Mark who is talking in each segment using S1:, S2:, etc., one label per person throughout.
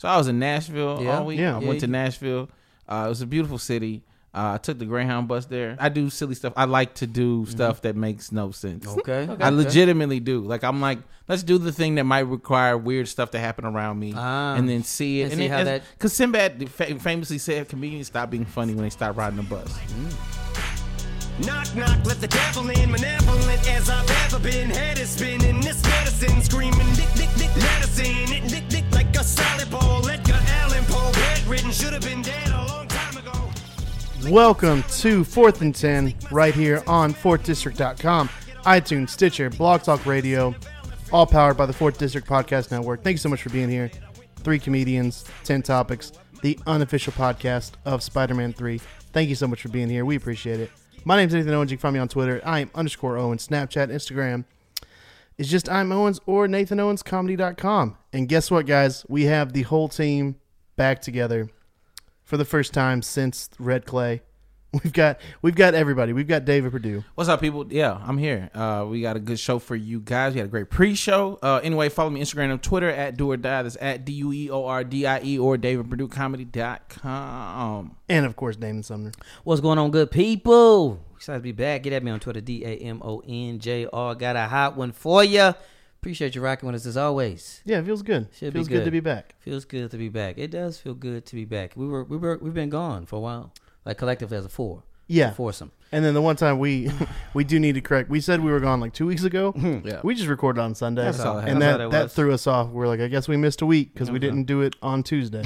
S1: So I was in Nashville
S2: Yeah.
S1: all week.
S3: Yeah.
S1: I went to Nashville. Uh, it was a beautiful city. Uh, I took the Greyhound bus there. I do silly stuff. I like to do stuff that makes no sense.
S2: Mm-hmm. Okay.
S1: I legitimately do. Like I'm like, let's do the thing that might require weird stuff to happen around me,
S2: Ah.
S1: and then see it.
S2: And see how that-
S1: Because Sinbad fa- famously said, comedians stop being funny when they stop riding the bus.
S4: Knock, knock, let the devil in. Malevolent as I've ever been. Head is spinning. This medicine screaming. Dick, dick, dick, medicine. It dick, dick, like a salad bowl. Edgar Allan Poe. Bedridden. Should have been dead a long time ago.
S3: Welcome to Fourth and Ten, right here on fourthdistrict.com, iTunes, Stitcher, Blog Talk Radio, all powered by the Fourth District Podcast Network. Thank you so much for being here. Three comedians, ten topics, the unofficial podcast of Spider-Man Three. Thank you so much for being here. We appreciate it. My name's Nathan Owens. You can find me on Twitter. I am underscore Owens. Snapchat, Instagram. It's just I'm Owens or Nathan Owens Comedy.com. And guess what, guys? We have the whole team back together for the first time since Red Clay. We've got we've got everybody. We've got David Perdue.
S1: What's up, people? Yeah, I'm here. Uh, we got a good show for you guys. We had a great pre-show. Uh, anyway, follow me Instagram and Twitter at Do or Die. That's at D U E O R D I E or DavidPurdueComedy.com.
S3: And of course Damon Sumner.
S2: What's going on, good people? Excited to be back. Get at me on Twitter, D A M O N J R. Got a hot one for you. Appreciate you rocking with us as always.
S3: Yeah, it feels good.
S2: Should be
S3: feels good.
S2: good.
S3: to be back.
S2: Feels good to be back. It does feel good to be back. We were we were we've been gone for a while, like collectively as a four.
S3: Yeah.
S2: foursome.
S3: And then the one time we we do need to correct. We said we were gone like two weeks ago.
S1: Yeah.
S3: We just recorded on Sunday,
S1: That's all that-
S3: and
S2: that's
S3: that
S2: all that
S3: that,
S2: was. Uh-huh.
S3: threw us off. We're like, I guess we missed a week because we didn't do it on Tuesday.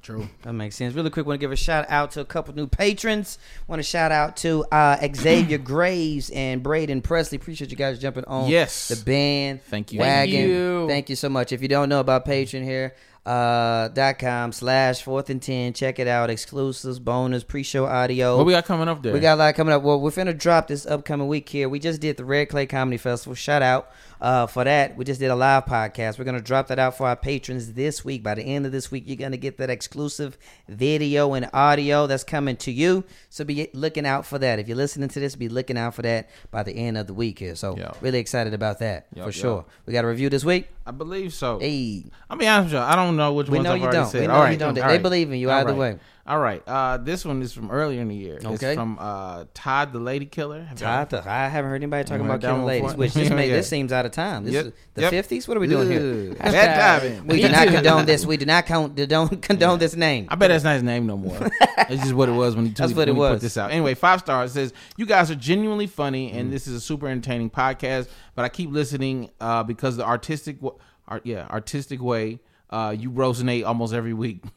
S1: True.
S2: That makes sense. Really quick, want to give a shout out to a couple new patrons. Want to shout out to uh, Xavier Graves and Braden Presley. Appreciate you guys jumping on.
S1: Yes.
S2: the band.
S1: Thank you.
S2: Wagon.
S1: Thank
S2: Thank
S1: you.
S2: you, so much. If you don't know about Patreon here. Uh, dot com slash fourth and ten. Check it out. Exclusives, bonus, pre-show audio.
S1: What we got coming up there?
S2: We got a lot coming up. Well, we're finna drop this upcoming week here. We just did the Red Clay Comedy Festival. Shout out uh, for that. We just did a live podcast. We're gonna drop that out for our patrons this week. By the end of this week, you're gonna get that exclusive video and audio that's coming to you. So be looking out for that. If you're listening to this, be looking out for that by the end of the week here. So
S1: Yeah.
S2: really excited about that
S1: Yeah,
S2: for
S1: yeah.
S2: sure. We got a review this week.
S1: I believe so.
S2: Hey,
S1: I'll be honest with you. I don't know which
S2: We
S1: ones
S2: know
S1: I've
S2: you
S1: already
S2: don't.
S1: said.
S2: We know
S1: All
S2: you
S1: right,
S2: don't.
S1: all
S2: They
S1: right,
S2: believe in you
S1: all
S2: either
S1: right.
S2: way.
S1: All right. Uh, this one is from earlier in the year. It's
S2: Okay.
S1: from uh, Todd the Lady Killer. Have y'all-
S2: I, th- I haven't heard anybody talking
S1: You
S2: about
S1: want that
S2: killing
S1: one
S2: ladies,
S1: for-
S2: which just made
S1: Yeah.
S2: this seems out of time. This
S1: Yep.
S2: is the
S1: Yep.
S2: fifties. What are we doing
S1: Ew.
S2: here?
S1: Bad
S2: Hashtag-
S1: diving.
S2: We
S1: Me
S2: do not
S1: too.
S2: condone this. We do not count, don't condone this name.
S1: I bet that's not his name no more. it's just what it was when he,
S2: That's
S1: tweeted-
S2: what it
S1: when he put
S2: was.
S1: this out. Anyway, five stars It says you guys are genuinely funny, and this is a super entertaining podcast. But I keep listening uh, because the artistic, w- art, yeah, artistic way uh, you resonate almost every week.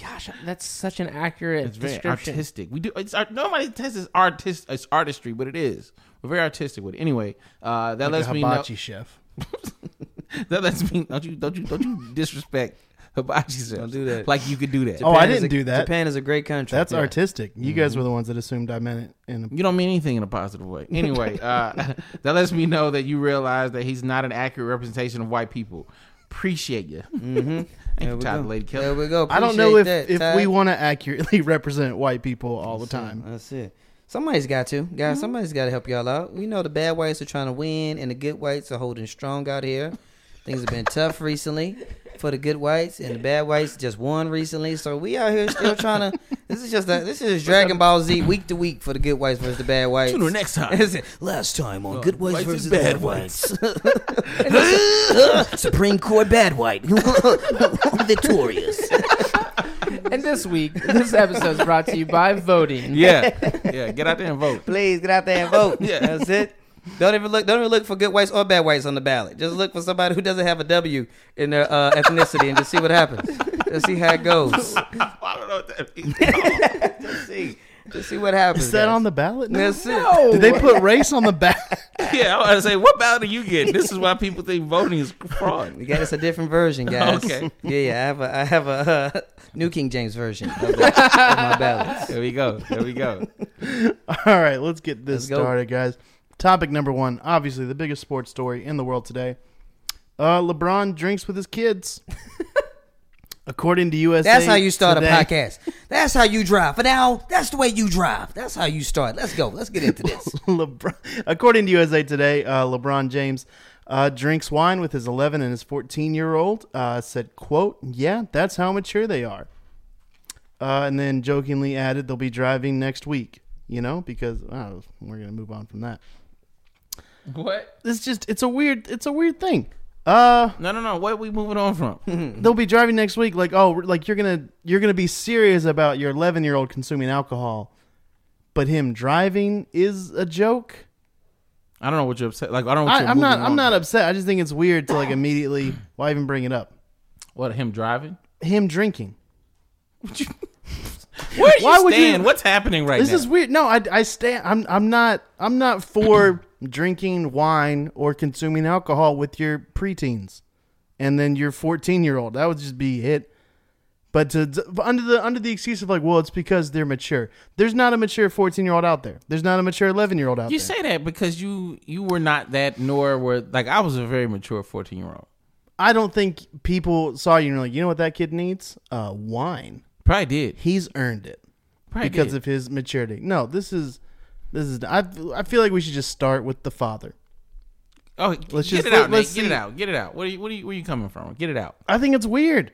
S5: Gosh, that's such an accurate
S1: It's very
S5: description.
S1: artistic. We do. It's art, nobody tests is artist. It's artistry, but it is. We're very artistic with it. Anyway, uh, that lets
S3: a
S1: me know.
S3: hibachi chef.
S1: That lets me. Don't you? Don't you? Don't you disrespect hibachi chefs?
S2: Don't do that.
S1: Like you could do that.
S3: Oh, I
S2: Japan is
S3: didn't
S2: a-
S3: do that.
S2: Japan is a great country.
S3: That's artistic. You guys
S2: Mm-hmm.
S3: were the ones that assumed I meant it in a
S1: You don't mean anything in a positive way. Anyway, uh, that lets me know that you realize that he's not an accurate representation of white people. Appreciate you. Thank
S2: There
S1: you,
S2: we
S1: Todd
S2: go.
S1: the Lady Killer.
S2: There we go.
S3: I don't know if,
S2: Appreciate that,
S3: if we
S2: Todd.
S3: want to accurately represent white people all the time.
S2: That's it. Somebody's got to, guys. Somebody's got to help y'all out. We know the bad whites are trying to win, and the good whites are holding strong out here. Things have been tough recently for the good whites, and the bad whites just won recently. So we out here still trying to. This is just a, this is Dragon Ball Z week to week for the good whites versus the bad whites.
S1: Tune in next time.
S2: That's it. Last time on good whites
S1: whites is
S2: versus
S1: bad
S2: bad whites. Supreme Court bad white victorious.
S5: And this week, this episode is brought to you by voting.
S1: Yeah, yeah. Get out there and vote.
S2: Please get out there and vote.
S1: Yeah.
S2: That's it. Don't even look. Don't even look for good whites or bad whites on the ballot. Just look for somebody who doesn't have a W in their uh, ethnicity and just see what happens. Just see how it goes.
S1: I don't know what that means.
S2: See, just see what happens.
S3: Is that
S2: guys.
S3: on the ballot? now?
S2: That's it.
S3: Did they put race on the ballot?
S1: yeah, I was gonna say, what ballot do you get? This is why people think voting is fraud.
S2: We got it's a different version, guys.
S1: Okay.
S2: Yeah, yeah. I have a, I have a uh, New King James version of, the, of my ballots.
S1: There we go. There we go.
S3: All right, let's get this
S2: Let's go.
S3: started, guys. Topic number one, obviously the biggest sports story in the world today. Uh, LeBron drinks with his kids. According to USA,
S2: That's how you start
S3: Today-
S2: a podcast. That's how you drive. For now, that's the way you drive. That's how you start. Let's go. Let's get into this.
S3: LeBron, according to USA Today, uh, LeBron James uh, drinks wine with his 11 and his 14 year old. Uh, said, "quote Yeah, that's how mature they are." Uh, and then jokingly added, "They'll be driving next week." You know, because oh, we're gonna move on from that.
S1: What?
S3: It's just it's a weird it's a weird thing. Uh,
S1: No, no, no. What are we moving on from?
S3: they'll be driving next week. Like oh, like you're gonna you're gonna be serious about your 11 year old consuming alcohol, but him driving is a joke.
S1: I don't know what you're upset. Like I don't. Know what
S3: I,
S1: you're
S3: I'm not.
S1: moving
S3: I'm
S1: on
S3: not
S1: from.
S3: upset. I just think it's weird to like immediately. Why even bring it up?
S1: What him driving?
S3: Him drinking.
S1: Where are
S3: Why
S1: you
S3: would you-
S1: stand? What's happening right
S3: This
S1: now?
S3: is weird. No, I. I stand. I'm. I'm not. I'm not for drinking wine or consuming alcohol with your preteens, and then your 14 year old. That would just be it. But to under the under the excuse of like, well, it's because they're mature. There's not a mature 14 year old out there. There's not a mature 11 year old out
S1: you
S3: there.
S1: say that because you you were not that, nor were like I was a very mature fourteen year old.
S3: I don't think people saw you and were like, you know what that kid needs? Uh, wine.
S1: Probably did.
S3: He's earned it.
S1: Probably
S3: because
S1: did.
S3: of his maturity. No, this is this is. I I feel like we should just start with the father.
S1: Oh,
S3: Let's
S1: let's
S3: just-
S1: get it out,
S3: let's
S1: Nate. Get
S3: see.
S1: it out. Get it out. What are you? What are you? Where are you coming from? Get it out.
S3: I think it's weird.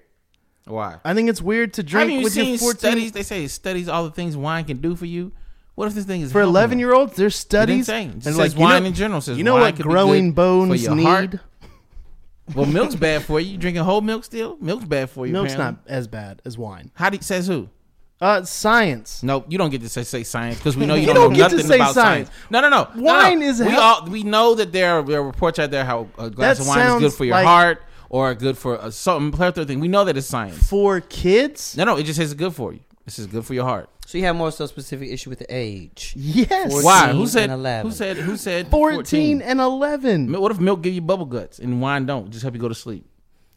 S1: Why?
S3: I think it's weird to
S1: Have
S3: drink
S1: you
S3: with
S1: seen
S3: your fourteen
S1: studies? They say it studies all the things wine can do for you. What if this thing is
S3: for eleven year olds. There's studies
S1: say. It just
S3: and
S1: says
S3: like you
S1: wine
S3: know,
S1: in general says
S3: you know
S1: wine
S3: what
S1: could be
S3: growing
S1: good for
S3: bones
S1: your
S3: need.
S1: heart. Well, milk's bad for you. You drinking whole milk still? Milk's bad for you.
S3: Milk's
S1: apparently.
S3: not as bad as wine.
S1: How do you, says who?
S3: Uh, science.
S1: No, you don't get to say, say science because we know you,
S3: You
S1: don't,
S3: don't
S1: know
S3: get to
S1: nothing
S3: say
S1: about
S3: science.
S1: science. No, no, no. No,
S3: Wine
S1: no.
S3: is
S1: we
S3: hel-
S1: all we know that there are, there are reports out there how a glass
S3: That
S1: of wine is good
S3: sounds
S1: for your
S3: like-
S1: heart or good for a, some plethora of things. We know that it's science.
S3: For kids,
S1: No, no, it just says it's good for you. This is good for your heart.
S2: So you have more so specific issue with the age.
S3: yes.
S1: Why?
S2: 14
S1: Who said?
S2: and 11.
S1: Who said? Who said?
S3: Fourteen and eleven.
S1: Mi- What if milk give you bubble guts and wine don't? Just help you go to sleep.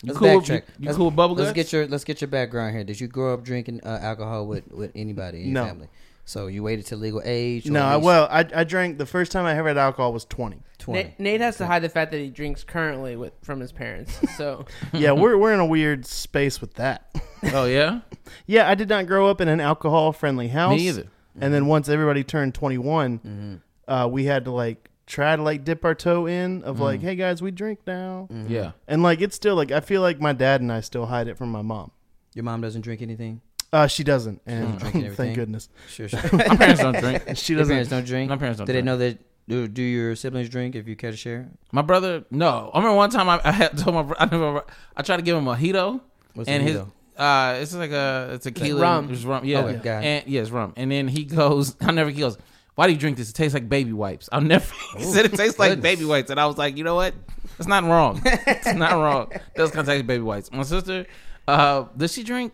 S1: You
S2: Let's
S1: cool with, you,
S2: backtrack.
S1: you
S2: let's,
S1: cool with bubble guts?
S2: let's get your let's get your background here. Did you grow up drinking uh, alcohol with with anybody in your
S3: No.
S2: family? So you waited till legal age. or
S3: No,
S2: at
S3: I,
S2: least
S3: well, I I drank the first time I ever had alcohol was twenty.
S2: twenty.
S5: Nate, Nate has to hide the fact that he drinks currently with from his parents. So
S3: yeah, we're we're in a weird space with that.
S1: oh yeah.
S3: Yeah, I did not grow up in an alcohol friendly house.
S1: Me either.
S3: And then once everybody turned 21, uh, we had to like try to like dip our toe in of like, hey guys, we drink now.
S1: Yeah.
S3: And like it's still like I feel like my dad and I still hide it from my mom.
S2: Your mom doesn't drink anything.
S3: Uh, she doesn't, and
S2: drinking everything.
S3: thank goodness
S2: Sure, sure.
S1: My parents don't drink.
S3: she
S2: Your
S3: doesn't.
S2: parents don't drink.
S1: My parents don't
S2: Did
S1: drink.
S2: they know that? Do, do your siblings drink? If you care to share,
S1: My brother, no. I remember one time I, I had told my bro- I, remember, I tried to give him a mojito,
S2: What's a
S1: and his
S2: mojito?
S1: uh, it's like a it's a tequila,
S5: rum.
S1: it's rum, yeah,
S2: Oh, yeah. Got it.
S1: and yeah, it's rum. And then he goes, I never he goes, why do you drink this? It tastes like baby wipes. I'll never he said it tastes like baby wipes, and I was like, you know what? It's not wrong. it's not wrong. It does kind of taste like baby wipes. My sister, uh, does she drink?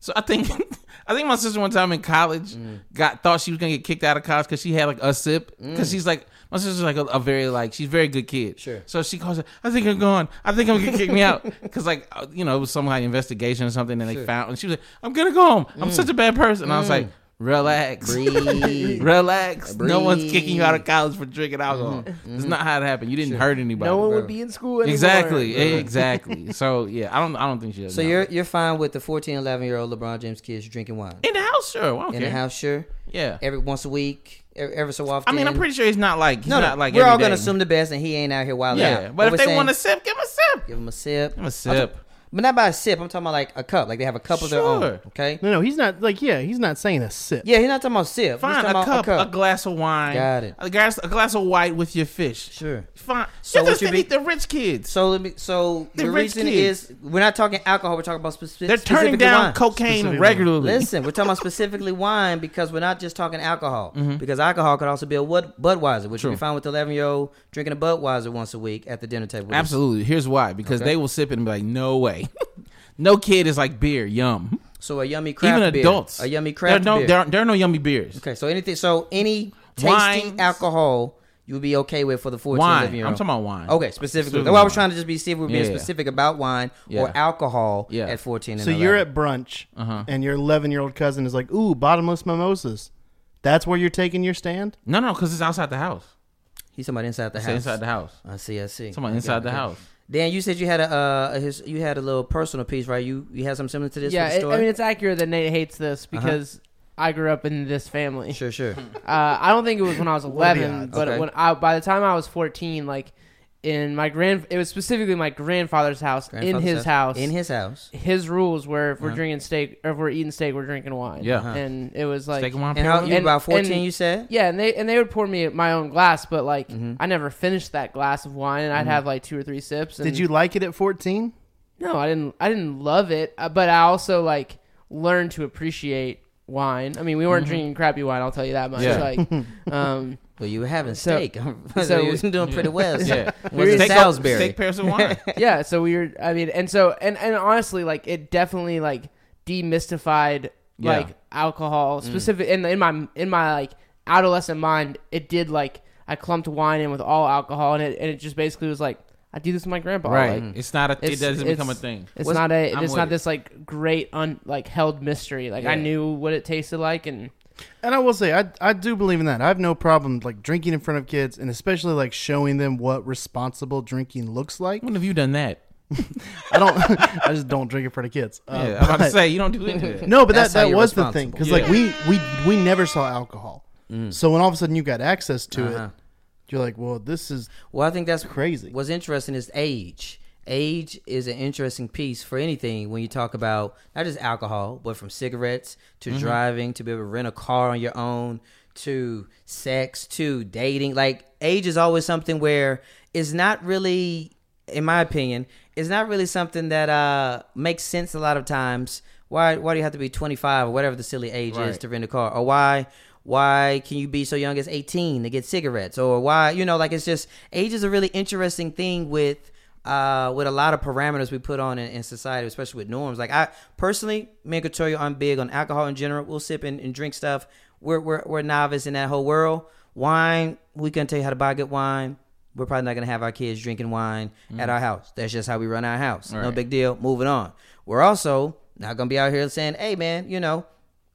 S1: So I think I think my sister one time in college
S2: Mm.
S1: got thought she was gonna get kicked out of college because she had like a sip because she's like my sister's like a, a very like she's a very good kid.
S2: Mm. Sure.
S1: So she calls her. I think I'm gone. I think I'm gonna kick me out because like uh, you know it was some kind of investigation or something and they found and she was like I'm gonna go home. I'm such a bad person. And I was like relax,
S2: Mm. Breathe.
S1: relax. No one's
S2: Breathe. Mm-hmm.
S1: kicking you out of college for drinking alcohol. It's not how it happened. You didn't hurt anybody.
S5: no one would be in school anymore.
S1: exactly, exactly. so yeah, I don't I don't think she. Does
S2: Mm-hmm. so
S1: now.
S2: you're you're fine with the 14, 11 year old LeBron James kids drinking wine
S1: in the house, sure. I don't
S2: in
S1: care.
S2: the house, sure.
S1: yeah.
S2: Every once a week, every, every so often.
S1: I mean, I'm pretty sure he's not like he's
S2: No, no,
S1: not like
S2: we're all
S1: every
S2: gonna
S1: day.
S2: assume the best, and he ain't out here wilding
S1: Yeah,
S2: out.
S1: but if
S2: we're
S1: they
S2: saying,
S1: want to sip, give him a sip.
S2: give him a sip,
S1: Give him a sip.
S2: But not by a sip. I'm talking about like a cup. Like they have a cup of their own.
S1: Sure.
S2: Okay.
S3: No, no, he's not like yeah, he's not saying a sip.
S2: Yeah, he's not talking about sip. he's
S1: Fine,
S2: talking
S1: a
S2: about
S1: cup, a, glass of wine.
S2: Got it.
S1: A glass, a glass of white with your fish.
S2: Sure.
S1: Fine.
S2: So
S1: So
S2: what
S1: just
S2: you
S1: eat
S2: be-
S1: the rich kids.
S2: So let me. So the,
S1: The rich
S2: reason
S1: kids.
S2: is we're not talking alcohol. We're talking about specific.
S1: They're turning down cocaine
S3: Specifically.
S1: regularly.
S2: Listen, we're talking about specifically wine because we're not just talking alcohol.
S1: Mm-hmm.
S2: Because alcohol could also be a Bud- Budweiser, which you can find with the 11 year old drinking a Budweiser once a week at the dinner table.
S1: Absolutely. Here's why: because
S2: Okay.
S1: they will sip it and be like, "No way." no kid is like beer. Yum.
S2: So a yummy craft
S1: Even
S2: beer,
S1: adults.
S2: a yummy
S1: There are
S2: craft
S1: no,
S2: beer.
S1: There, are, there are no yummy beers.
S2: okay, so anything, so any tasty
S1: Wines.
S2: alcohol you would be okay with for the 14
S1: Wine.
S2: 11 year old.
S1: I'm talking about wine.
S2: Okay, specifically.
S1: Specifically
S2: That's why I was
S1: wine.
S2: trying to just be see if we were being
S1: Yeah.
S2: specific about wine or
S1: Yeah.
S2: alcohol
S1: Yeah.
S2: at 14 and
S3: So you're
S2: 11.
S3: at brunch, and your 11 year old cousin is like, "Ooh, bottomless mimosas." That's where you're taking your stand.
S1: No, no, because it's outside the house.
S2: He's somebody inside the
S1: It's
S2: house.
S1: inside the house.
S2: I see. I see.
S1: Someone
S2: Okay,
S1: inside the
S2: okay.
S1: house.
S2: Dan, you said you had a uh, a his, you had a little personal piece, right? You you had something similar to this.
S5: yeah,
S2: with the
S5: it,
S2: story?
S5: I mean it's accurate that Nate hates this because I grew up in this family.
S2: Uh-huh. sure, sure.
S5: Uh, I don't think it was when I was
S3: are the
S5: 11,
S3: odds?
S5: but
S2: Okay.
S5: when I, by the time I was 14, like in my grand, it was specifically my grandfather's house. in
S2: Grandfather's
S5: his house,
S2: in his Uh-huh. house.
S5: his rules were if we're drinking steak or if we're eating steak, we're drinking wine.
S1: Yeah. Uh-huh.
S5: and it was like
S1: Steak and wine.
S2: And how you
S5: And-
S2: about fourteen?
S5: and-
S2: you said.
S5: Yeah, and they and they would pour me my own glass, but like
S3: Mm-hmm.
S5: I never finished that glass of wine, and I'd have like two or three sips. And,
S3: Did you like it at 14?
S5: No, I didn't. I didn't love it, uh, but I also like learned to appreciate wine. I mean, we
S3: Mm-hmm.
S5: weren't drinking crappy wine. I'll tell you that much.
S1: Yeah.
S5: Like, um,
S2: Well, you were having
S5: So-
S2: steak. So,
S5: so-
S2: you was doing pretty well.
S1: Yeah.
S2: Was it
S1: Steak-
S2: Salisbury?
S1: Steak pairs of wine.
S5: yeah. So we were. I mean, and so and and honestly, like it definitely like demystified
S1: Yeah.
S5: like
S3: Mm.
S5: alcohol specific in in my in my like adolescent mind. It did like I clumped wine in with all alcohol, and it and it just basically was like I do this with my grandpa.
S1: right.
S3: Mm.
S5: Like,
S1: Mm. it's not a.
S5: it's-
S1: it doesn't
S5: it's-
S1: become a thing.
S5: It's
S2: What's-
S5: not a.
S1: I'm
S5: It's
S1: with
S5: not
S1: it.
S5: this like great un like held mystery. Like I
S2: Yeah.
S5: knew what it tasted like, and
S3: And I will say, I, I do believe in that. I have no problem like drinking in front of kids, and especially like showing them what responsible drinking looks like.
S1: When have you done that?
S3: I don't, I just don't drink in front of kids. Uh,
S1: Yeah, I'm about to
S3: but-
S1: say you don't do any of that.
S3: No, but
S2: That's
S3: that,
S2: how
S3: that
S2: you're
S3: was the thing
S2: responsible.
S3: because
S1: Yeah.
S3: like we we we never saw alcohol. So when all of a sudden you got access to
S2: Uh-huh.
S3: it, you're like, well, this is
S2: Well, I think that's
S3: Crazy.
S2: What's interesting is age. Age is an interesting piece for anything when you talk about not just alcohol, but from cigarettes to driving to be able to rent a car on your own to sex to dating. Like age is always something where it's not really, in my opinion, it's not really something that uh, makes sense a lot of times. Why why do you have to be 25 or whatever the silly age is
S1: Right.
S2: to rent a car? Or why why can you be so young as 18 to get cigarettes or why you know like it's just age is a really interesting thing with uh with a lot of parameters we put on in, in society especially with norms like i personally me and Katoria, i'm big on alcohol in general we'll sip and, and drink stuff we're, we're we're novice in that whole world wine we can tell you how to buy good wine we're probably not gonna have our kids drinking wine
S1: Mm.
S2: at our house that's just how we run our house no big deal moving on we're also not gonna be out here saying hey man you know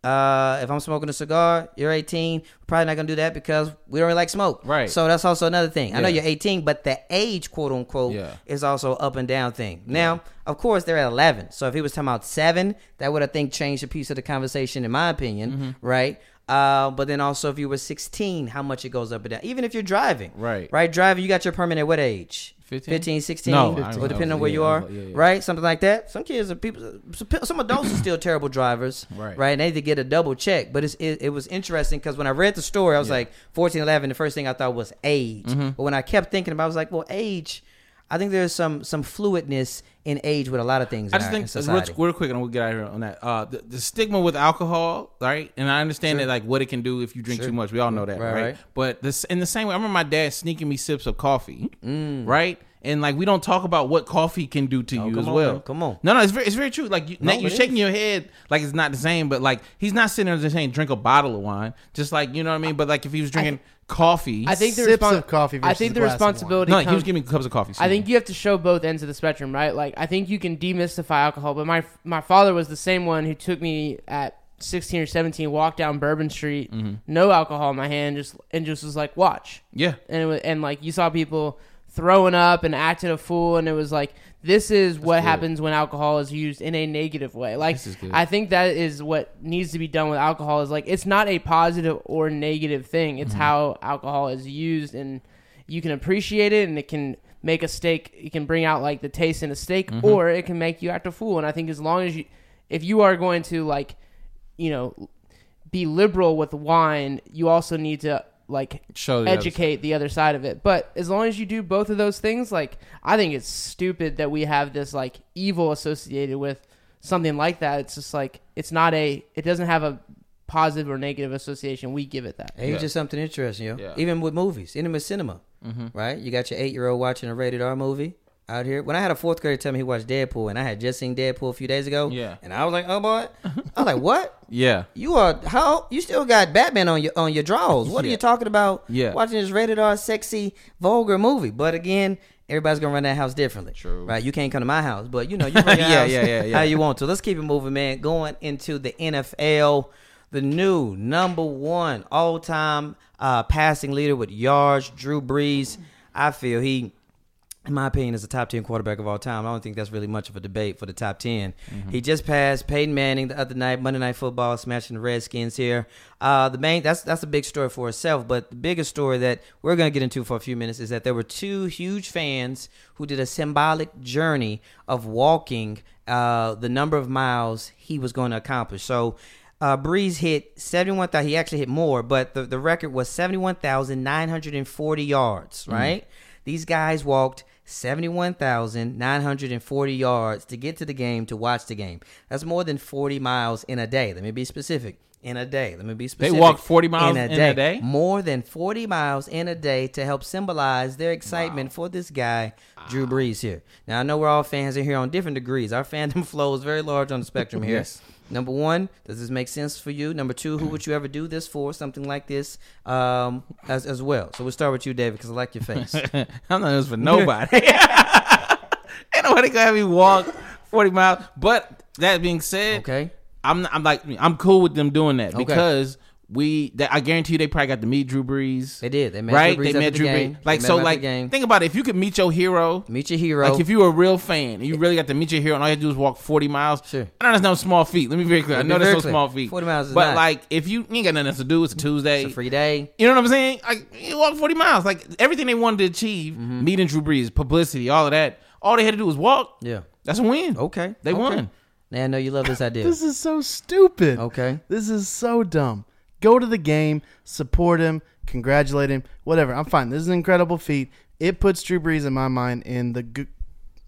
S2: uh, if I'm smoking a cigar, you're 18. We're probably not gonna do that because we don't really like smoke.
S1: Right.
S2: So that's also another thing. I know
S1: Yeah.
S2: you're 18, but the age, quote unquote,
S1: Yeah.
S2: is also up and down thing. Now, of course, they're at 11. So if he was talking about seven, that would I think change a piece of the conversation, in my opinion,
S1: Mm-hmm.
S2: right? Uh, but then also if you were 16, how much it goes up and down. Even if you're driving,
S1: Right.
S2: Right, driving, you got your permit at what age?
S1: 15?
S2: 15, 16,
S1: No, I
S3: was-
S2: or depending
S1: I
S2: on
S1: was-
S2: where
S1: yeah,
S2: you
S1: I
S2: are,
S1: was- yeah, yeah.
S2: right? Something like that. Some kids are people. some pe- Some adults are still terrible drivers,
S1: Right.
S2: Right, and they need to get a double check. But it's, it, it was interesting because when I read the story, I was like 14, 11. The first thing I thought was age,
S1: Mm-hmm.
S2: but when I kept thinking about, it, I was like, well, age. I think there's some some fluidness in age with a lot of things.
S1: I
S2: in
S1: just
S2: our- in
S1: think real,
S2: society.
S1: real quick, and we'll get out of here on that. Uh, the, the stigma with alcohol, right? And I understand that, like, what it can do if you drink too much. We all know that,
S2: Right,
S1: right?
S2: right.
S1: But this, in the same way, I remember my dad sneaking me sips of coffee,
S5: Mm.
S1: right? And like, we don't talk about what coffee can do
S5: Oh,
S1: to you
S2: come
S1: as
S2: on,
S1: well.
S2: man. Come on.
S1: no, no, it's very, it's very true. Like, you, Nate, you're
S2: it
S1: shaking your head like it's not the same, but like, he's not sitting there just saying drink a bottle of wine, just like you know what I mean. But like, if he was drinking coffee,
S5: I think the
S3: Sips
S5: respons-
S3: of coffee
S5: I
S3: versus
S5: think
S3: a
S5: the
S3: glass of wine.
S5: responsibility.
S1: no, he was
S5: comes-
S1: giving me cups of coffee.
S5: I think you have to show both ends of the spectrum, right? Like I think you can demystify alcohol, but my my father was the same one who took me at 16 or 17, walked down Bourbon Street, no alcohol in my hand, just and just was like, watch.
S1: yeah.
S5: and it was, and like you saw people throwing up and acting a fool and it was like this is what happens when alcohol is used in a negative way like
S1: This is good.
S5: i think that is what needs to be done with alcohol is like it's not a positive or
S1: Mm-hmm.
S5: negative thing it's how alcohol is used and you can appreciate it and it can make a steak. It can bring out like the taste in a steak,
S1: Mm-hmm.
S5: or it can make you act a fool. And I think as long as you, if you are going to like, you know, be liberal with wine, you also need to like
S1: Show the other
S5: educate the other side of it. But as long as you do both of those things, like I think it's stupid that we have this like evil associated with something like that. It's just like it's not a it doesn't have a positive or negative association. We give it that.
S2: Age is something interesting, yo. Even with movies, even with cinema, right? You got your eight year old watching a rated R movie out here. When I had a fourth grader tell me he watched Deadpool, and I had just seen Deadpool a few days ago,
S1: Yeah.
S2: and I was like, oh boy, I was like, what?
S1: Yeah.
S2: You are how you still got Batman on your on your drawers? What are
S1: Yeah.
S2: you talking about?
S1: Yeah.
S2: watching this rated R, sexy, vulgar movie. But again. Everybody's gonna run that house differently,
S1: True.
S2: right? You can't come to my house, but you know you run your
S1: Yeah,
S2: house
S1: yeah, yeah, yeah.
S2: how you want to. Let's keep it moving, man. Going into the NFL, the new number one all time uh, passing leader with yards, Drew Brees. I feel he, in my opinion, is a top 10 quarterback of all time. I don't think that's really much of a debate for the top 10. He just passed Peyton Manning the other night, Monday Night Football, smashing the Redskins here. Uh, the main that's that's a big story for itself, but the biggest story that we're gonna get into for a few minutes is that there were two huge fans who did a symbolic journey of walking uh, the number of miles he was going to accomplish. So uh, Breeze hit 71,000. He actually hit more, but the, the record was 71,940 yards, right? These guys walked 71,940 yards to get to the game to watch the game. That's more than 40 miles in a day. Let me be specific. In a day. Let me be specific.
S1: walked 40 miles in a day?
S2: More than 40 miles in a day to help symbolize their excitement for this guy, Drew Brees, here. Now, I know we're all fans in here on different degrees. Our fandom flow is very large on the spectrum here.
S1: Yes.
S2: Number one, does this make sense for you? Number two, who would you ever do this for? Something like this um, as, as well. So we'll start with you, David, because I like your face.
S1: I'm not doing this for nobody. Ain't nobody gonna have me walk 40 miles. But that being said,
S2: Okay.
S1: I'm I'm like I'm cool with them doing that because we that I guarantee you they probably got to meet Drew Brees.
S2: They did. They met Drew Brees after the game. They
S1: Like
S2: met
S1: so,
S2: him after
S1: like
S2: the game.
S1: think about it. If you could meet your hero,
S2: Meet your hero.
S1: Like if you were a real fan and you really got to meet your hero and all you had to do is walk 40 miles.
S2: Sure.
S1: I know that's no small feat. Let me be very clear. I
S2: Let me
S1: know
S2: be
S1: that's
S2: very
S1: no
S2: clear.
S1: small feat.
S2: 40 miles is
S1: But
S2: not.
S1: like if you, you ain't got nothing else to do, it's a Tuesday.
S2: It's a free day.
S1: You know what I'm saying? Like you walk 40 miles. Like everything they wanted to achieve,
S2: Mm-hmm.
S1: meeting Drew Brees, publicity, all of that. All they had to do was walk.
S2: Yeah.
S1: That's a win.
S2: Okay.
S1: They
S2: okay.
S1: won.
S2: Now I know you love this idea.
S3: This is so stupid.
S2: Okay.
S3: This is so dumb. Go to the game, support him, congratulate him, whatever. I'm fine. This is an incredible feat. It puts Drew Brees in my mind in the go-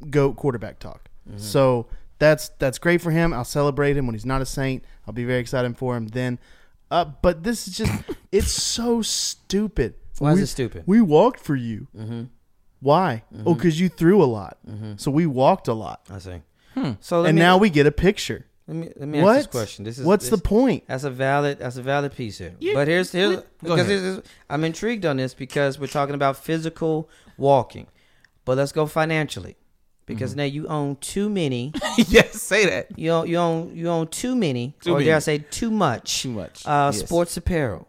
S3: goat quarterback talk.
S2: Mm-hmm.
S3: So that's that's great for him. I'll celebrate him when he's not a saint. I'll be very excited for him then. Uh, but this is just it's so stupid.
S2: Why is
S3: We-
S2: it stupid? Mm-hmm.
S3: We walked for you. Why? Oh, because you threw a lot. So we walked a lot,
S2: I see.
S1: Hmm.
S2: So let
S3: and
S2: me,
S3: now we get a picture.
S2: let me, let me
S3: what?
S2: ask this question. This is
S3: What's
S2: this-
S3: the point?
S2: That's a valid. That's a valid piece here. but here's here's because
S1: ahead.
S2: this is- I'm intrigued on this because we're talking about physical walking, but let's go financially because
S1: Mm-hmm.
S2: now you own too many.
S1: yes, say that.
S2: You own, you own you own too many,
S1: Too
S2: or dare I
S1: many.
S2: say too much?
S1: Too much,
S2: Uh,
S1: yes.
S2: Sports apparel,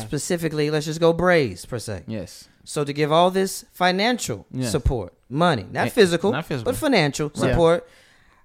S2: specifically. Let's just go Braves per se.
S1: Yes.
S2: So to give all this financial
S1: Yes.
S2: support, money, not
S1: Eh,
S2: physical,
S1: not physical.
S2: but financial support,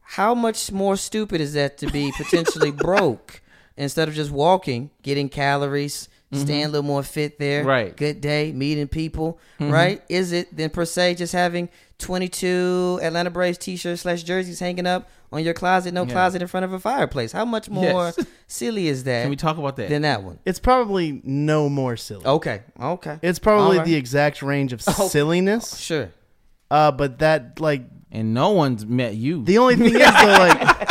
S2: how much more stupid is that to be potentially broke instead of just walking, getting calories, staying a little more fit there,
S1: Mm-hmm. Right. Mm-hmm.
S2: Good day, meeting people, right? Is it then per se just having twenty two Atlanta Braves t shirts slash jerseys hanging up on your closet, no closet in front of a fireplace? How much more
S1: Yes.
S2: silly is that?
S1: Can we talk about that?
S2: than that one?
S3: It's probably no more silly.
S2: Okay, okay,
S3: It's
S2: All
S3: probably
S2: right.
S3: the exact range of silliness.
S2: sure.
S3: Uh, but that like
S1: and no one's met you
S3: the only thing is though like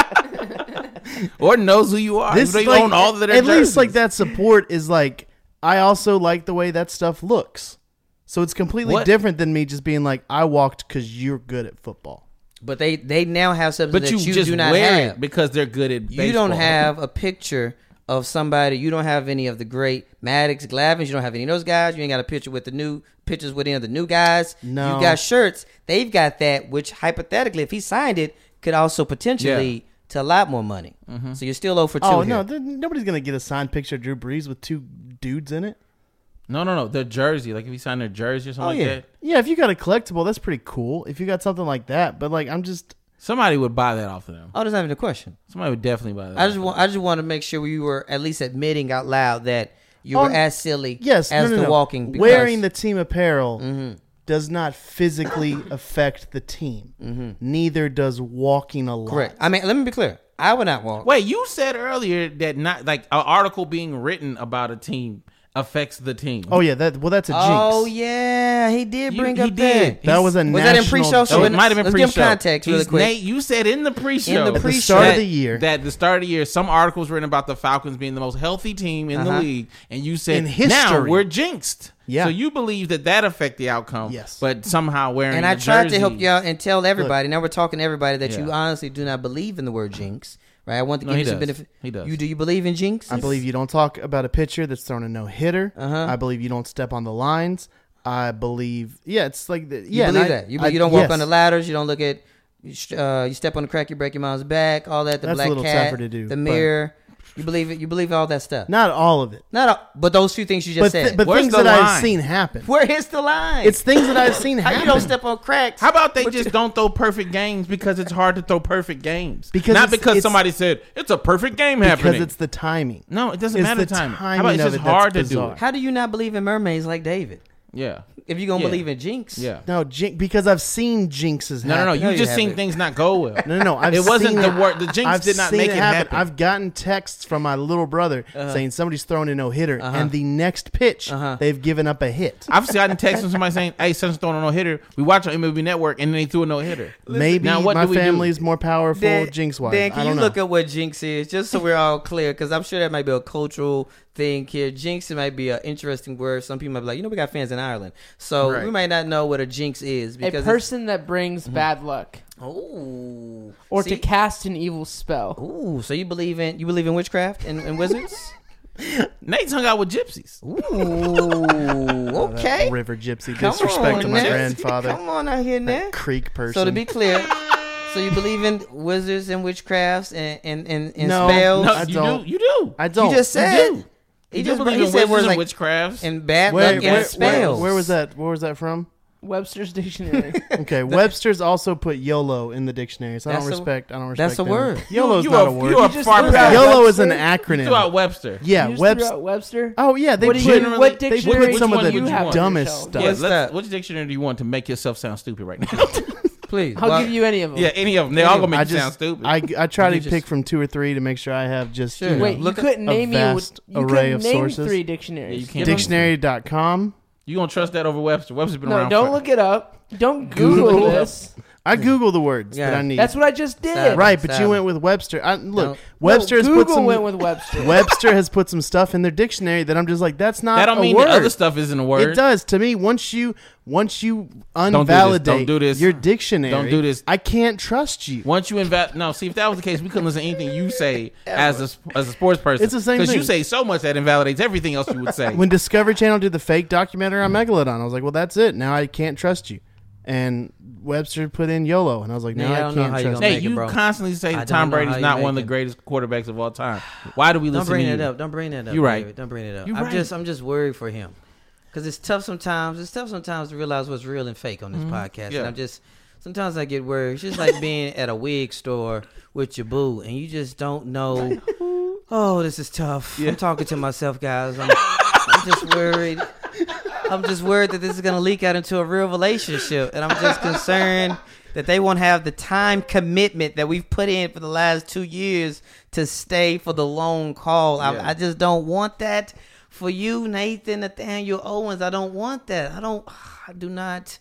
S1: or knows who you are.
S3: this
S1: they
S3: is, like,
S1: own all of their
S3: at least
S1: jerseys.
S3: like that support is like I also like the way that stuff looks. So it's completely
S1: What?
S3: different than me just being like I walked because you're good at football.
S2: But they they now have something
S1: But
S2: that
S1: you,
S2: you,
S1: just
S2: do not
S1: wear
S2: have.
S1: it because they're good at.
S2: You don't
S1: baseball.
S2: have a picture of somebody. You don't have any of the great Maddox, Glavins. You don't have any of those guys. You ain't got a picture with the new pictures with any of the new guys.
S3: No.
S2: You got shirts. They've got that, which hypothetically, if he signed it, could also potentially to a lot more money. So you're still over two.
S3: Oh
S2: here.
S3: no, th- nobody's gonna get a signed picture of Drew Brees with two dudes in it. Oh,
S1: No, no, no. Their jersey. Like if you sign their jersey
S2: Oh,
S1: or something like that,
S3: yeah. If you got a collectible, that's pretty cool. If you got something like that, but like I'm just
S1: somebody would buy that off of them.
S2: Oh, that's not even a question.
S1: Somebody would definitely buy that.
S2: I
S1: off
S2: just
S1: of
S2: want I just want to make sure you were at least admitting out loud that you
S3: Oh,
S2: were as silly
S3: yes
S2: as
S3: no, no,
S2: the
S3: no.
S2: walking because Mm-hmm.
S3: wearing the team apparel does not physically affect the team. Neither does walking a lot.
S2: Mm-hmm. Correct. I mean, let me be clear. I would not walk.
S1: Wait, you said earlier that not like an article being written about a team affects the team.
S3: Oh yeah, that well that's a
S2: Oh
S3: jinx.
S2: yeah, he did
S1: You-
S2: bring
S1: he
S2: up
S1: did.
S2: that.
S3: That was a
S2: Was that in
S3: national
S1: So
S2: pre-show? So
S1: it might have been
S2: let's
S1: pre-show.
S2: give context really
S1: He's-
S2: quick.
S1: Nate, you said in the pre-show,
S2: In the
S1: that-
S3: pre-show. start of
S1: that-
S3: the year.
S1: that the start of the year, some articles written about the Falcons being the most healthy team in the
S2: Uh-huh.
S1: league, and you said
S3: In history.
S1: now we're jinxed.
S3: Yeah.
S1: So you believe that that affect the outcome?
S3: Yes.
S1: But somehow wearing
S2: and I
S1: the
S2: tried to
S1: jersey-
S2: help y'all and tell everybody. now we're talking to everybody that you
S1: Yeah.
S2: honestly do not believe in the word jinx, right? I want to
S1: No,
S2: give
S1: he
S2: you some
S1: does.
S2: benefit.
S1: He does.
S2: You do you believe in jinx?
S3: I believe you don't talk about a pitcher that's thrown a no hitter.
S2: Uh-huh.
S3: I believe you don't step on the lines. I believe, yeah, it's like the,
S2: You
S3: yeah, and
S2: believe
S3: I-
S2: that. You,
S3: I-
S2: you don't walk
S3: yes.
S2: on the ladders. You don't look at. You, sh- uh, you step on the crack. You break your mom's back. All that. The
S3: That's a
S2: black
S3: little
S2: cat.
S3: tougher to do,
S2: the
S3: but-
S2: mirror. You believe it. You believe all that stuff.
S3: Not all of it,
S2: Not all, but those few things you
S3: but
S2: just
S3: th-
S2: said.
S3: but
S1: Where's
S3: things
S1: the
S3: that I've
S1: line?
S3: seen happen.
S2: Where is the line?
S3: It's things that I've seen
S2: how
S3: happen.
S2: you don't step on cracks.
S1: How about they just don't throw perfect games because it's hard to throw perfect games?
S3: Because
S1: not
S3: it's-
S1: because
S3: it's-
S1: somebody said it's a perfect game
S3: because
S1: happening.
S3: it's the timing.
S1: no, it doesn't
S3: it's
S1: matter
S3: the
S1: the time. How
S3: timing
S1: about it's
S3: of
S1: just
S3: it that's
S1: hard to do
S3: bizarre.
S1: it?
S2: How do you not believe in mermaids like David?
S1: Yeah,
S2: If you gonna
S1: Yeah.
S2: believe in jinx,
S1: yeah.
S3: No, jin- because I've seen jinxes.
S1: No, no, no.
S3: happen.
S1: You
S2: you
S1: just seen
S2: haven't.
S1: things not go well.
S3: No, no, no. I've
S1: it wasn't
S3: seen
S1: the word. The jinx
S3: I've
S1: did not
S3: seen
S1: make it happen. Uh-huh.
S3: I've gotten texts from my little brother saying somebody's thrown a no hitter, and the next pitch they've given up a hit.
S1: I've gotten texts from somebody saying, "Hey, Suns throwing a no hitter." We watch on MLB Network, and then they threw a no hitter.
S3: Maybe
S1: now what
S3: my
S1: do we do?
S3: family's more powerful jinx wise.
S2: Dan,
S3: I
S2: can
S3: don't
S2: you
S3: know.
S2: look up what jinx is, just so we're all clear? Because I'm sure that might be a cultural thing here. Jinx it might be an interesting word. Some people might be like, you know, we got fans in Ireland, so
S1: Right.
S2: we might not know what a jinx is
S5: A
S2: because it's-
S5: person that brings bad luck
S2: Ooh,
S5: or
S2: See?
S5: to cast an evil spell.
S2: Ooh, so you believe in you believe in witchcraft and, and wizards?
S1: Nate's hung out with gypsies.
S2: Ooh, okay.
S3: River Gypsy
S2: Come
S3: disrespect to
S2: on
S3: my
S2: now.
S3: grandfather.
S2: Come on out here now.
S3: Creek person.
S2: So to be clear, so you believe in wizards and witchcrafts and and and, and
S3: No.
S2: spells?
S1: No,
S3: I
S1: you
S3: don't.
S1: do. You do.
S3: I don't.
S2: You just said.
S1: do.
S2: He
S1: you
S2: just
S1: do
S2: brought-
S1: believe
S2: he
S1: in
S2: said
S1: wizards
S2: words
S1: and
S2: like
S1: witchcrafts.
S2: and bad
S3: where,
S2: luck
S3: where- where-
S2: and spells.
S3: where was that? Where was that from?
S5: Webster's dictionary.
S3: Okay, Webster's also put YOLO in the dictionary, so I don't
S2: That's a-
S3: respect. I I don't respect.
S2: that's a
S3: them.
S2: word.
S3: YOLO's
S1: you
S3: not
S1: are,
S3: a word.
S1: You are
S5: just
S1: far
S5: threw
S1: past-
S5: out-
S3: YOLO is an
S5: Webster?
S3: acronym.
S1: Threw out Webster.
S3: yeah,
S5: You just
S3: Webster.
S5: threw out Webster.
S3: Oh yeah, they
S5: What do
S3: put
S5: you- what
S3: they
S5: dictionary
S3: put some of
S1: one would you
S3: the
S1: want?
S3: dumbest
S5: Yeah,
S3: stuff.
S1: Yeah,
S2: What's
S1: let's-
S2: that?
S1: Which dictionary do you want to make yourself sound stupid right now?
S2: Please,
S5: I'll
S2: why-
S5: give you any of them.
S1: yeah, any of them. They all gonna make
S3: I
S1: you sound
S3: just
S1: stupid.
S3: I I try to
S2: You just-
S3: pick from two or three to make sure I have just you
S2: Sure.
S3: know,
S5: Wait,
S2: Look
S5: you
S2: at
S5: couldn't
S3: a
S5: name me with,
S3: vast
S5: you
S3: array
S5: couldn't
S3: of
S5: name
S3: sources.
S5: three
S1: Yeah, you
S5: dictionaries.
S1: can't.
S3: dictionary.com.
S1: You gonna trust that over Webster? Webster's been
S5: No,
S1: around.
S5: don't
S1: for-
S5: look it up. Don't Google
S3: Google it.
S5: this.
S3: I Google the words
S2: Yeah.
S3: that I need.
S5: That's what I just did.
S2: Stop.
S3: right, but
S2: Sadly.
S3: you went with Webster. I, look,
S2: No.
S3: Webster has
S5: Google
S3: put some
S5: went with Webster.
S3: Webster has put some stuff in their dictionary that I'm just like that's not
S1: That don't
S3: a
S1: mean
S3: word.
S1: the other stuff isn't a word.
S3: It does to me. Once you once you
S1: do this.
S3: unvalidate
S1: Don't do this.
S3: your dictionary,
S1: Don't do this.
S3: I can't trust you.
S1: Once you invest, no. See, if that was the case, we couldn't listen to anything you say as a sp- as a sports person.
S3: It's the same
S1: because you
S3: thing.
S1: say so much that invalidates everything else you would say.
S3: When Discovery Channel did the fake documentary on Megalodon, I was like, well, that's it. Now I can't trust you. And Webster put in YOLO, and I was like,
S2: Man,
S3: now
S2: I
S3: I,
S2: don't know
S3: can't
S2: how you
S3: trust
S2: gonna
S1: hey,
S3: you.
S2: make it,
S1: you
S2: bro.
S1: constantly say
S2: I
S1: that
S2: don't
S1: Tom
S2: know how
S1: Brady's
S2: you
S1: not
S2: make
S1: one of the
S2: it.
S1: greatest quarterbacks of all time. Why do we
S2: Don't
S1: listen
S2: bring
S1: to
S2: it
S1: you?
S2: up. Don't bring it up.
S1: You're right.
S2: David. Don't bring it up.
S1: You're
S2: I'm
S1: right.
S2: just I'm just worried for him because it's tough sometimes. It's tough sometimes to realize what's real and fake on this podcast.
S1: Yeah.
S2: And I'm just sometimes I get worried. It's just like being at a wig store with your boo, and you just don't know. Oh, this is tough. I'm talking to myself, guys. I'm, I'm just worried. I'm just worried that this is gonna leak out into a real relationship, and I'm just concerned that they won't have the time commitment that we've put in for the last two years to stay for the long call.
S1: Yeah.
S2: I, I just don't want that for you, Nathan Nathaniel Owens. I don't want that. I don't. I do not.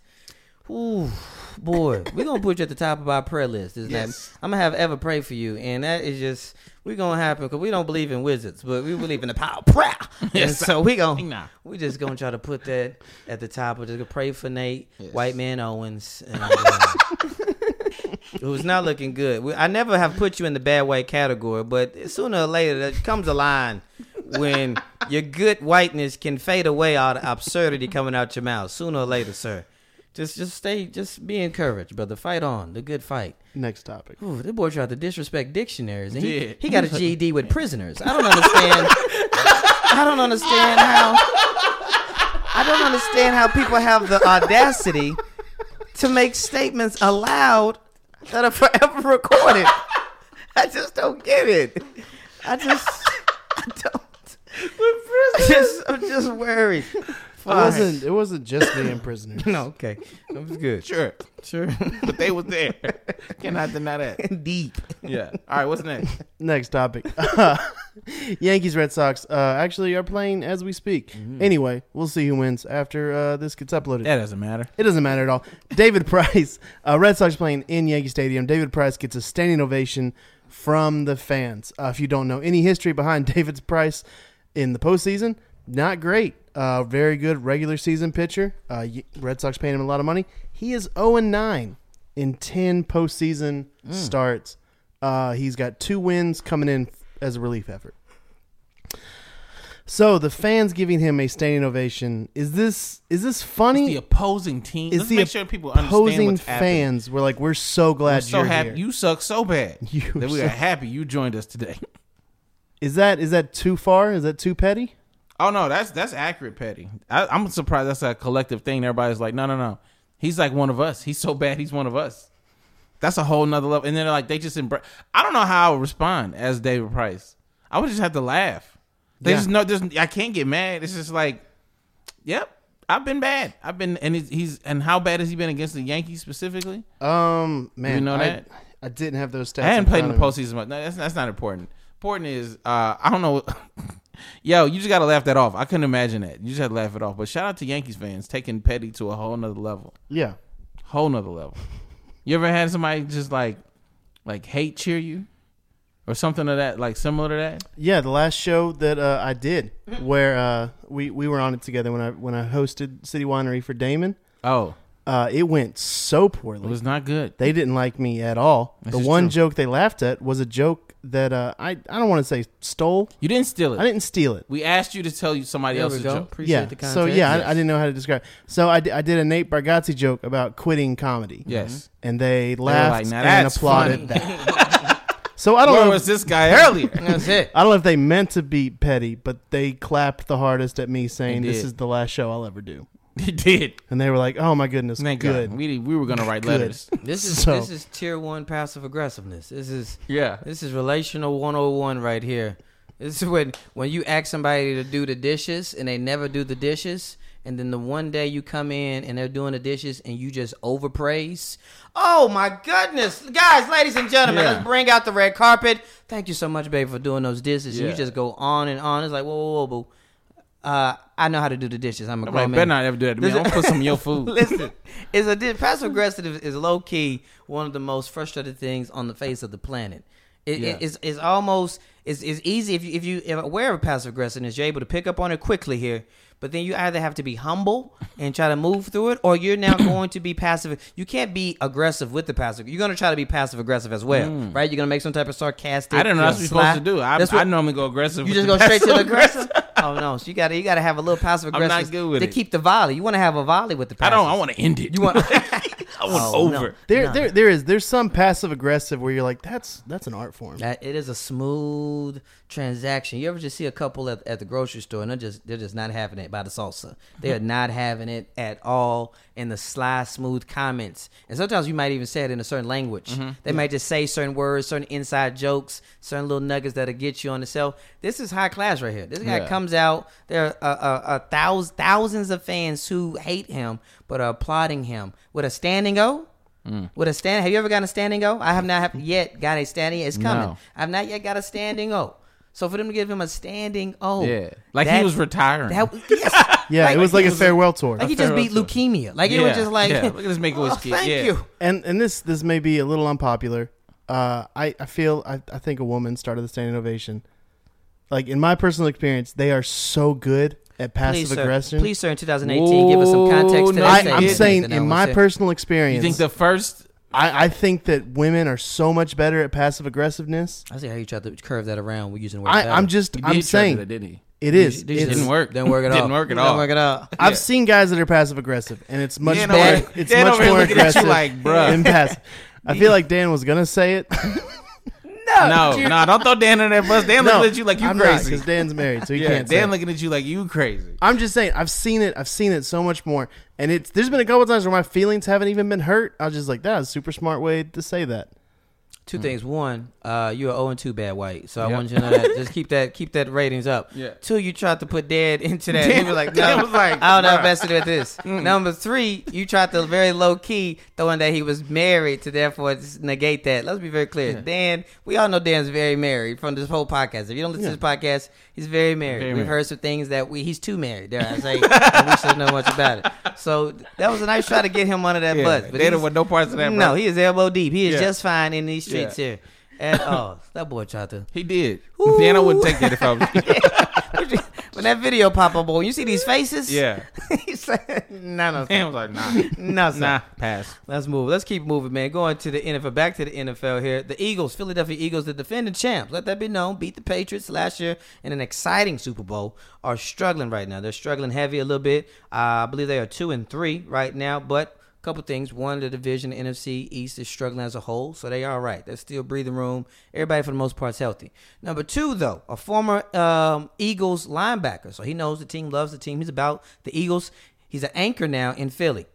S2: Ooh, boy, we're gonna put you at the top of our prayer list. Is
S1: Yes.
S2: that I'm gonna have ever pray for you, and that is just we're gonna happen because we don't believe in wizards, but we believe in the power of prayer. And
S1: Yes.
S2: so we gonna
S1: Nah.
S2: we just gonna try to put that at the top. We're just gonna pray for Nate, White Man Owens, and, uh, who's not looking good. We, I never have put you in the bad white category, but sooner or later there comes a line when your good whiteness can fade away all the absurdity coming out your mouth. Sooner or later, sir. Just, just stay, just be encouraged, brother. Fight on, the good fight.
S3: Next topic.
S2: Ooh, this boy tried to disrespect dictionaries, and
S1: Yeah.
S2: he, he got a GED with prisoners. I don't understand. I don't understand how. I don't understand how people have the audacity to make statements aloud that are forever recorded. I just don't get it. I just, I don't. I just, I'm just worried.
S3: wasn't. It wasn't just me and prisoners.
S2: No, okay. That was good.
S1: Sure, sure. but they was there. Cannot deny that.
S2: Deep.
S1: Yeah. All right. What's next?
S3: Next topic. Yankees Red Sox uh, actually are playing as we speak.
S2: Mm-hmm.
S3: Anyway, we'll see who wins after uh, this gets uploaded.
S1: That doesn't matter.
S3: It doesn't matter at all. David Price, uh, Red Sox playing in Yankee Stadium. David Price gets a standing ovation from the fans. Uh, if you don't know any history behind David Price in the postseason, not great. Uh, very good regular season pitcher. Uh, y- Red Sox paying him a lot of money. He is 0 9 in 10 postseason starts. Uh, he's got two wins coming in as a relief effort. So the fans giving him a standing ovation is this is this funny?
S1: The opposing team.
S3: is
S1: Let's
S3: the
S1: make sure people understand
S3: opposing
S1: what's happening.
S3: fans were like, "We're so glad
S1: I'm so
S3: you're
S1: happy
S3: here."
S1: you suck so bad
S3: You
S1: that we are
S3: suck.
S1: happy you joined us today.
S3: is that is that too far? Is that too petty?
S1: Oh no, that's that's accurate, Petty. I, I'm surprised that's a collective thing. Everybody's like, no, no, no. He's like one of us. He's so bad. He's one of us. That's a whole nother level. And then like they just embrace. I don't know how I would respond as David Price. I would just have to laugh. They
S3: Yeah.
S1: just know. There's I can't get mad. It's just like, yep. I've been bad. I've been and he's, he's and how bad has he been against the Yankees specifically?
S3: Um, man,
S1: know
S3: I,
S1: that?
S3: I didn't have those stats.
S1: I hadn't played in the
S3: front of
S1: postseason. Much. No, that's that's not important. Important is uh, I don't know. Yo, you just gotta laugh that off. I couldn't imagine that. You just had to laugh it off. But shout out to Yankees fans taking Petty to a whole nother level.
S3: me. Yeah,
S1: Whole nother level. You ever had somebody just like like hate cheer you? Or something of that, like similar to that?
S3: yeah. The last show that uh, I did, where uh, we we were on it together when I when I hosted City Winery for Damon,
S1: Oh,
S3: uh, it went so poorly.
S1: it was not good.
S3: they didn't like me at all. the
S1: is
S3: one
S1: true.
S3: joke they laughed at was a joke that uh, I I don't want to say stole.
S1: You didn't steal
S3: I
S1: it.
S3: didn't steal it.
S1: We asked you to tell you somebody
S5: There we
S1: else's
S5: go.
S1: joke.
S5: Appreciate
S3: yeah.
S5: the context.
S3: So yeah, I, I didn't know how to describe. So I, di- I did a Nate Bargatze joke about quitting comedy.
S1: Yes.
S3: And
S1: They
S3: they
S1: were
S3: laughed
S1: "Now
S3: and
S1: that's
S3: applauded
S1: funny."
S3: that. So I don't
S1: Where
S3: know.
S1: was this guy earlier?
S5: That's it.
S3: I don't know if they meant to be petty, but they clapped the hardest at me saying,
S1: They
S3: "This
S1: did.
S3: is the last show I'll ever do."
S1: he did.
S3: And they were like, "Oh my goodness,
S1: Thank
S3: good."
S1: God. We, we were going to write
S3: Good.
S1: letters.
S2: This is
S3: So-
S2: this is tier one passive aggressiveness. This is
S1: Yeah.
S2: This is relational one oh one right here. This is when when you ask somebody to do the dishes and they never do the dishes, and then the one day you come in and they're doing the dishes and you just overpraise. Oh my goodness, guys, ladies and gentlemen,
S1: Yeah.
S2: let's bring out the red carpet. Thank you so much, babe, for doing those dishes. And
S1: Yeah.
S2: you just go on and on. It's like whoa, whoa, whoa, boo. Uh, I know how to do the dishes. I'm a
S1: I'm
S2: grown
S1: like,
S2: man.
S1: better not ever do that to me. I'm
S2: Listen-
S1: going to put some in your food.
S2: Listen, it's a di- passive aggressive is low key one of the most frustrated things on the face of the planet. It,
S1: Yeah.
S2: it, it's, it's almost it's, it's easy if you if you are aware of passive aggressiveness, you're able to pick up on it quickly here. But then you either have to be humble and try to move through it, or you're now going to be passive. You can't be aggressive with the passive. You're going to try to be passive aggressive as well, right? You're going to make some type of sarcastic.
S1: Mm. I don't know. That's what you're
S2: sly-
S1: supposed to do. I,
S2: That's
S1: I
S2: what-
S1: normally go aggressive.
S2: you
S1: with
S2: just
S1: the
S2: go straight to the
S1: passive
S2: aggressor. oh no, so you got to you got to have a little passive
S1: I'm
S2: aggressive.
S1: not good with
S2: to
S1: it.
S2: keep the volley. You want to have a volley with the.
S1: I
S2: Passive.
S1: don't. I want to end it.
S2: You want-
S1: I want
S2: Oh, no.
S1: over.
S3: There,
S2: No.
S3: there, there is. There's some passive aggressive where you're like, "That's that's an art form."
S2: That it is a smooth transaction. You ever just see a couple at, at the grocery store and they're just they're just not having it by the salsa. They are not having it at all in the sly, smooth comments. And sometimes you might even say it in a certain language.
S1: Mm-hmm.
S2: They might just say certain words, certain inside jokes, certain little nuggets that'll get you on the shelf. This is high class right here. This guy
S1: Yeah.
S2: comes out. There are uh, uh, thousands thousands of fans who hate him but are applauding him with a standing o. With a stand, have you ever gotten a standing o? I have not have yet got a standing. It's coming.
S1: No.
S2: I've not yet got a standing O. So for them to give him a standing O,
S1: Yeah, like
S2: that-
S1: he was retiring.
S2: That, yes.
S3: Yeah,
S2: Like-
S3: it was like a farewell tour.
S2: Like he just beat leukemia. Like it
S1: Yeah,
S2: was just like,
S1: yeah. Look at this make-a-wish
S2: oh,
S1: kid.
S2: Thank
S1: Yeah.
S2: you.
S3: and and this this may be a little unpopular. Uh, I I feel I, I think a woman started the standing ovation. Like in my personal experience, they are so good at passive
S2: Please, sir.
S3: aggression.
S2: Please, sir. In 2018, give us some context to
S1: Whoa, no,
S3: I,
S2: that.
S3: I'm
S2: statement
S3: saying
S2: that I
S3: in
S2: was
S3: my personal experience,
S1: you think the first?
S3: I, I think that women are so much better at passive aggressiveness.
S2: I see how you tried to curve that around. We're using the word.
S3: I,
S2: better.
S3: I'm just
S1: He did
S3: I'm
S1: try
S3: saying
S1: to do that, didn't he?
S3: it is.
S2: These-
S3: It's-
S1: Didn't work.
S2: Didn't work at all.
S1: Didn't work at
S2: Didn't
S1: all.
S2: work at all.
S3: I've seen guys that are passive aggressive, and it's much
S1: Dan
S3: more.
S1: over-
S3: It's
S1: Dan
S3: much
S1: over here
S3: more
S1: looking at you
S3: aggressive
S1: like, bruh.
S3: than passive. I feel like Dan was gonna say it.
S1: No, no, don't throw Dan in that bus. Dan
S3: No,
S1: looking at you like you
S3: I'm
S1: crazy.
S3: because Dan's married, so he
S1: yeah,
S3: can't. say
S1: Dan
S3: it.
S1: looking at you like you crazy.
S3: I'm just saying, I've seen it. I've seen it so much more, and it's there's been a couple times where my feelings haven't even been hurt. I was just like, that was a super smart way to say that.
S2: Two things. One, uh, you're 0 and 2 bad white. So I
S1: Mm. Yeah.
S2: want you to know that. Just keep that keep that ratings up.
S1: Yeah.
S2: Two, you tried to put dead into that.
S1: Dan-
S2: you were like,
S1: Dan
S2: no,
S1: was like,
S2: I don't know
S1: bruh.
S2: if that's to do with this. Number three, you tried to very low key throwing that he was married to therefore just negate that. Let's be very clear. Dan, we all know Dan's very married from this whole podcast. If you don't listen to this podcast, he's very married.
S1: Very
S2: We've
S1: married.
S2: heard some things that we he's too married. There, I say, and we should know much about it. So that was a nice try to get him under that
S1: Yeah,
S2: bus.
S1: they don't
S2: he's-
S1: want no parts of that,
S2: No,
S1: bro.
S2: he is elbow deep. He is
S1: Yeah.
S2: just fine in these streets
S1: Yeah.
S2: here. At all, that boy tried to.
S1: He did.
S2: Ooh.
S1: Dan, I wouldn't take that if I was.
S2: When that video pop up, boy, you see these faces.
S1: yeah.
S2: he's like, no, no,
S1: Dan was like, nah,
S2: no, sir.
S1: nah, pass.
S2: Let's move. Let's keep moving, man. Going to the NFL, back to the NFL here. The Eagles, Philadelphia Eagles, the defending champs. Let that be known. Beat the Patriots last year in an exciting Super Bowl. Are struggling right now. They're struggling heavy a little bit. Uh, I believe they are two and three right now. But a couple things. One, the division, the NFC East is struggling as a whole, so they are all right. They're still breathing room. Everybody for the most part is healthy. Number two, though, a former um, Eagles linebacker, so he knows the team, loves the team. He's about the Eagles. He's an anchor now in Philly.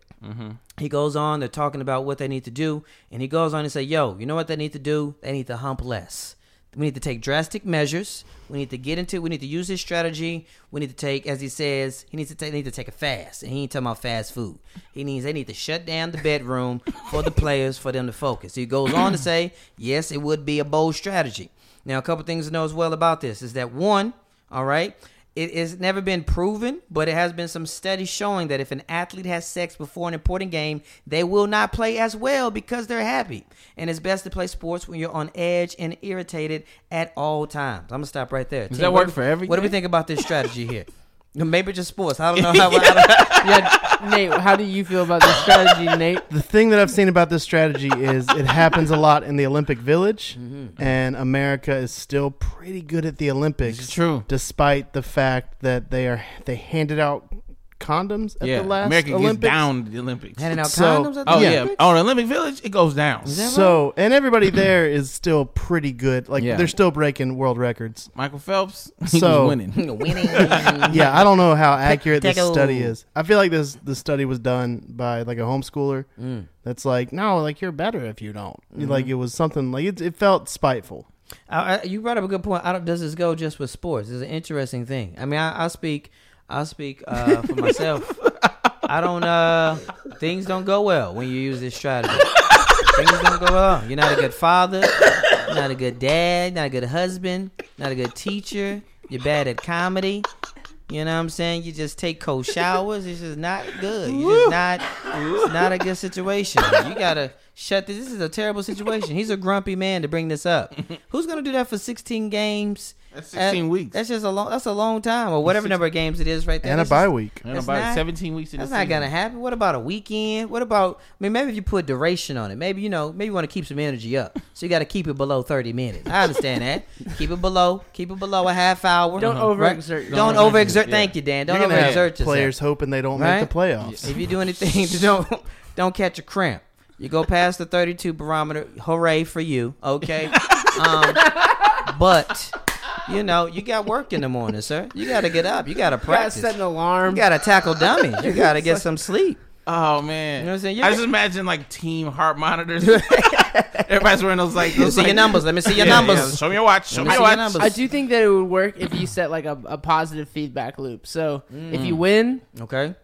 S2: He goes on, they're talking about what they need to do, and he goes on and say, "Yo, you know what they need to do? They need to hump less. We need to take drastic measures. We need to get into. We need to use his strategy. We need to take, as he says, he needs to take. Need to take a fast, and he ain't talking about fast food. He needs. They need to shut down the bedroom for the players for them to focus. He goes on to say, "Yes, it would be a bold strategy." Now, a couple things to know as well about this is that one, all right, it has never been proven, but it has been some studies showing that if an athlete has sex before an important game, they will not play as well because they're happy. And it's best to play sports when you're on edge and irritated at all times. I'm gonna stop right there. Does
S1: that work for every
S2: What do we
S1: game?
S2: think about this strategy here? Maybe just sports. I don't know how. I don't,
S5: Yeah, Nate, how do you feel about this strategy, Nate?
S3: The thing that I've seen about this strategy is it happens a lot in the Olympic Village,
S1: Mm-hmm.
S3: and America is still pretty good at the Olympics.
S1: It's true.
S3: despite the fact that they are they handed out condoms at
S1: Yeah,
S3: the last
S1: America
S3: Olympics.
S1: gets down to the Olympics.
S2: handing out
S3: So-
S2: condoms. At the
S1: Oh yeah.
S2: Olympics?
S1: on Olympic Village it goes down.
S3: So and everybody there is still pretty good. Like
S1: Yeah.
S3: they're still breaking world records.
S1: Michael Phelps, he
S3: So-
S1: was winning.
S2: Winning.
S3: Yeah, I don't know how accurate this
S2: Potato.
S3: study is. I feel like this the study was done by like a homeschooler. That's like no, like you're better if you don't. Like it was something like it, it felt spiteful.
S2: I, I, you brought up a good point. I don't, does this go just with sports? It's an interesting thing. I mean, I, I speak, I speak uh, for myself. I don't. uh Things don't go well when you use this strategy. things don't go well. You're not a good father. You're not a good dad. Not a good husband. Not a good teacher. You're bad at comedy. You know what I'm saying? You just take cold showers. It's just not good. You just not. It's not a good situation. You gotta shut this. This is a terrible situation. He's a grumpy man to bring this up. Who's gonna do that for 16 games?
S1: That's 16
S2: Uh,
S1: weeks.
S2: That's just a long. That's a long time, or whatever number of games it is right there.
S3: And a
S2: That's just-
S3: bye week.
S1: And
S2: That's
S1: about
S2: not-
S1: seventeen weeks in
S2: that's
S1: the
S2: not
S1: season.
S2: gonna happen. What about a weekend? What about? I mean, maybe if you put duration on it, maybe you know, maybe you want to keep some energy up, so you got to keep it below thirty minutes. I understand that. keep it below. Keep it below a half hour.
S5: Don't
S2: Right?
S5: overexert yourself.
S2: Don't,
S1: Don't
S2: overexert.
S1: overexert,
S2: Thank
S1: yeah.
S2: you, Dan. Don't
S3: You're gonna
S2: overexert
S3: have
S2: yourself.
S3: players hoping they don't
S2: Right?
S3: make the playoffs.
S2: If you do anything, to don't don't catch a cramp. You go past the 32 barometer. Hooray for you. Okay. Um, but you know you got work in the morning, sir. You got to get up. You got to
S5: Gotta
S2: practice.
S5: set an
S2: You
S5: alarm.
S2: got to tackle dummies. You got to get some sleep.
S1: Oh man,
S2: You know what I'm saying?
S1: I
S2: You're-
S1: just imagine like team heart monitors. Everybody's wearing those like.
S2: Let me
S1: Those,
S2: see
S1: like-
S2: your numbers. Let me see your
S1: Yeah,
S2: numbers.
S1: yeah, Show me your watch. Show me
S2: Let me
S1: your
S2: see your
S1: watch.
S2: numbers.
S5: I do think that it would work if you set like a, a positive feedback loop. So if you win,
S2: Mm. Okay.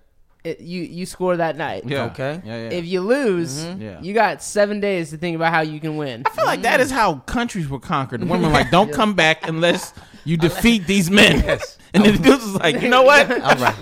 S5: it, you you score that night.
S1: Yeah.
S2: Okay.
S1: Yeah, yeah.
S5: If you lose,
S2: Mm-hmm.
S1: Yeah.
S5: you got seven days to think about how you can win.
S1: I feel like that is
S2: Mm.
S1: how countries were conquered. Women were like, don't come back unless you defeat these men. And then the dudes was like, you know what?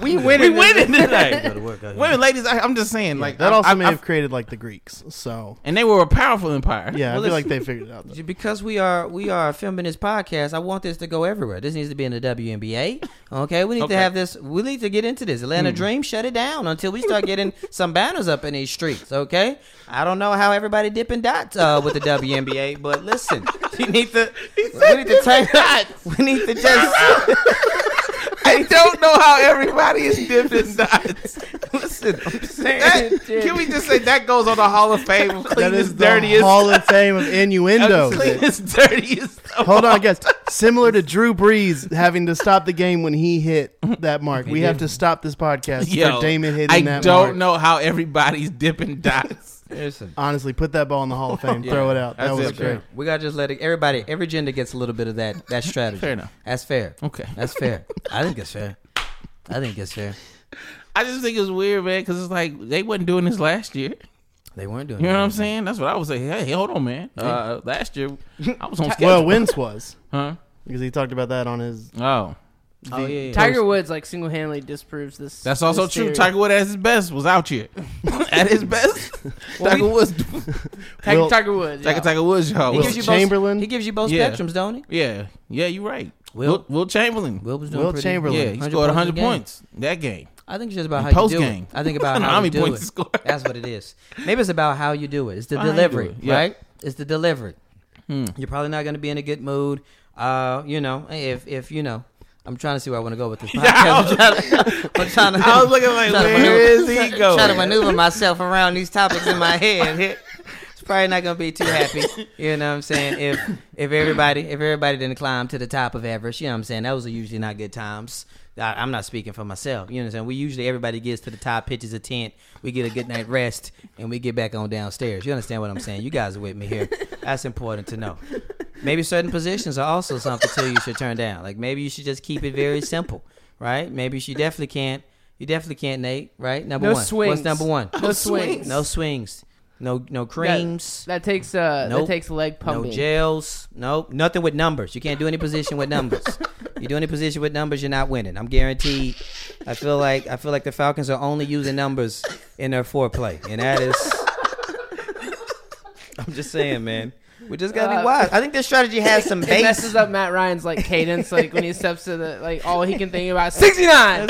S5: We win.
S1: we
S5: in this-
S1: winning tonight. Women, ladies, I, I'm just saying, like
S3: That
S1: I-
S3: also
S1: I-
S3: may
S1: I-
S3: have created like the Greeks. So
S1: and they were a powerful empire.
S3: yeah,
S2: Well,
S3: I feel
S2: it's-
S3: like they figured it out. though.
S2: Because we are we are filming this podcast, I want this to go everywhere. This needs to be in the WNBA. Okay, we need
S1: Okay. Hmm.
S2: to have this. We need to get into this. Atlanta Dream, shut it down until we start getting some banners up in these streets. Okay, I don't know how everybody dipping dots uh, with the WNBA, but listen, you need to. We need to take. We need to just.
S1: I don't know how everybody is dipping dots.
S2: Listen, I'm saying.
S1: That- can we just say that goes on the Hall of Fame? of
S3: That
S1: Cleanest,
S3: is the
S1: dirtiest,
S3: Hall of Fame of innuendo.
S1: cleanest, dirtiest. of
S3: Hold
S1: all.
S3: on, guys. Similar to Drew Brees having to stop the game when he hit that mark, we have to stop this podcast
S1: Yo,
S3: for Damon hitting
S1: I
S3: that
S1: don't
S3: mark.
S1: know how everybody's dipping dots.
S2: Listen,
S3: Honestly, put that ball in the Hall of Fame.
S1: Yeah.
S3: Throw it out. That
S1: That's
S3: was
S1: it,
S3: great.
S1: man.
S2: we gotta just let it. Everybody, every gender gets a little bit of that that strategy.
S1: Fair enough.
S2: That's fair.
S1: Okay.
S2: That's fair. I think it's fair. I think it's fair.
S1: I just think it's weird, man, because it's like they wasn't doing this last year.
S2: They weren't doing.
S1: You know
S2: that.
S1: what I'm saying? That's what I was saying. Hey, hold on, man. Uh, last year I was on schedule.
S3: Well, Wentz was
S1: huh?
S3: because he talked about that on his.
S1: Oh, oh yeah. yeah.
S5: Tiger Woods like single handedly disproves this.
S1: That's also
S5: this
S1: true.
S5: theory.
S1: Tiger Woods at his best was out here. at his best, Tiger Woods.
S5: Tiger,
S3: Will-
S5: Tiger Woods.
S1: Tiger,
S5: yeah.
S1: Tiger Woods, y'all.
S2: He
S1: Will-
S2: gives you
S3: Chamberlain?
S2: Both, he gives you both
S1: Yeah.
S2: spectrums, don't he?
S1: yeah, yeah, you're right.
S2: Will-
S1: Will Will, Chamberlain.
S2: Will was doing
S3: Will
S2: pretty-
S3: Chamberlain.
S1: yeah, he scored 100
S2: a game.
S1: points that game.
S2: I think it's just about
S1: And
S2: how you do
S1: post-game.
S2: it. I
S1: I
S2: think about
S1: don't know
S2: how,
S1: how
S2: you
S1: many
S2: do
S1: points
S2: it.
S1: he scored.
S2: That's what it is. Maybe it's about how you do it. It's the
S1: How you do
S2: delivery,
S1: it, yeah.
S2: right? It's the delivery.
S1: Hmm.
S2: You're probably not going to be in a good mood. Uh, you know, if if you know, I'm trying to see where I want to go with this podcast. I'm, trying to, I'm trying to.
S1: I was looking like,
S2: trying to
S1: where
S2: maneuver-
S1: is he going?
S2: Trying to maneuver myself around these topics in my head. It's probably not going to be too happy. You know what I'm saying? If if everybody if everybody didn't climb to the top of Everest, you know what I'm saying? Those are usually not good times. I, I'm not speaking for myself. You know what I'm saying? We usually everybody gets to the top, pitches a tent, we get a good night rest, and we get back on downstairs. You understand what I'm saying? You guys are with me here. That's important to know. Maybe certain positions are also something too you should turn down. Like maybe you should just keep it very simple, right? Maybe she definitely can't. You definitely can't, Nate. Right? Number
S5: No
S2: one.
S5: swings.
S2: What's number one?
S5: No swings.
S2: No swings. No no creams.
S5: That takes uh
S2: Nope.
S5: that takes leg
S2: No
S5: pumping.
S2: jails. Nope. Nothing with numbers. You can't do any position with numbers. you do any position with numbers, you're not winning. I'm guaranteed. I feel like I feel like the Falcons are only using numbers in their foreplay, and that is. I'm just saying, man. We just gotta
S5: Uh,
S2: be wise. I think this strategy has some
S5: it
S2: base.
S5: messes up Matt Ryan's like cadence, like when he steps to the like all he can think about sixty nine.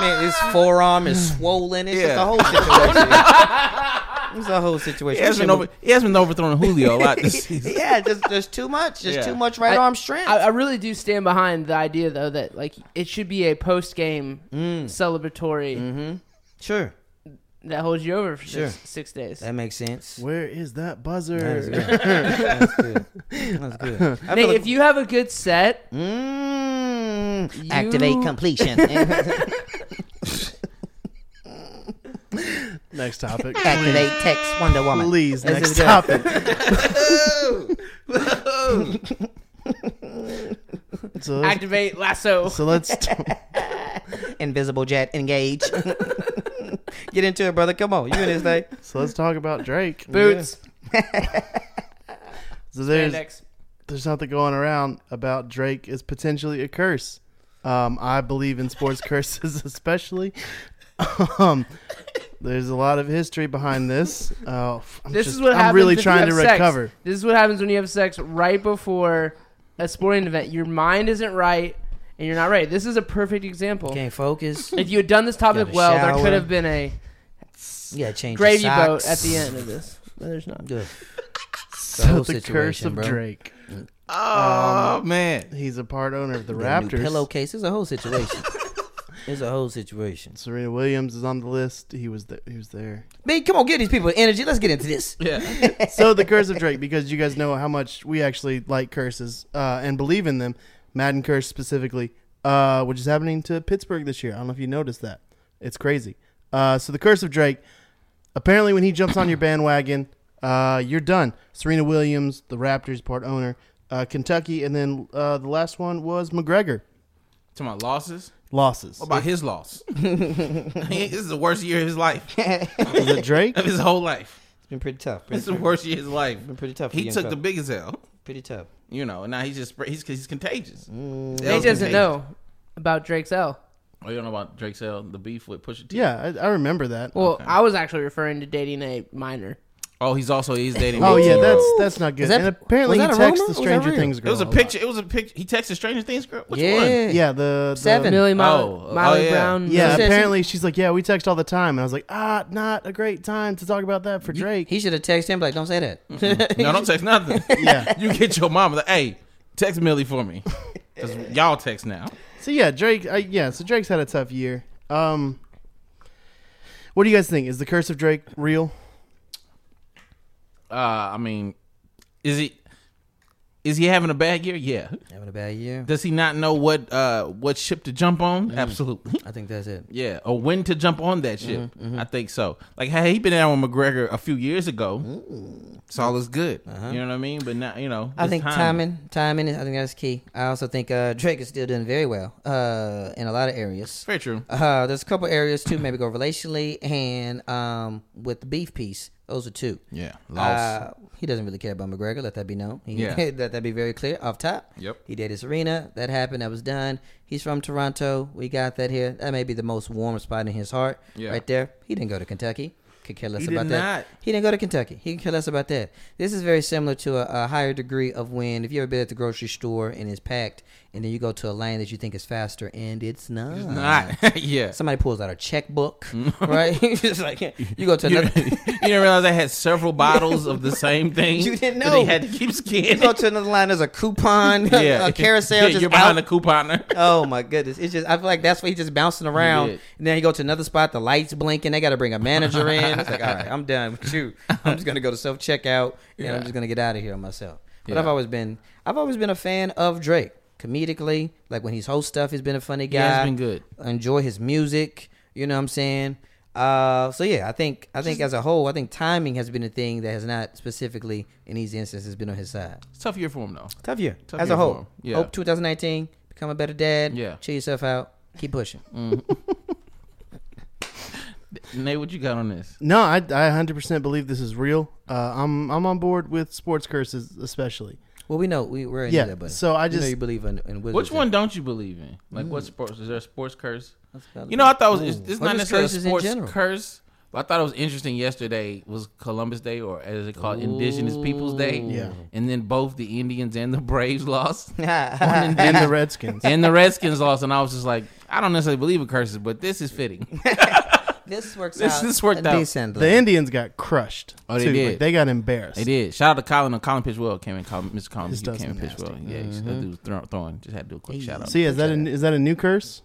S2: Man, his forearm is swollen. It's
S1: Yeah.
S2: just a whole situation. it's a whole situation.
S1: He has, been over, he has been overthrowing Julio a lot this season.
S2: yeah, just there's too much. There's
S1: Yeah.
S2: too much right
S5: I-
S2: arm strength.
S5: I, I really do stand behind the idea though that like it should be a post game
S2: Mm.
S5: celebratory
S2: sure,
S5: that holds you over for
S2: Mm-hmm. Sure.
S5: six, six days.
S2: that makes sense.
S3: Where is that
S2: That is
S3: buzzer?
S2: good. That's good. That's good. I feel
S5: Nate,
S2: like-
S5: if you have a good set,
S2: Mm,
S5: You-
S2: activate completion.
S3: Next topic.
S2: activate text Wonder Woman.
S3: Please,
S2: This
S3: next
S2: is good.
S3: topic. so, let's-
S5: activate lasso.
S3: so let's t-
S2: Invisible jet engage. Get into it, brother. Come on, you in this thing?
S3: so let's talk about Drake.
S5: Boots,
S3: So there's
S5: spandex.
S3: there's something going around about Drake is potentially a curse. Um, I believe in sports curses, especially. Um, there's a lot of history behind this. Uh, I'm
S5: This
S3: just-
S5: is what happens.
S3: I'm really
S5: if you
S3: trying to
S5: have sex.
S3: recover.
S5: This is what happens when you have sex right before a sporting event. Your mind isn't right, and you're not right. This is a perfect example.
S2: Can't focus.
S5: If you had done this topic
S2: Gotta
S5: well, there
S2: shower.
S5: could have been a
S2: Yeah, change your
S5: gravy boat
S2: socks.
S5: at the end of this. But there's not.
S2: Good. The
S3: So
S2: whole
S3: the curse
S2: situation,
S3: of
S2: bro.
S3: Drake.
S1: Oh man,
S3: He's a part owner of the
S2: Got a new
S3: Raptors.
S2: pillowcase. It's a whole situation. it's a whole situation.
S3: Serena Williams is on the list. He was the, he was there.
S2: Man, come on, give these people energy. Let's get into this.
S1: yeah,
S3: so the curse of Drake, because you guys know how much we actually like curses uh, and believe in them. Madden curse specifically, uh, which is happening to Pittsburgh this year. I don't know if you noticed that. It's crazy. Uh, so the curse of Drake. Apparently, when he jumps on your bandwagon, uh, you're done. Serena Williams, the Raptors part owner, uh, Kentucky, and then uh, the last one was McGregor
S1: to my losses.
S3: losses.
S1: What about his loss? this is the worst year of his life,
S3: Is it Drake?
S1: of his whole life.
S2: It's been pretty tough.
S1: This is
S2: Pretty,
S1: the worst year of his life.
S2: been pretty tough. for
S1: He
S2: young
S1: took
S2: fella.
S1: the biggest L,
S2: pretty tough.
S1: you know, and now he's just spread- he's he's contagious.
S5: Nate doesn't know about Drake's L.
S1: Oh, you don't know about Drake's L, the beef with Pusha T.
S3: Yeah, I, I remember that.
S5: Well, I was actually referring to dating a minor.
S1: Oh, he's also he's dating.
S3: Oh
S1: Nicki.
S3: yeah, that's that's not good.
S2: that-
S3: and apparently he
S2: was that a
S3: texts
S2: rumor?
S3: the
S2: Was that
S3: Stranger
S2: real?
S3: Things
S1: It
S3: girl.
S1: was a
S3: lot.
S1: picture. It was a picture. He texted Stranger Things girl. Which
S2: Yeah.
S1: one?
S3: Yeah, the, the
S2: Seven.
S5: Millie Molly,
S1: Oh, oh,
S5: Molly
S1: yeah.
S5: Brown.
S3: Yeah,
S2: She said
S3: apparently she's like, yeah, we text all the time, and I was like, ah, not a great time to talk about that for Drake.
S2: He should have texted him like, "Don't say that."
S1: No, don't text nothing.
S3: yeah.
S1: you get your mama. Like, hey, text Millie for me. Cause y'all text now.
S3: So yeah, Drake. Uh, yeah, so Drake's had a tough year. Um, what do you guys think? Is the curse of Drake real?
S1: Uh, I mean, is it? Is he having a bad year? Yeah.
S2: Having a bad year.
S1: Does he not know what uh what ship to jump on?
S3: Mm-hmm.
S1: Absolutely.
S2: I think that's it.
S1: Yeah, or when to jump on that ship.
S3: Mm-hmm,
S1: I think so. Like, had he been down with McGregor a few years ago, it's all is good.
S3: Uh-huh.
S1: You know what I mean? But now, you know,
S2: I
S1: it's
S2: think
S1: time.
S2: timing, timing. Is, I think that's key. I also think uh, Drake is still doing very well uh, in a lot of areas.
S1: Very true.
S2: Uh, there's a couple areas too. Maybe go relationally and um, with the beef piece. Those are two.
S1: Yeah, loss.
S2: Uh, he doesn't really care about McGregor. Let that be known. He,
S1: Yeah.
S2: let that be very clear off top.
S1: Yep.
S2: He dated Serena. That happened. That was done. He's from Toronto. We got that here. That may be the most warm spot in his heart.
S1: Yeah.
S2: Right there. He didn't go to Kentucky. Could care less
S1: He
S2: about
S1: did
S2: that.
S1: not.
S2: He didn't go to Kentucky. He can care less about that. This is very similar to a, a higher degree of when, if you ever been at the grocery store and it's packed, and then you go to a lane that you think is faster and it's not.
S3: uh,
S2: It's
S1: not. yeah.
S2: Somebody pulls out a checkbook, right? It's just like you go to
S1: You,
S2: another.
S1: you didn't realize I had several bottles of the same thing.
S2: You didn't
S1: that They
S2: know.
S1: had to keep
S2: You
S1: scanning.
S2: go to another line. There's a coupon, a carousel.
S1: Yeah,
S2: just
S1: you're behind
S2: out.
S1: the couponer.
S2: Oh my goodness! It's just I feel like that's where he's just bouncing around.
S1: He did.
S2: And then he go to another spot. The lights blinking. They got to bring a manager in. It's like all right, I'm done with you. I'm just gonna go to self checkout and
S1: Yeah.
S2: I'm just gonna get out of here myself. But
S1: Yeah.
S2: I've always been I've always been a fan of Drake comedically. Like when he's host stuff, he's been a funny guy.
S1: Yeah, he's been good.
S2: I enjoy his music. You know what I'm saying? Uh, so yeah, I think I think as a whole, I think timing has been a thing that has not specifically in these instances been on his side.
S1: It's a tough year for him though.
S2: Tough year.
S1: Tough
S2: As
S1: year
S2: a
S1: for 'em.
S2: whole.
S1: Yeah.
S2: Hope 2019, become a better dad.
S1: Yeah.
S2: Chill yourself out. Keep pushing.
S1: Nate, what you got on this?
S3: No, I, I 100% believe this is real. Uh, I'm I'm on board with sports curses, especially.
S2: Well, we know we, we're into
S3: Yeah,
S2: that, buddy.
S3: so I
S2: You know
S3: just-
S2: you believe in, in wizards.
S1: Which one don't you believe in? Like, what sports is there? A sports curse?
S2: gotta
S1: You know, I thought it was, it's, it's
S2: Or
S1: not
S2: just
S1: necessarily a
S2: curses in
S1: sports
S2: general.
S1: curse. But I thought it was interesting. Yesterday was Columbus Day, or as it called, Indigenous Peoples Day.
S3: Yeah.
S1: And then both the Indians and the Braves lost,
S2: and
S3: And the Redskins.
S1: and the Redskins lost. And I was just like, I don't necessarily believe in curses, but this is fitting.
S2: this works
S1: This-
S2: out.
S1: this worked out.
S2: Decently.
S3: the Indians got crushed.
S1: Oh, they
S3: too.
S1: did.
S3: Like, they got embarrassed.
S1: They did. Shout out to Colin. Colin Pitchwell came and called Mr. Colin.
S3: This
S1: He
S3: does
S1: came and
S3: look
S1: pitched well. Yeah,
S2: Mm-hmm.
S1: he that dude was throw- throwing. Just had to do a quick shout out.
S3: So yeah, is that a, is that a new curse?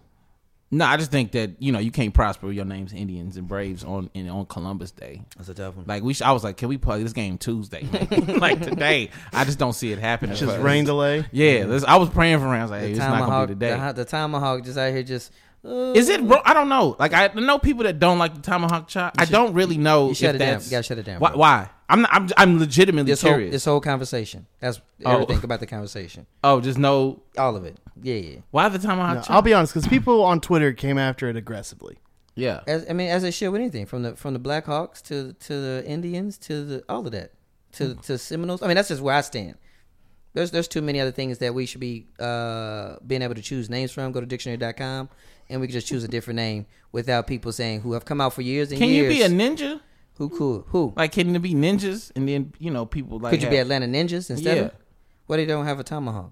S1: No, I just think that you know you can't prosper with your names Indians and Braves on and on Columbus Day.
S2: That's a tough one.
S1: Like we, should, I was like, can we play this game Tuesday? man? like today, I just don't see it happening.
S3: Just
S1: But-
S3: rain delay.
S1: Yeah, this, I was praying for rain. I was like, hey,
S2: the
S1: it's not gonna
S2: tomahawk,
S1: be
S2: the,
S1: today.
S2: ho- the tomahawk just out here just. Uh,
S1: Is it? Wrong? I don't know. Like I know people that don't like the tomahawk chop. I don't really know.
S2: you shut
S1: if
S2: it down.
S1: that's-
S2: You gotta shut it down,
S1: Why?
S2: bro.
S1: why? I'm not, I'm I'm legitimately
S2: this whole,
S1: curious.
S2: this whole conversation? That's
S1: Oh.
S2: everything about the conversation.
S1: oh, just no.
S2: All of it. Yeah, yeah.
S1: Why the tomahawk
S3: No,
S1: chop?
S3: I'll be honest, because people on Twitter came after it aggressively.
S1: yeah.
S2: As, I mean, as they should with anything from the from the Black Hawks to to the Indians to the all of that to
S1: Mm-hmm.
S2: to Seminoles. I mean, that's just where I stand. There's there's too many other things that we should be uh, being able to choose names from. Go to dictionary.com and we can just choose a different name without people saying who have come out for years and
S1: Can you
S2: years.
S1: be a ninja?
S2: who cool who?
S1: Like, can you be ninjas? And then you know, people like
S2: Could you be
S1: have-
S2: Atlanta Ninjas instead?
S1: Yeah.
S2: of What they don't have a tomahawk?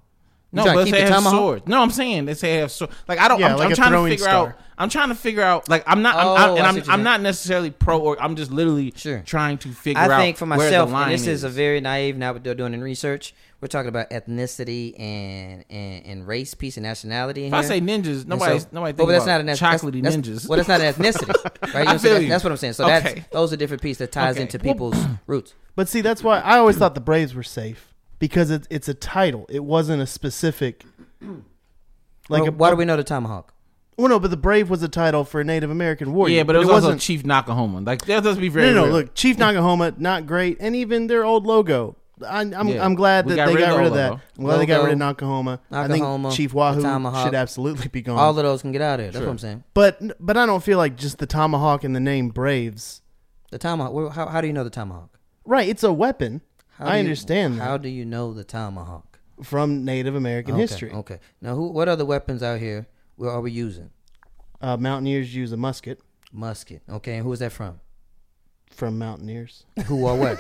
S2: You
S1: No,
S2: trying to
S1: but
S2: keep
S1: they
S2: the
S1: have
S2: tomahawk?
S1: swords. No, I'm saying they say they have swords. Like I don't.
S3: Yeah,
S1: I'm,
S3: like
S1: I'm
S3: a
S1: trying to
S3: throwing
S1: figure
S3: star.
S1: out. I'm trying to figure out. Like I'm not. I'm,
S2: Oh,
S1: I'm,
S2: I see
S1: and I'm,
S2: what you
S1: I'm
S2: mean.
S1: not necessarily pro or. I'm just literally
S2: Sure.
S1: trying to figure out.
S2: I think for
S1: where the
S2: myself,
S1: line
S2: and this is.
S1: is
S2: a very naive now what they're doing in research. We're talking about ethnicity and and, and race, piece, and nationality. In
S1: If I
S2: here.
S1: say ninjas,
S2: And
S1: nobody,
S2: so-
S1: nobody. Think
S2: well, but that's
S1: about
S2: not an eth- that's-
S1: chocolatey
S2: that's-
S1: ninjas.
S2: Well, that's not an ethnicity, right? You know,
S1: I
S2: so that-
S1: feel you.
S2: that's what I'm saying. So that's
S1: Okay.
S2: those are different pieces that ties
S1: Okay.
S2: into people's roots.
S3: But see, that's why I always thought the Braves were safe because it, it's a title. It wasn't a specific. Like,
S2: Well,
S3: a,
S2: why do we know the tomahawk?
S3: Well, no, but the Brave was a title for a Native American warrior.
S1: yeah, but it was also
S3: wasn't.
S1: Chief Nakahoma. Like that does be very.
S3: no, no,
S1: real.
S3: look, Chief Nagahoma, not great, and even their old logo. I, I'm,
S1: Yeah.
S3: I'm glad
S1: We got
S3: that they
S1: rid of
S3: got
S1: the
S3: rid of
S1: old
S3: that.
S1: logo.
S3: I'm glad they got rid of
S2: Logo,
S3: Nakahoma. I
S2: Nakahoma,
S3: think Chief
S2: the
S3: Wahoo
S2: tomahawk.
S3: should absolutely be gone.
S2: All of those can get out of there. That's what I'm saying.
S3: but but I don't feel like just the tomahawk and the name Braves.
S2: The tomahawk. well, How, how do you know the tomahawk?
S3: Right, it's a weapon.
S2: How do
S3: I
S2: you-
S3: understand that
S2: How do you know the tomahawk?
S3: from Native American
S2: Okay,
S3: history.
S1: Oh.
S2: Okay. Now, who? What other weapons out here? Where are we using?
S3: Uh, mountaineers use a musket
S2: Musket. Okay. And who is that from?
S3: from mountaineers.
S2: Who or what?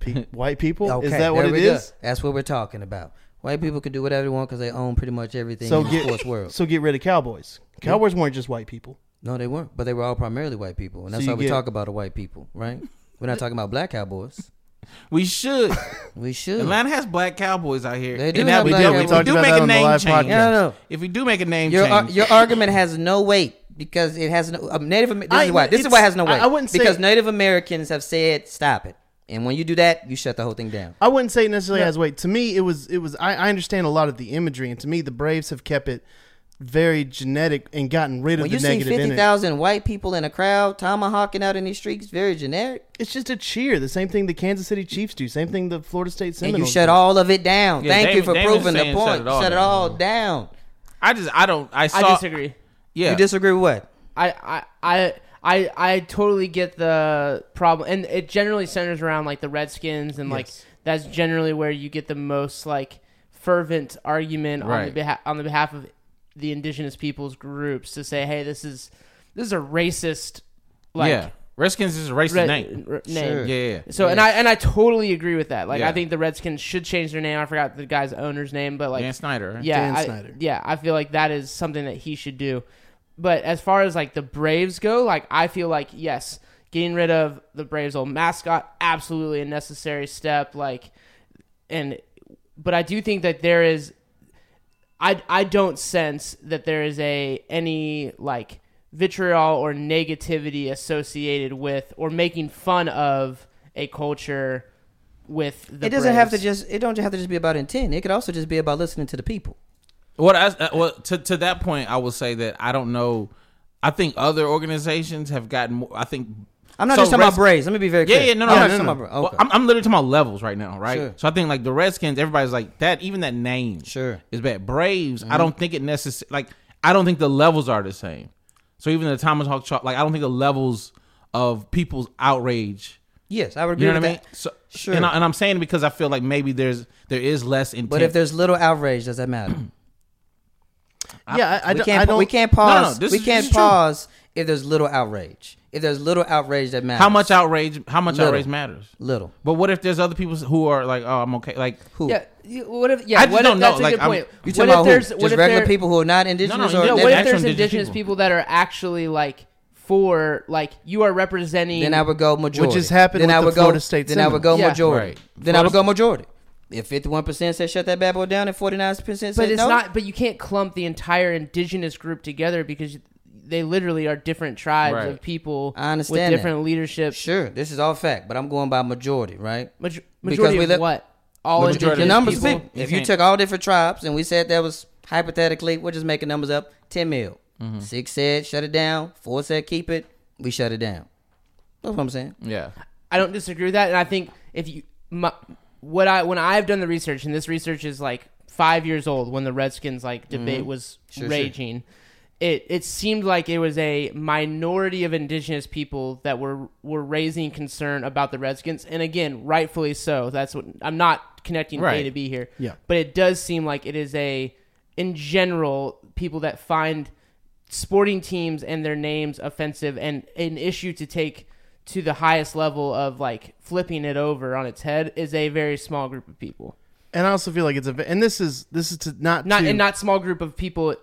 S3: Pe- white people?
S2: Okay,
S3: is that what
S2: there
S3: it
S2: we go.
S3: is?
S2: That's what we're talking about. White people can do whatever they want because they own pretty much everything
S3: So
S2: in the sports
S3: get
S2: world.
S3: so get rid of cowboys. Cowboys weren't just white people.
S2: No, they weren't, but they were all primarily white people, and that's
S3: you
S2: why we
S3: get-
S2: talk about the white people, right? We're not talking about black cowboys.
S1: we should.
S2: We should.
S1: Atlanta has black cowboys out here.
S2: They do
S1: And
S2: have
S1: that-
S2: black
S1: if
S2: cowboys.
S1: we
S2: We talked
S1: do
S3: about
S1: make
S3: that
S1: a
S3: on the
S1: name
S3: live
S1: change.
S3: podcast. Yeah,
S2: I know.
S1: If we do make a name
S2: your ar-
S1: change,
S2: your argument has no weight because it has no um, Native. Amer- This
S3: I-
S2: is why. This is why it has no
S3: I-
S2: weight.
S3: I wouldn't say-
S2: because Native Americans have said stop it. And when you do that, you shut the whole thing down.
S3: I wouldn't say it necessarily has weight. To me, it was it was. I, I understand a lot of the imagery, and to me, the Braves have kept it very genetic and gotten rid of
S2: When
S3: the
S2: you see
S3: negative in
S2: fifty
S3: it.
S2: thousand white people in a crowd tomahawking out in these streets, very generic,
S3: It's just a cheer. The same thing the Kansas City Chiefs do. Same thing the Florida State
S2: and
S3: Seminoles.
S2: you shut
S3: do.
S2: all of it down.
S1: Yeah,
S2: Thank you
S1: Damon-
S2: for
S1: Damon's
S2: proving the
S1: saying shut
S2: point.
S1: it all
S2: Shut it
S1: down. Mm-hmm.
S2: all down.
S1: I just I don't I saw
S5: I disagree.
S1: Yeah,
S2: You disagree with what?
S5: I, I I I I totally get the problem, and it generally centers around like the Redskins, and like that's generally where you get the most like fervent argument on
S1: Right.
S5: the beha- on the behalf of the indigenous peoples groups to say, hey, this is this is a racist like
S1: yeah. Redskins is a racist
S5: red-
S1: name.
S5: r- name.
S1: Yeah, yeah, yeah.
S5: So and I and I totally agree with that. Like
S1: Yeah.
S5: I think the Redskins should change their name. I forgot the guy's owner's name, but like
S1: Dan Snyder. right?
S5: yeah,
S3: Dan
S5: I,
S3: Snyder.
S5: Yeah, I feel like that is something that he should do. But as far as like the Braves go, like I feel like yes, getting rid of the Braves old mascot absolutely a necessary step. Like, and but I do think that there is, I I don't sense that there is a any like vitriol or negativity associated with or making fun of a culture with the
S2: it doesn't have to
S5: Braves.
S2: just. It don't have to just be about intent. It could also just be about listening to the people.
S1: What I uh, well to to that point, I will say that I don't know. I think other organizations have gotten. More, I think
S2: I'm not
S1: so
S2: just talking
S1: Reds-
S2: about Braves. Let me be very clear.
S1: Yeah, yeah, no,
S2: I'm
S1: no,
S2: not
S1: no,
S2: just
S1: no,
S2: talking
S1: no.
S2: about Bra-
S1: Well,
S2: okay.
S1: I'm, I'm literally talking about levels right now, right?
S2: Sure.
S1: So I think like the Redskins, everybody's like that. Even that name,
S2: Sure. Mm-hmm.
S1: is bad. Braves, I don't think it necessary. Like I don't think the levels are the same. So even the Thomas Hawk, Chalk, like I don't think the levels of people's outrage.
S2: yes, I would agree
S1: You know
S2: with
S1: what I mean?
S2: that.
S1: So,
S2: Sure.
S1: And, I, and I'm saying because I feel like maybe there's there is less intent.
S2: But if there's little outrage, does that matter?
S3: yeah, I, I
S2: we
S3: don't-
S2: can't.
S3: I
S2: pa-
S3: don't.
S2: we can't
S1: no,
S2: pause.
S1: this
S2: we
S1: is-
S2: can't
S1: this is true.
S2: pause if there's little outrage. If there's little outrage that matters.
S1: how much outrage? How much
S2: Little.
S1: outrage matters?
S2: Little.
S1: But what if there's other people who are like, oh, I'm okay. Like
S2: Who?
S5: Yeah, you- what if? Yeah,
S1: I just
S5: what
S1: don't
S5: if,
S1: know,
S5: That's a
S1: like,
S5: good
S1: I'm-
S2: You
S5: point. what
S2: talking
S5: if
S2: about
S5: there's
S2: who?
S5: what
S2: Just
S5: if
S2: regular
S5: there-
S2: people who are not indigenous
S1: No, no,
S5: Yeah,
S1: you
S2: or
S1: know,
S5: what if
S1: actual
S5: there's
S1: indigenous
S5: indigenous people.
S1: people.
S5: that are actually like for like you are representing?
S2: then I would go majority.
S3: Which has happened
S2: Then
S3: with
S2: I
S3: the
S2: would go,
S3: Florida State
S2: Then I would go
S5: Seminoles. Yeah.
S2: majority.
S1: Right.
S2: Then I would go majority. If fifty-one percent said shut that bad boy down, and forty-nine percent said
S5: but it's
S2: no,
S5: not. But you can't clump the entire indigenous group together because they literally are different tribes
S1: Right.
S5: of people
S2: I understand
S5: with different
S2: that.
S5: leadership.
S2: sure, this is all fact. But I'm going by majority, right?
S5: Maj-
S2: Because
S5: majority
S2: we
S5: of
S2: live-
S5: what? All
S1: Majority of
S5: indigenous
S2: the numbers of
S5: people.
S2: people. If you
S1: can't-
S2: took all different tribes and we said that was hypothetically, we're just making numbers up, ten mil. Six said shut it down. Four said keep it. We shut it down. That's what I'm saying.
S1: yeah,
S5: I don't disagree with that, and I think if you, my, what I when I've done the research, and this research is like five years old when the Redskins like debate was
S2: Mm-hmm. Sure,
S5: raging, it it seemed like it was a minority of indigenous people that were were raising concern about the Redskins, and again, rightfully so. That's what I'm not connecting A
S1: Right.
S5: to B here,
S3: Yeah.
S5: But it does seem like it is a in general people that find sporting teams and their names offensive and an issue to take to the highest level of like flipping it over on its head is a very small group of people.
S3: and I also feel like it's a. ve- And this is this is to not
S5: Not
S3: to,
S5: and not small group of people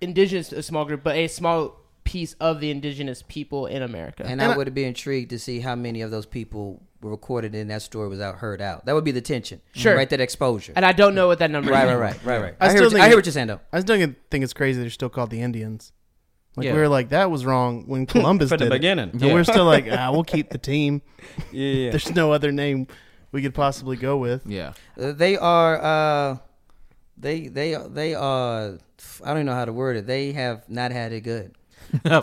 S5: indigenous to a small group, but a small piece of the indigenous people in America.
S2: And, I, would be intrigued to see how many of those people were recorded in that story without heard out. That would be the tension.
S5: Sure.
S2: Right, that exposure.
S5: and I don't know what that number
S2: right,
S5: is.
S2: right, right, right, right.
S3: I
S2: I, hear,
S3: still
S2: what you,
S3: think-
S2: I hear what you're saying, though.
S3: I just don't think it's crazy they're still called the Indians. Like
S1: Yeah.
S3: we were like that was wrong when Columbus
S6: From the
S3: did it.
S6: beginning.
S3: and
S1: Yeah.
S3: we're still like ah, we'll keep the team.
S6: Yeah.
S3: There's no other name we could possibly go with.
S1: yeah.
S2: Uh, They are, uh, they, they, they are. I don't know how to word it. They have not had it good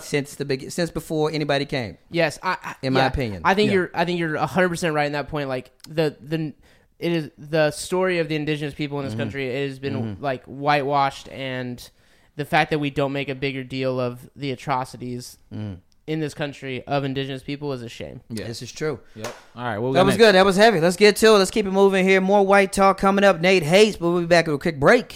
S2: since the big, since before anybody came.
S5: Yes, I, I-
S2: In my
S5: yeah.
S2: opinion.
S5: I think
S3: Yeah.
S5: you're I think you're 100 percent right in that point. Like the the it is the story of the indigenous people in
S2: Mm-hmm.
S5: this country. It has been like whitewashed, and the fact that we don't make a bigger deal of the atrocities
S2: Mm.
S5: in this country of indigenous people is a shame.
S1: Yeah.
S2: This is true.
S1: Yep. All right. What we
S2: That
S1: got
S2: was
S1: next?
S2: good. That was heavy. Let's get to it. Let's keep it moving here. More white talk coming up. Nate hates, but we'll be back with a quick break.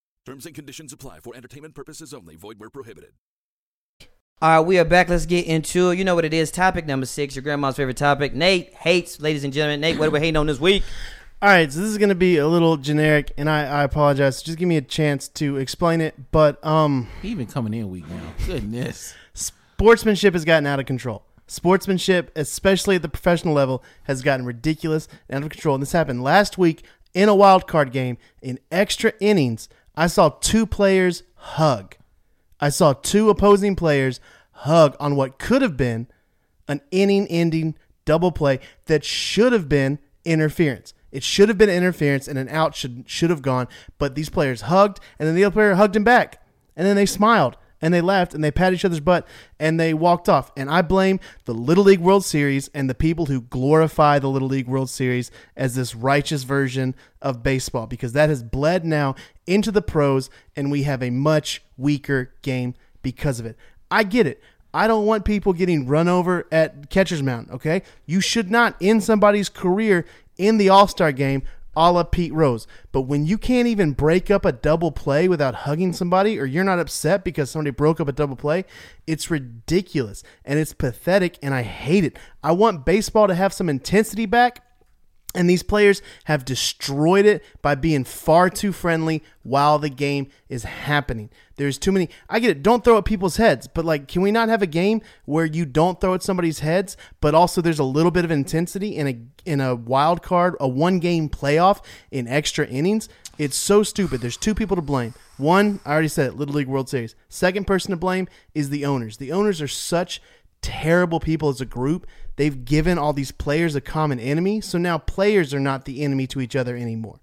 S7: Terms and conditions apply for entertainment purposes only. Void where prohibited.
S2: All right, we are back. Let's get into it. You know what it is. Topic number six, your grandma's favorite topic. Nate hates, ladies and gentlemen. Nate, what are we hating on this week?
S3: All right, so this is going to be a little generic, and I, I apologize. Just give me a chance to explain it. But um,
S1: He even coming in weak now. Goodness.
S3: sportsmanship has gotten out of control. Sportsmanship, especially at the professional level, has gotten ridiculous and out of control. And this happened last week in a wild card game in extra innings. I saw two players hug. I saw two opposing players hug on what could have been an inning ending double play that should have been interference. It should have been interference and an out should should have gone, but these players hugged and then the other player hugged him back. And then they smiled and they laughed and they pat each other's butt and they walked off. And I blame the Little League World Series and the people who glorify the Little League World Series as this righteous version of baseball because that has bled now into the pros and we have a much weaker game because of it. I get it. I don't want people getting run over at catcher's mound, okay? You should not end somebody's career in the All Star game a la Pete Rose. But when you can't even break up a double play without hugging somebody, or you're not upset because somebody broke up a double play, it's ridiculous and it's pathetic and I hate it. I want baseball to have some intensity back. And these players have destroyed it by being far too friendly while the game is happening. There's too many. I get it. Don't throw at people's heads, but like, can we not have a game where you don't throw at somebody's heads, but also there's a little bit of intensity in a in a wild card, a one game playoff in extra innings? It's so stupid. There's two people to blame. One, I already said it, Little League World Series. Second person to blame is the owners. The owners are such terrible people as a group. They've given all these players a common enemy, so now players are not the enemy to each other anymore.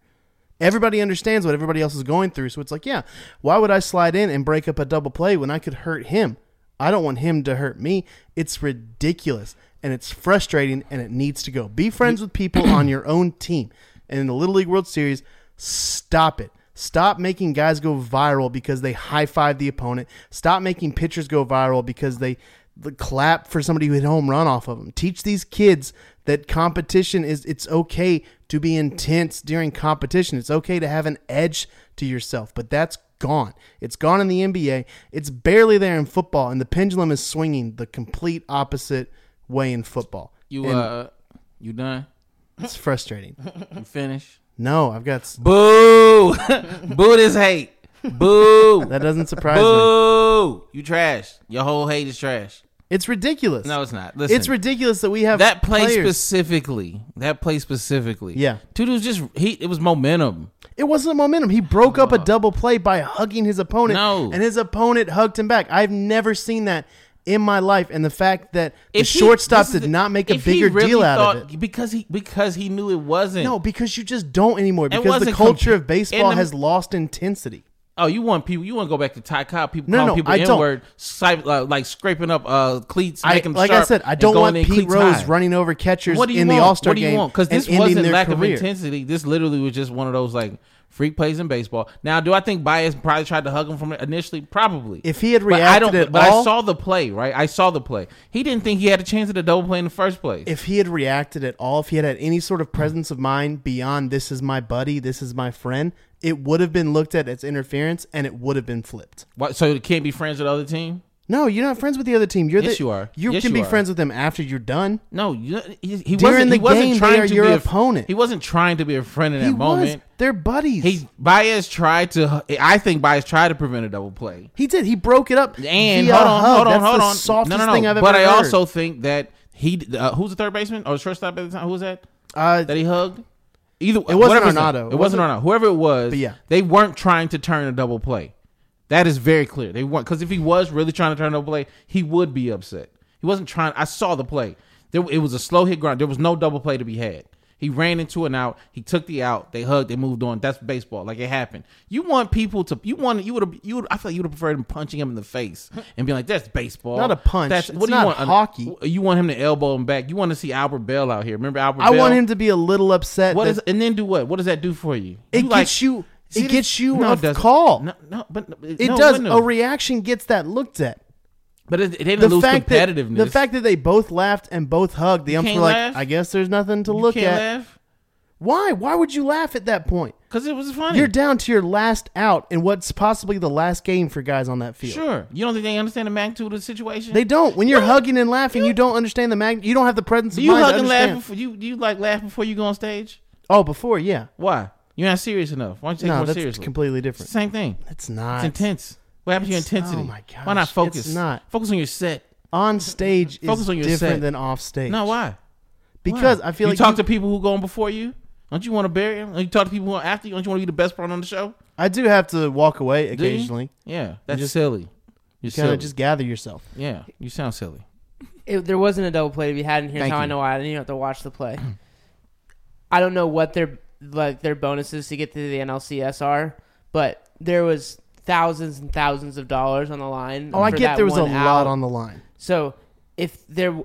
S3: Everybody understands what everybody else is going through, so it's like, yeah, why would I slide in and break up a double play when I could hurt him? I don't want him to hurt me. It's ridiculous and it's frustrating and it needs to go. Be friends with people on your own team. And in the Little League World Series, stop it. Stop making guys go viral because they high five the opponent. Stop making pitchers go viral because they the clap for somebody who hit a home run off of them. Teach these kids that competition is it's okay to be intense during competition. It's okay to have an edge to yourself, but that's gone. It's gone in the NBA. It's barely there in football, and the pendulum is swinging the complete opposite way in football.
S1: You
S3: And
S1: uh you done?
S3: it's frustrating.
S1: You finished?
S3: No, I've got s-
S1: Boo! Boo this hate. Boo!
S3: that doesn't surprise me.
S1: Boo! You trash. Your whole hate is trash.
S3: It's ridiculous.
S1: No, it's not. Listen,
S3: It's ridiculous that we have
S1: that play
S3: players.
S1: specifically. That play specifically.
S3: Yeah.
S1: dude, it was just he. It was momentum.
S3: It wasn't momentum. He broke up a double play by hugging his opponent,
S1: No.
S3: and his opponent hugged him back. I've never seen that in my life. And the fact that the
S1: If he- this
S3: shortstop
S1: is
S3: did
S1: the-
S3: not make a
S1: if he
S3: bigger
S1: really
S3: deal out
S1: thought-
S3: of it.
S1: because he because he knew it wasn't.
S3: No, because you just don't anymore. Because the
S1: wasn't
S3: culture
S1: comp-
S3: of baseball
S1: and the-
S3: has lost intensity.
S1: Oh, you want people? You want to go back to Ty Cobb? People
S3: No,
S1: calling
S3: no,
S1: people
S3: I don't.
S1: N-word, sci- uh, like scraping up uh, cleats.
S3: I,
S1: making them
S3: like I
S1: sharp,
S3: said, I
S1: and
S3: don't
S1: going
S3: want
S1: in
S3: Pete
S1: cleats
S3: Rose
S1: high.
S3: running over catchers
S1: What do you
S3: in
S1: want?
S3: the All Star
S1: What do you
S3: game
S1: want? Because this
S3: and ending
S1: wasn't
S3: their
S1: lack
S3: career.
S1: of intensity. This literally was just one of those like freak plays in baseball. Now, do I think Bias probably tried to hug him from it initially? Probably.
S3: If he had
S1: But I don't.
S3: reacted at
S1: but I
S3: all-
S1: saw the play. Right, I saw the play. He didn't think he had a chance at a double play in the first place.
S3: if he had reacted at all, if he had had any sort of presence of mind beyond "this is my buddy, this is my friend," it would have been looked at as interference, and it would have been flipped.
S1: Why- so he can't be friends with the other team.
S3: No, you're not friends with the other team. You're
S1: Yes,
S3: the,
S1: you are.
S3: You
S1: Yes,
S3: can
S1: you
S3: be
S1: are.
S3: friends with them after you're done.
S1: No, you, he, he
S3: During
S1: wasn't.
S3: the
S1: he wasn't
S3: game, they
S1: trying
S3: are
S1: to
S3: your
S1: be a-
S3: opponent.
S1: He wasn't trying to be a friend in that
S3: he
S1: moment.
S3: was. They're buddies.
S1: He Baez tried to. I think Baez tried to prevent a double play.
S3: he did. He broke it up.
S1: And
S3: via
S1: hold
S3: a
S1: on,
S3: hug.
S1: hold on,
S3: That's
S1: hold
S3: the
S1: on.
S3: Softest
S1: no, no, no.
S3: thing I've ever
S1: but I
S3: heard.
S1: also think that he uh, who's the third baseman or shortstop at the time. Who was that?
S3: Uh,
S1: that he hugged. Either
S3: wasn't
S1: whatever his
S3: Arenado.
S1: name-
S3: It
S1: It wasn't
S3: wasn't-
S1: Arnado. Whoever it was,
S3: But yeah.
S1: they weren't trying to turn a double play. That is very clear. They weren't because if he was really trying to turn a double play, he would be upset. He wasn't trying. I saw the play. There, it was a slow hit ground. There was no double play to be had. He ran into an out. He took the out. They hugged. They moved on. That's baseball. Like it happened. You want people to. You want. You would. You would. I feel like you would prefer him punching him in the face and being like, "That's baseball."
S3: Not a punch.
S1: That's
S3: It's
S1: what do
S3: not
S1: you want? An-
S3: hockey.
S1: You want him to elbow him back. You want to see Albert Bell out here. Remember Albert?
S3: I
S1: Bell?
S3: want him to be a little upset.
S1: What
S3: that-
S1: is and then do what? What does that do for you?
S3: It
S1: like-
S3: gets you-
S1: See,
S3: it
S1: this-
S3: gets you
S1: no,
S3: a
S1: it doesn't.
S3: call.
S1: No, no, but
S3: it
S1: no,
S3: does.
S1: wouldn't
S3: A
S1: it?
S3: reaction gets that looked at.
S1: but it, it didn't
S3: The
S1: lose
S3: fact that
S1: competitiveness.
S3: the fact that they both laughed and both hugged, the umps
S1: can't
S3: were like,
S1: laugh?
S3: "I guess there's nothing to
S1: you
S3: look
S1: can't
S3: at."
S1: laugh
S3: Why? Why would you laugh at that point?
S1: because it was funny.
S3: You're down to your last out in what's possibly the last game for guys on that field.
S1: Sure, you don't think they understand the magnitude of the situation?
S3: They don't. When you're hugging and laughing, you, don't understand the mag. You don't have the presence
S1: Do
S3: of
S1: you
S3: mind. to
S1: hug and laugh?
S3: understand.
S1: Before, you do you like laugh before you go on stage?
S3: Oh, before, yeah.
S1: Why? You're not serious enough. Why don't you take it
S3: No,
S1: more
S3: that's
S1: seriously?
S3: completely different.
S1: Same thing. It's,
S3: It's not.
S1: intense. What happens to your
S3: It's- oh
S1: intensity?
S3: my
S1: Why
S3: gosh,
S1: not
S3: it's
S1: focus?
S3: not.
S1: focus on your set.
S3: On stage is
S1: Focus on your
S3: different
S1: set.
S3: than off stage.
S1: No, why?
S3: Because I feel
S1: you
S3: like
S1: talk
S3: you-
S1: to people who go on before you. Don't you want to bury them? Don't you talk to people who are after you? Don't you want to be the best part on the show?
S3: I do have to walk away
S1: Do you?
S3: occasionally.
S1: Yeah, that's
S3: just-
S1: silly. You're
S3: Kind
S1: silly.
S3: of just gather yourself.
S1: yeah, you sound silly.
S5: It, there wasn't a double play to be had, and here's
S1: Thank
S5: how I
S1: you.
S5: know why. I didn't even have to watch the play. I don't know what their like their bonuses to get to the NLCS are, but there was thousands and thousands of dollars on the line.
S3: Oh, I
S5: for
S3: get
S5: that
S3: there was a
S5: one
S3: lot
S5: out.
S3: on the line.
S5: So if there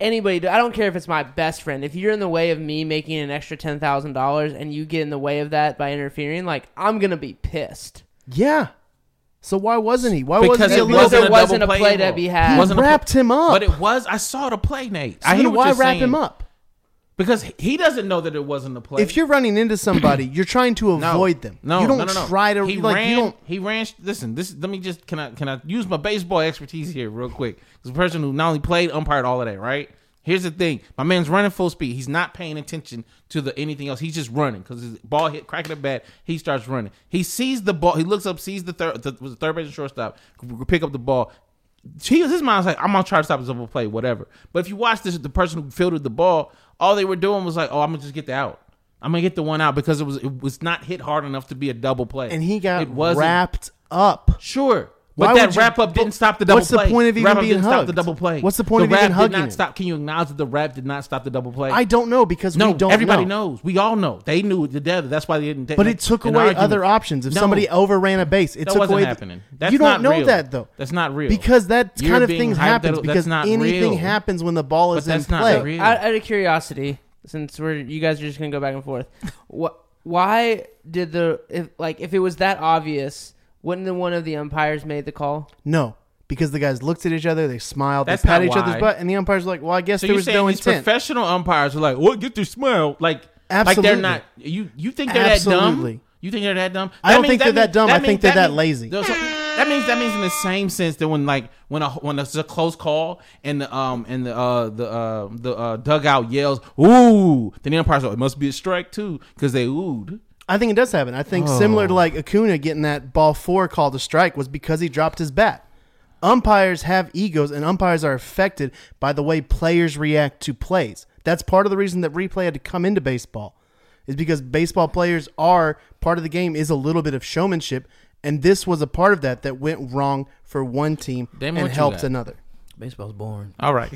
S5: anybody, I don't care if it's my best friend. If you're in the way of me making an extra ten thousand dollars and you get in the way of that by interfering, like I'm gonna be pissed.
S3: Yeah. So why wasn't he? Why
S1: Because
S3: wasn't he
S1: it
S3: a little
S1: wasn't
S3: bit?
S1: a
S5: there wasn't a
S1: double
S5: play
S1: play
S5: to be
S1: involved.
S5: had.
S1: Wasn't
S3: He
S1: a pl-
S3: wrapped him up.
S1: But it was. I saw the play, Nate.
S3: So
S1: I hear
S3: then
S1: what
S3: why
S1: you're
S3: wrap
S1: saying.
S3: him up?
S1: Because he doesn't know that it wasn't a play.
S3: If you're running into somebody, you're trying to
S1: No.
S3: avoid them.
S1: No,
S3: you don't
S1: no, no, no.
S3: try to
S1: He
S3: like
S1: ran.
S3: you don't.
S1: He ran. Listen, this. Let me just. Can I? Can I use my baseball expertise here, real quick? This person who not only played, umpired, all of that. Right. Here's the thing. My man's running full speed. He's not paying attention to the anything else. He's just running because his ball hit cracking the bat. He starts running. He sees the ball. He looks up, sees the third. The, was the third base and shortstop pick up the ball. He, his mind's like, I'm gonna try to stop this double play, whatever. But if you watch this, the person who fielded the ball, all they were doing was like, oh, I'm gonna just get the out. I'm gonna get the one out because it was it was not hit hard enough to be a double play.
S3: And he got
S1: it wasn't
S3: wrapped up.
S1: sure.
S3: Why
S1: But
S3: would
S1: that
S3: you-
S1: wrap up didn't stop the double
S3: what's the
S1: play.
S3: point of even
S1: wrap up
S3: being
S1: didn't Stop the
S3: hugged?
S1: double play.
S3: What's the point
S1: the
S3: of even
S1: wrap
S3: hugging
S1: Did
S3: it?
S1: not stop. Can you acknowledge that the wrap did not stop the double play?
S3: I don't know because
S1: No,
S3: we don't.
S1: everybody
S3: know.
S1: knows. We all know. They knew it together. That's why they didn't. take
S3: But
S1: like,
S3: it took
S1: an
S3: away
S1: argument.
S3: other options. If
S1: No.
S3: somebody overran a base, it
S1: That
S3: took
S1: wasn't
S3: away. the-
S1: happening. That's
S3: you don't
S1: not
S3: know
S1: real.
S3: that though.
S1: That's not real.
S3: Because that
S1: You're
S3: kind of
S1: being
S3: things
S1: hyped
S3: happens
S1: that- that's
S3: because
S1: not
S3: anything
S1: real.
S3: happens when the ball
S1: But
S3: is
S1: that's
S3: in
S1: not
S3: play.
S1: real.
S5: out, out of curiosity, since we're you guys are just gonna go back and forth, what? Why did the if like if it was that obvious, wouldn't the one of the umpires made the call?
S3: No, because the guys looked at each other, they smiled,
S1: That's
S3: they pat
S1: not
S3: each other's
S1: why.
S3: butt, and the umpires were like, "Well, I guess
S1: So
S3: there
S1: you're
S3: was
S1: saying
S3: no
S1: these
S3: intent."
S1: professional umpires are like, "What? Get your smile!" Like, like
S3: Absolutely.
S1: they're not. You you think they're that
S3: Absolutely.
S1: dumb? You think they're that dumb?
S3: I don't think they're that dumb. I
S1: means-
S3: think they're that
S1: means-
S3: lazy.
S1: those- that means that means in the same sense that when like when a when it's a close call and the um and the uh the uh the uh, dugout yells ooh then the umpires are like, it must be a strike too because they oohed.
S3: I think it does happen. I think similar to like Acuna getting that ball four called a strike was because he dropped his bat. Umpires have egos, and umpires are affected by the way players react to plays. That's part of the reason that replay had to come into baseball, is because baseball players are part of the game is a little bit of showmanship, and this was a part of that that went wrong for one team
S1: Damon,
S3: and
S1: what you
S3: helped
S1: got?
S3: another.
S2: Baseball's boring.
S1: All right,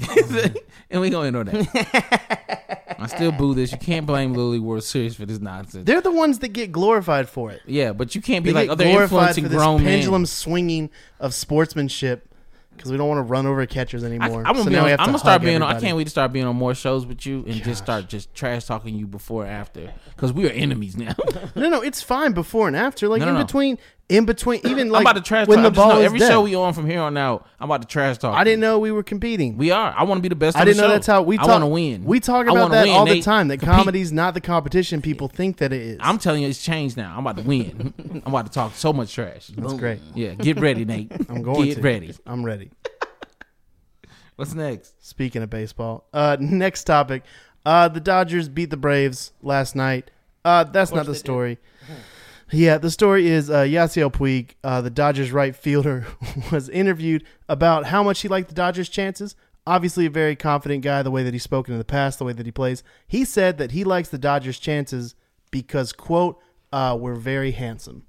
S1: and we gonna end on that. I still boo this. You can't blame Lily World Series for this nonsense.
S3: They're the ones that get glorified for it.
S1: yeah, but you can't be
S3: They
S1: like
S3: get
S1: other
S3: glorified
S1: influencing
S3: for this
S1: grown men.
S3: pendulum swinging of sportsmanship because we don't want to run over catchers anymore.
S1: I, am gonna,
S3: So
S1: be
S3: now
S1: on,
S3: we
S1: I'm
S3: have to
S1: gonna start
S3: hug
S1: being. On, I
S3: everybody.
S1: can't wait to start being on more shows with you and just start just trash talking you before and after because we are enemies now.
S3: No, no, it's fine before and after. Like
S1: No, no,
S3: in
S1: no.
S3: between, in between, even like
S1: I'm about to trash
S3: when
S1: talk.
S3: the
S1: I'm just-
S3: ball
S1: no,
S3: is
S1: every
S3: dead.
S1: show we on from here on out, I'm about to trash talk.
S3: I didn't know we were competing.
S1: We are. I want to be the best.
S3: I
S1: on the
S3: didn't know
S1: show.
S3: that's how we
S1: I
S3: talk.
S1: want to win.
S3: We talk
S1: I
S3: about
S1: wanna
S3: that
S1: win.
S3: all the
S1: They
S3: time. That
S1: compete.
S3: comedy's not the competition people think that it is.
S1: I'm telling you, it's changed now. I'm about to win. I'm about to talk so much trash.
S3: That's great.
S1: Yeah, get ready, Nate.
S3: I'm going
S1: Get
S3: to.
S1: ready.
S3: I'm ready.
S1: What's next?
S3: Speaking of baseball, uh, next topic. Uh, the Dodgers beat the Braves last night. Uh, that's not the story. Yeah, the story is uh, Yasiel Puig, uh, the Dodgers right fielder, was interviewed about how much he liked the Dodgers' chances. Obviously, a very confident guy, the way that he's spoken in the past, the way that he plays. He said that he likes the Dodgers' chances because, quote, uh, we're very handsome.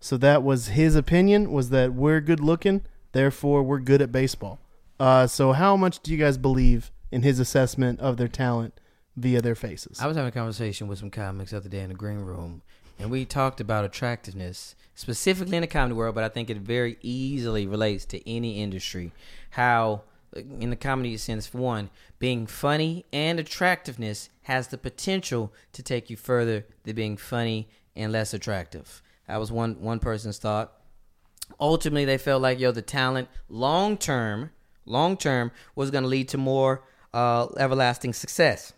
S3: So that was his opinion was that we're good looking, therefore we're good at baseball. Uh, so how much do you guys believe in his assessment of their talent via their faces.
S2: I was having a conversation with some comics the other day in the green room, and we talked about attractiveness, specifically in the comedy world, but I think it very easily relates to any industry. How, in the comedy sense, for one, being funny and attractiveness has the potential to take you further than being funny and less attractive. That was one, one person's thought ultimately they felt like yo the talent long term long term was going to lead to more uh, everlasting success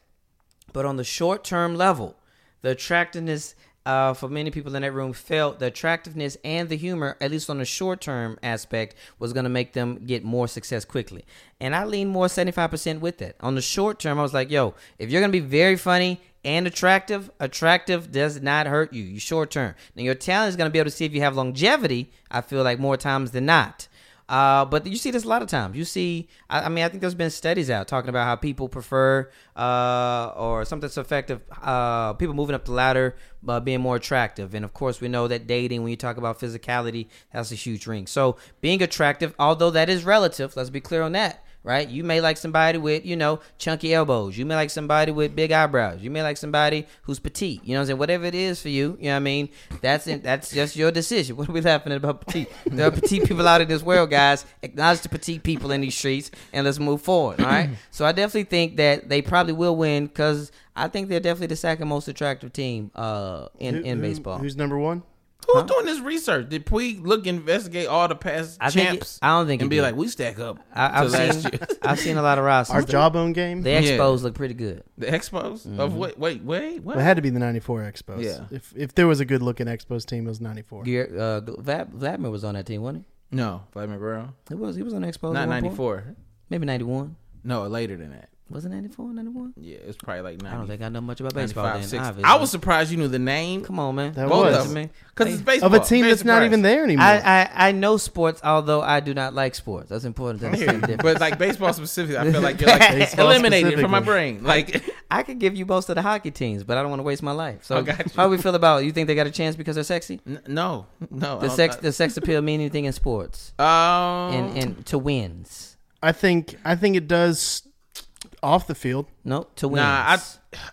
S2: but on the short term level the attractiveness uh, for many people in that room felt the attractiveness and the humor at least on the short term aspect was going to make them get more success quickly and i lean more 75% with that on the short term i was like yo if you're going to be very funny and attractive, attractive does not hurt you. You short term. Now your talent is going to be able to see if you have longevity. I feel like more times than not. Uh, but you see this a lot of times. You see, I, I mean, I think there's been studies out talking about how people prefer uh, or something that's effective. Uh, people moving up the ladder, uh, being more attractive, and of course we know that dating. When you talk about physicality, that's a huge ring. So being attractive, although that is relative, let's be clear on that right? You may like somebody with, you know, chunky elbows. You may like somebody with big eyebrows. You may like somebody who's petite. You know what I'm saying? Whatever it is for you, you know what I mean? That's in, that's just your decision. What are we laughing at about petite? There are petite people out in this world, guys. Acknowledge the petite people in these streets and let's move forward, all right? So I definitely think that they probably will win because I think they're definitely the second most attractive team uh, in,
S3: Who-
S2: in
S3: who-
S2: baseball.
S3: Who's number one?
S1: Who's doing this research? Did Puig look investigate all the past
S2: I think it-
S1: champs?
S2: I don't think
S1: and
S2: he
S1: be
S2: did.
S1: like, we stack up
S2: I,
S1: to
S2: I've,
S1: last
S2: seen,
S1: year.
S2: I've seen a lot of rosters.
S3: Our jawbone game?
S2: the
S3: It
S1: Yeah.
S2: Expos look pretty good.
S1: the Expos
S2: Mm-hmm.
S1: of wait, wait, wait, what?
S3: had to be the 94 Expos.
S1: Yeah.
S3: If, if there was a good looking Expos team, it was 94.
S2: Gear- Uh, Vlad- Vladimir was on that team, wasn't he?
S1: no, Vladimir Guerrero.
S2: It was. He was on Expos.
S1: Not
S2: at one point.
S1: ninety four.
S2: Maybe 91.
S1: No, later than that.
S2: Was it 94, 91?
S1: Yeah, it's probably like
S2: I don't
S1: 90,
S2: think I know much about baseball then.
S1: 95, 60.
S2: obviously.
S1: I was surprised you knew the name.
S2: Come on, man.
S3: That
S2: Both
S3: was.
S2: of them, man.
S1: Because it's baseball.
S3: Of a team
S1: Very
S3: that's not
S1: surprised.
S3: even there anymore.
S2: I, I, I know sports, although I do not like sports. That's important to
S1: I hear
S2: understand.
S1: you.
S2: the
S1: but
S2: difference.
S1: like baseball specifically, I feel like you're like
S3: Baseball
S1: eliminated from my
S3: specifically.
S1: brain. Like
S2: I could give you most of the hockey teams, but I don't want to waste my life.
S1: I
S2: So
S1: got you.
S2: how do we feel about it? You think they got a chance because they're sexy?
S1: n- no, no.
S2: The sex the sex appeal mean anything in sports
S1: um,
S2: and, and to wins?
S3: I think I think it does off the field.
S2: No, to wins.
S1: nah, I,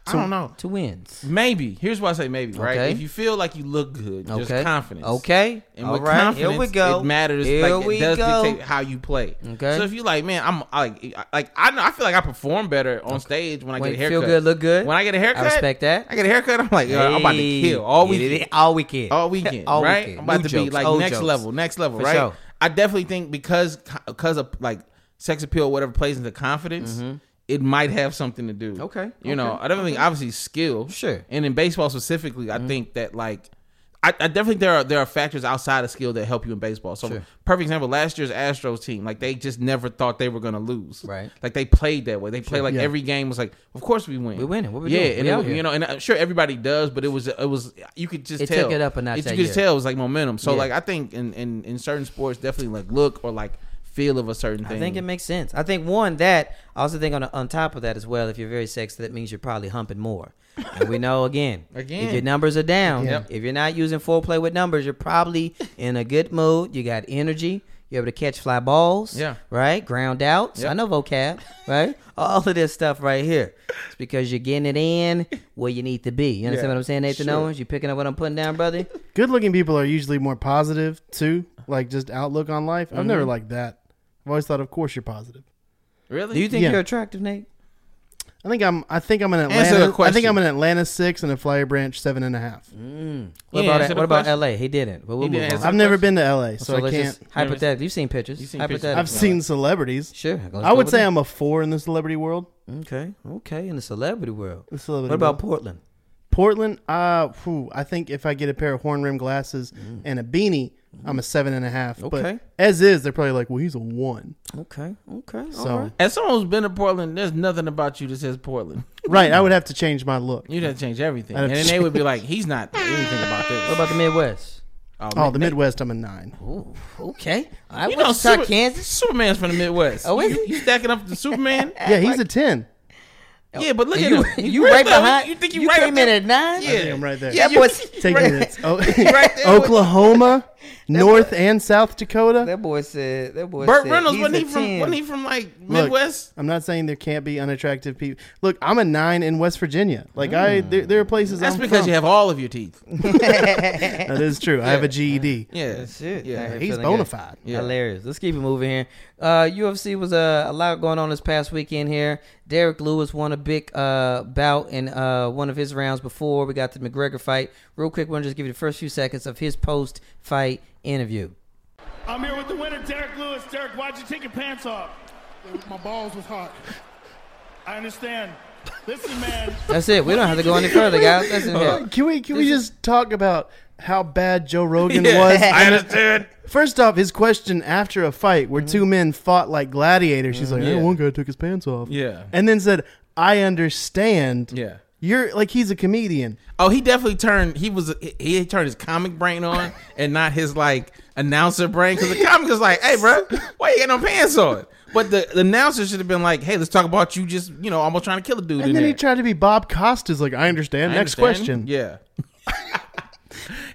S1: I don't know.
S2: to wins.
S1: Maybe here's why I say maybe. Right?
S2: Okay.
S1: If you feel like you look good,
S2: Okay.
S1: just confidence.
S2: Okay.
S1: And
S2: All
S1: with
S2: right.
S1: confidence,
S2: Here we go.
S1: it matters.
S2: Here
S1: like,
S2: we
S1: it does
S2: go.
S1: dictate how you play.
S2: Okay.
S1: So if you like, man, I'm I like, I- like I know, I feel like I perform better on stage when I
S2: When
S1: get a
S2: you
S1: haircut.
S2: feel good, look good.
S1: When I get a haircut,
S2: respect that.
S1: I get a haircut. I'm like, yo, I'm about to
S2: Hey,
S1: kill all
S2: get
S1: weekend.
S2: it All weekend.
S1: all weekend,
S2: All
S1: right?
S2: weekend.
S1: I'm about
S2: New
S1: to be
S2: jokes,
S1: like
S2: old
S1: next
S2: jokes.
S1: level, next level,
S2: For
S1: right?
S2: sure.
S1: I definitely think because because of like sex appeal, or whatever plays into confidence. It might have something to do.
S2: Mm-hmm. Okay,
S1: You know, I definitely think obviously skill.
S2: Sure. Mm-hmm.
S1: And in baseball specifically, I think that like I, I definitely think there are there are factors outside of skill that help you in baseball. So perfect example, last year's Astros team, like they just never thought they were gonna lose.
S2: Right.
S1: Like they played that way. They played like every game was like, of course we win.
S2: We winning. What we
S1: yeah,
S2: doing? We
S1: and it-
S2: out here.
S1: you know, and I'm sure everybody does, but it was it was you could just
S2: It
S1: tell
S2: took it up a notch
S1: It-
S2: that
S1: you could just
S2: year.
S1: tell it was like momentum. So
S2: Yeah.
S1: like I think in, in in certain sports, definitely like look or like feel of a certain thing.
S2: I think it makes sense. I think one that I also think on on top of that as well. If you're very sexy, that means you're probably humping more. And we know again,
S1: Again.
S2: if your numbers are down,
S1: Yep.
S2: if you're not using foreplay with numbers, you're probably in a good mood. You got energy. You're able to catch fly balls.
S1: Yeah.
S2: Right. Ground outs.
S1: Yep.
S2: I know vocab. Right. All of this stuff right here. It's because you're getting it in where you need to be. You understand
S1: Yeah,
S2: what I'm saying, Nathan
S1: sure.
S2: Owens? You picking up what I'm putting down, brother?
S3: Good looking people are usually more positive too, like just outlook on life. I've
S2: Mm-hmm.
S3: never liked that. I've always thought, of course you're positive.
S1: really.
S2: Do you think
S3: Yeah.
S2: you're attractive, Nate?
S3: I think I'm. I think I'm an
S1: the
S3: Atlanta. I think
S1: question.
S3: I'm an Atlanta six and a Flyer Branch seven and a half.
S2: Mm-hmm. What
S1: Yeah,
S2: about
S1: answer the
S2: what about
S1: question.
S2: LA? He didn't. But we'll
S1: He
S2: move
S1: didn't
S2: on.
S1: answer
S3: I've never been to LA, so, I
S2: let's
S3: can't.
S2: just hypothetical. You've seen pictures.
S1: You've seen pictures.
S2: hypothetical.
S3: I've seen celebrities.
S2: Sure.
S3: I would say I'm a four in the celebrity world.
S2: okay. Okay, in the celebrity world.
S3: The celebrity
S2: What
S3: world.
S2: about Portland?
S3: Portland, uh, whew, I think if I get a pair of horn rim glasses
S1: Mm.
S3: and a beanie, I'm a seven and a half.
S2: Okay.
S3: But as is, they're probably like, well, he's a one.
S2: Okay. Okay.
S3: So
S2: all right.
S1: As someone who's been to Portland, there's nothing about you that says Portland.
S3: right, I would have to change my look.
S1: You'd have to change everything,
S3: I'd have
S1: and then
S3: to
S1: they would be like, "He's not anything about this."
S2: What about the Midwest?
S3: Oh, the Midwest, I'm a nine.
S2: Ooh, okay. I
S1: you
S2: went
S1: know,
S2: to
S1: Super,
S2: Kansas.
S1: Superman's from the Midwest.
S2: Oh, is
S1: you,
S2: he?
S1: you stacking up to Superman?
S3: Yeah, he's a ten.
S1: yeah, but look
S2: And Oh. you,
S1: at him.
S2: you,
S1: He
S2: right
S1: really-
S2: behind.
S1: You think you,
S2: you
S1: right
S2: came
S1: up
S2: in
S1: there?
S2: at nine?
S1: Yeah,
S3: I'm right there.
S2: That
S1: you-
S2: boy's-
S3: Take
S2: right-
S3: minutes. Oh,
S1: right there with-
S3: Oklahoma North and South Dakota.
S2: That boy said. That boy
S1: Burt
S2: said.
S1: Reynolds
S2: he's
S1: wasn't
S2: a
S1: he from
S2: 10.
S1: wasn't he from like
S3: Look,
S1: Midwest?
S3: I'm not saying there can't be unattractive people. Look, I'm a nine in West Virginia. Like I, there, there are places.
S1: That's
S3: I'm
S1: because
S3: from.
S1: you have all of your teeth.
S3: That is true. I have a E GED.
S1: Yeah,
S2: That's it.
S1: Yeah.
S2: Out here
S3: He's
S2: feeling
S3: bona
S2: good.
S3: fide.
S1: Yeah.
S2: Hilarious. Let's keep it moving here. Uh, UFC was uh, a lot going on this past weekend here. Derek Lewis won a big uh, bout in uh, one of his rounds before we got to the McGregor fight. Real quick, we're going to just give you the first few seconds of his post fight interview.
S6: I'm here with the winner, Derek Lewis. Derek, why'd you take your pants off? My balls was hot. I understand. Listen, man.
S2: That's it. We don't have to go any further, guys. That's it.
S3: Uh,
S1: Oh,
S2: Here.
S3: Can we can we just talk about how bad Joe Rogan
S1: Yeah,
S3: was?
S1: I understood.
S3: First off, his question after a fight where two men fought like gladiators. She's like,
S1: Mm-hmm. Yeah.
S3: "Oh, one guy took his pants off."
S1: Yeah.
S3: and then said, "I understand."
S1: Yeah.
S3: you're like he's a comedian.
S1: Oh, he definitely turned. He was he, he turned his comic brain on and not his like announcer brain because the comic is like, "Hey, bro, why you got no pants on?" But the, the announcer should have been like, "Hey, let's talk about you just you know almost trying to kill a dude."
S3: And
S1: in
S3: then
S1: there.
S3: he tried to be Bob Costas. Like, I understand.
S1: I
S3: Next
S1: understand.
S3: question.
S1: Yeah,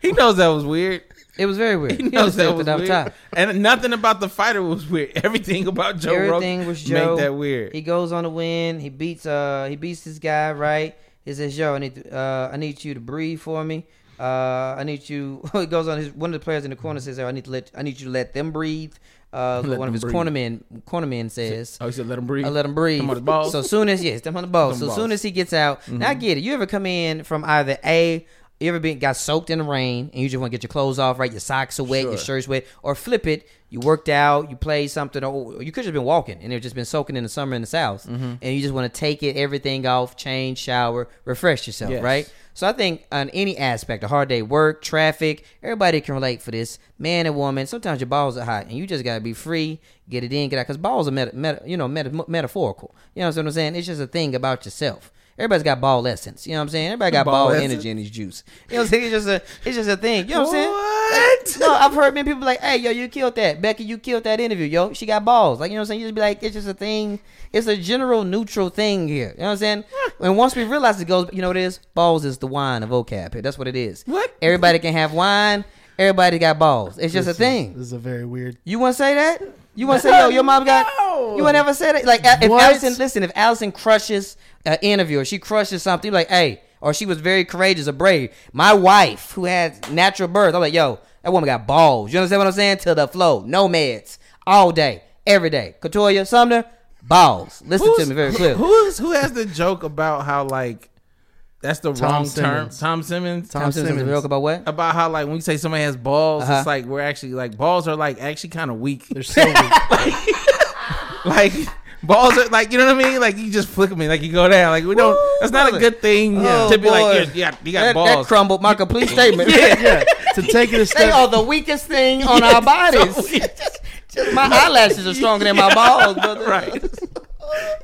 S1: he knows that was weird.
S2: It was very weird.
S1: He
S2: He
S1: knows that
S2: understood
S1: was
S2: it off
S1: weird.
S2: top.
S1: And nothing about the fighter was weird. Everything about Joe
S2: Everything
S1: Rogan
S2: was Joe.
S1: made that weird.
S2: He goes on a win. He beats uh he beats this guy right. He says, "Yo, I need to, uh I need you to breathe for me. Uh I need you." he goes on his one of the players in the corner says, "Yo, I need to let I need you to let them breathe." Uh,
S1: Let
S2: one
S1: them
S2: of his
S1: breathe.
S2: cornermen cornermen says,
S1: oh, he said, "Let him breathe."
S2: I let him breathe.
S1: Come on, the balls.
S2: So soon as yes, them on the balls.
S1: Them
S2: So
S1: balls. Mm-hmm.
S2: soon as he gets out, now I get it. You ever come in from either a you ever been got soaked in the rain and you just want to get your clothes off, right? Your socks are wet, your shirt's wet, or flip it. You worked out, you played something, or you could have been walking and it just been soaking in the summer in the south,
S1: Mm-hmm.
S2: and you just want to take it everything off, change, shower, refresh yourself,
S1: Yes.
S2: right? So I think on any aspect, a hard day, work, traffic, everybody can relate for this. Man and woman, sometimes your balls are hot, and you just gotta be free, get it in, get out. Cause balls are meta, meta, you know, meta, metaphorical. You know what I'm saying? It's just a thing about yourself. Everybody's got ball essence. You know what I'm saying? Everybody got
S1: Ball
S2: ball,
S1: essence?
S2: energy in his juice. You know what I'm saying? It's just a, it's just a thing. You know what I'm saying?
S1: What?
S2: no, I've heard many people like, hey, yo, you killed that. Becky, you killed that interview, yo. She got balls. Like, you know what I'm saying? You just be like, it's just a thing. It's a general neutral thing here. You know what I'm saying? and once we realize it goes, you know what it is? Balls is the wine of vocab. That's what it is.
S1: What?
S2: Everybody can have wine. Everybody got balls. It's just a
S3: This
S2: thing.
S3: is a very weird.
S2: You want to say that? You want to say, yo, your mom got.
S1: No.
S2: You want to ever say that? Like, if
S3: What?
S2: Allison, listen, if Allison crushes an interview or she crushes something, like, hey, or she was very courageous or brave. My wife, who had natural birth, I'm like, yo, that woman got balls. You understand what I'm saying? To the flow. No meds. All day. Every day. Katoya Sumner, balls. Listen to me very clearly.
S1: Who's who has the joke about how like that's the
S3: Tom
S1: wrong
S3: Simmons.
S1: term? Tom Simmons.
S2: Tom Simmons was real about what?
S1: about how like when we say somebody has balls,
S2: Uh-huh.
S1: it's like we're actually like balls are like actually kind of weak.
S3: They're so weird.
S1: like balls are like you know what I mean. Like you just flick them and like you go down. Like we don't.
S2: Woo,
S1: that's not a
S2: brother.
S1: good thing
S2: Oh,
S1: to be
S2: boy.
S1: like you got, you got
S2: that, that
S1: balls.
S2: crumbled my complete statement.
S3: yeah. To take it a
S2: They
S3: step.
S2: are the weakest thing on our bodies. Just- just my eyelashes are stronger than my balls, brother.
S1: right.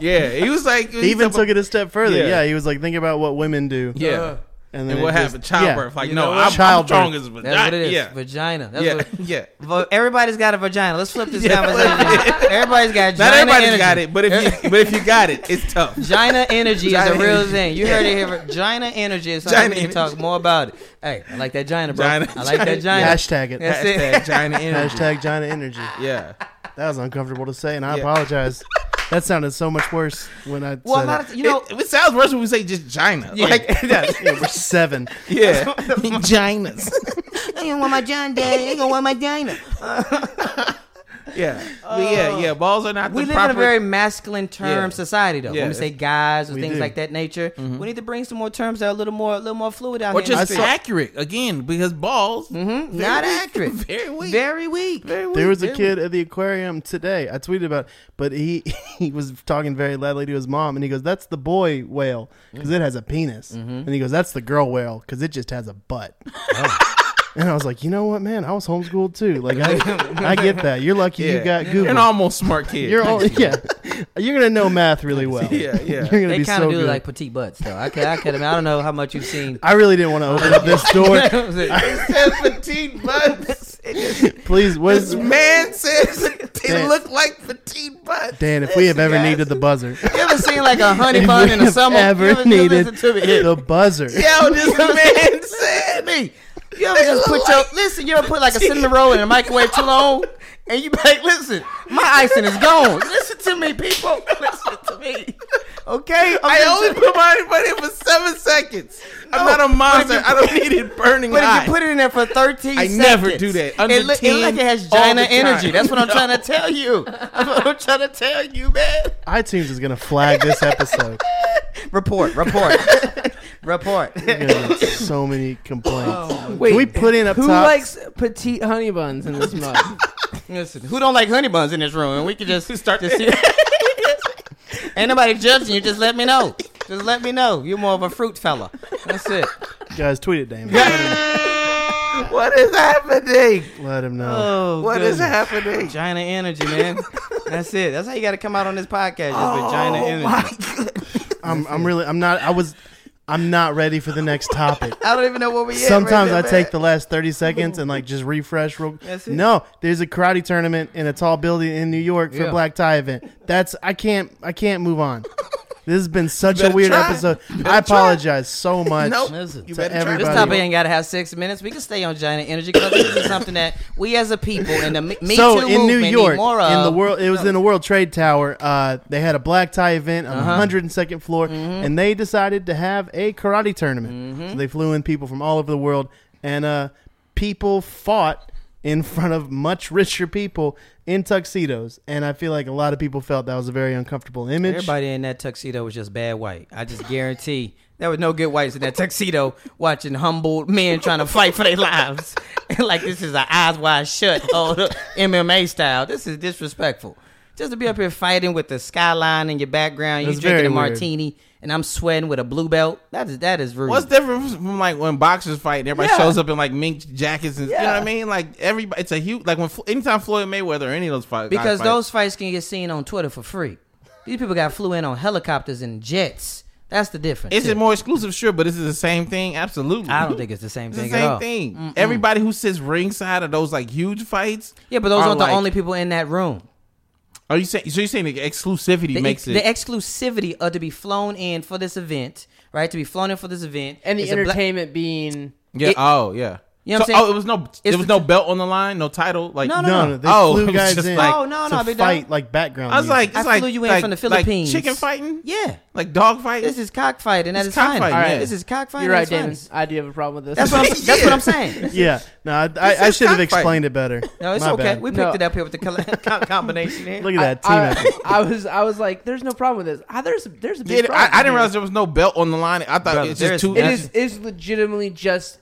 S1: yeah, he was like
S3: He even took it a step further.
S1: Yeah.
S3: Yeah. he was like, think about what women do.
S1: Yeah.
S3: and
S1: and
S3: then it
S1: what
S3: just-
S1: happened? Childbirth.
S3: yeah.
S1: Like,
S3: You
S1: no,
S3: know what?
S1: I'm, I'm
S3: Childbirth.
S1: strong as a vagina.
S2: That's what it is.
S1: Yeah.
S2: Vagina. That's
S1: Yeah.
S2: what,
S1: yeah.
S2: Vo- Everybody's got a vagina. Let's flip this
S1: Yeah.
S2: conversation. Everybody's
S1: Not
S2: got vagina
S1: everybody's
S2: energy.
S1: got it, but if you but if you got it, it's tough.
S2: Vagina energy is a
S1: Vagina
S2: real
S1: energy.
S2: thing. You heard it here. Vagina energy is something
S1: Vagina
S2: we need to talk
S1: energy.
S2: more about. It. Hey, I like that vagina, bro.
S1: Vagina-
S2: I like that vagina.
S3: Hashtag it.
S2: That's it.
S1: Hashtag China energy.
S3: Hashtag Gina Energy.
S1: Yeah.
S3: That was uncomfortable to say, and I
S1: Yeah.
S3: apologize. That sounded so much worse when I
S2: Well, a
S3: said
S2: lot
S3: it.
S2: of, you know,
S1: it, it sounds worse when we say just China. Like
S3: Yeah, we're seven.
S1: yeah, vaginas.
S2: I don't want my John Day. I don't want my vagina.
S1: Yeah, But yeah, yeah. Balls are not.
S2: We
S1: the
S2: live
S1: proper,
S2: in a very masculine term
S1: Yeah.
S2: society, though.
S1: Yeah,
S2: when we say
S1: it's-
S2: guys or
S3: we
S2: things
S3: do.
S2: like that nature, we need to bring some more terms that are a little more, a little more fluid out
S1: or
S2: here. in the
S1: just
S2: street.
S1: accurate again because balls
S2: Mhm. not
S1: weak.
S2: accurate.
S1: Mm-hmm. Very weak.
S2: Very weak.
S1: Very weak,
S3: There was a
S1: very
S3: kid at the aquarium today. I tweeted about, but he he was talking very loudly to his mom, and he goes, "That's the boy whale because
S1: Mm.
S3: it has a penis,"
S1: Mm-hmm.
S3: and he goes, "That's the girl whale because it just has a butt."
S1: Oh.
S3: And I was like, you know what, man? I was homeschooled too. Like, I, I get that. You're lucky
S1: weak. Yeah.
S3: you got Google.
S1: You're an almost smart kid.
S3: You're all, yeah. You're gonna know math really well.
S1: Yeah, yeah.
S3: You're gonna
S2: They
S3: be
S2: kind of
S3: so
S2: do
S3: good.
S2: like petite butts, though. I could, I could. I, mean, I don't know how much you've seen.
S3: I really didn't want to open up this door.
S2: it says petite butts.
S3: Please,
S1: This
S3: what's
S1: man says they
S3: Dan-
S1: look like petite butts.
S3: Dan? If we have ever needed the buzzer,
S2: You ever seen like a honey
S3: If
S2: bun
S3: we
S2: in the
S3: have
S2: summer?
S3: ever
S2: you ever, you
S3: needed
S2: listen to me.
S3: the buzzer.
S1: Yo, this man said
S2: me. You ever just put your listen? You ever put like a cinnamon roll in the microwave too long, and you be like, listen, my icing is gone. Listen to me, people. Listen to me. Okay, I'm
S1: I
S2: just-
S1: only put mine but it was seven seconds. I'm
S2: No,
S1: not a
S2: but if
S1: monster.
S2: you
S1: I don't need it burning
S2: But
S1: hot.
S2: if you put it in there for 13
S1: I
S2: seconds,
S1: never do that. Under
S2: it, look, it look like
S1: 10
S2: it has
S1: all the
S2: Gina
S1: time.
S2: energy. That's what I'm trying to tell you. That's what I'm trying to tell you, man.
S3: iTunes is gonna flag this episode.
S2: Report, report, report.
S3: We're gonna get so many complaints.
S5: Oh, Wait,
S3: Can we put in up
S5: who
S3: top?
S5: likes petite honey buns in this mug?
S1: Listen,
S2: Who don't like honey buns in this room? And we can just
S1: Start
S2: just see- Ain't nobody judging you. Just let me know. Just let me know. You're more of a fruit fella. That's it.
S3: Guys, tweet it, Damon. Let him,
S1: what is happening?
S3: let him know.
S2: Oh,
S1: What is happening?
S2: Vagina energy, man. That's it. That's how you got to come out on this podcast. Just
S1: Oh,
S2: vagina energy.
S3: I'm, I'm really. I'm not. I was. I'm not ready for the next topic.
S2: I don't even know what we. at right
S3: Sometimes
S2: now,
S3: I
S2: man.
S3: take the last 30 seconds and like just refresh real
S2: That's it.
S3: No, there's a karate tournament in a tall building in New York for
S1: Yeah.
S3: black tie event. That's I can't I can't move on. This has been such a weird
S1: try.
S3: episode. I apologize so much.
S1: Nope.
S2: Listen,
S1: You
S3: to
S1: better try.
S3: everybody.
S2: This topic ain't got to have six minutes. We can stay on giant energy because this is something that we as a people and the Me Me
S3: so
S2: Too
S3: in New
S2: movement need
S3: York,
S2: more of.
S3: in the world, it was in the World Trade Tower. Uh, they had a black tie event on
S2: Uh-huh.
S3: the 102nd floor,
S2: Mm-hmm.
S3: and they decided to have a karate tournament. So they flew in people from all over the world, and uh, people fought in front of much richer people in tuxedos. And I feel like a lot of people felt that was a very uncomfortable image.
S2: Everybody in that tuxedo was just bad white. I just guarantee there was no good whites in that tuxedo watching humble men trying to fight for their lives. like this is an eyes wide shut whole MMA style. This is disrespectful. Just to be up here fighting with the skyline in your background, you
S3: That's
S2: drinking
S3: very
S2: a
S3: weird.
S2: martini, and I'm sweating with a blue belt. That is that is rude.
S1: What's different from like when boxers fight and everybody
S2: Yeah.
S1: shows up in like mink jackets and you know what
S2: Yeah.
S1: I mean? Like everybody, it's a huge like when Flo- anytime Floyd Mayweather or any of those fight, guys
S2: because
S1: fight,
S2: those fights can get seen on Twitter for free. These people got flew in on helicopters and jets. That's the difference.
S1: is
S2: here.
S1: it more exclusive? Sure, but is it the same thing? Absolutely.
S2: I don't think it's the same
S1: It's
S2: thing
S1: the
S2: at
S1: same
S2: all.
S1: thing. Everybody who sits ringside of those like huge fights.
S2: Yeah, but those
S1: are
S2: aren't
S1: like-
S2: the only people in that room.
S1: Are you saying? So you're saying the exclusivity
S2: The,
S1: makes
S2: ex-
S1: it?
S2: the exclusivity of to be flown in for this event, right? To be flown in for this event
S5: And the
S2: is a bla-
S5: entertainment being
S1: yeah.
S2: it-
S1: oh, yeah.
S2: You know what
S1: so,
S2: I'm saying?
S1: Oh, it was no.
S2: the
S1: There was
S2: t-
S1: no belt on the line. No title. Like
S2: No,
S3: no, no, they
S1: Oh, it
S3: flew
S1: was
S3: guys
S1: just
S3: in
S1: like-
S2: Oh, no, no,
S3: to
S2: big dog.
S3: fight like background.
S1: I was like,
S3: music.
S1: it's
S2: I
S1: like
S2: flew you in
S1: like-
S2: from the
S1: like
S2: Philippines.
S1: chicken fighting.
S2: Yeah,
S1: Like dog fighting.
S2: this is cockfighting. That
S1: It's
S2: is fine.
S1: cockfighting, yeah.
S2: This is cockfighting.
S5: you're right,
S2: that's fine.
S5: Damon. I do have a problem with this.
S2: That's what I'm. That's what I'm saying.
S3: yeah, no, I, I, I
S1: is
S3: should have
S1: cockfighting.
S3: explained it better.
S2: No, it's
S3: My
S2: okay.
S3: bad.
S2: We picked
S5: No.
S2: it up here with the col- co- combination here.
S3: Look at that team.
S5: I,
S3: effort.
S5: I was I was like, there's no problem with this. Ah, there's there's a
S1: Yeah,
S5: big
S1: I,
S5: problem
S1: I didn't
S5: here.
S1: realize there was no belt on the line. I thought
S2: Brother,
S1: it's
S2: there
S1: just
S2: is-
S1: two.
S5: it is is legitimately just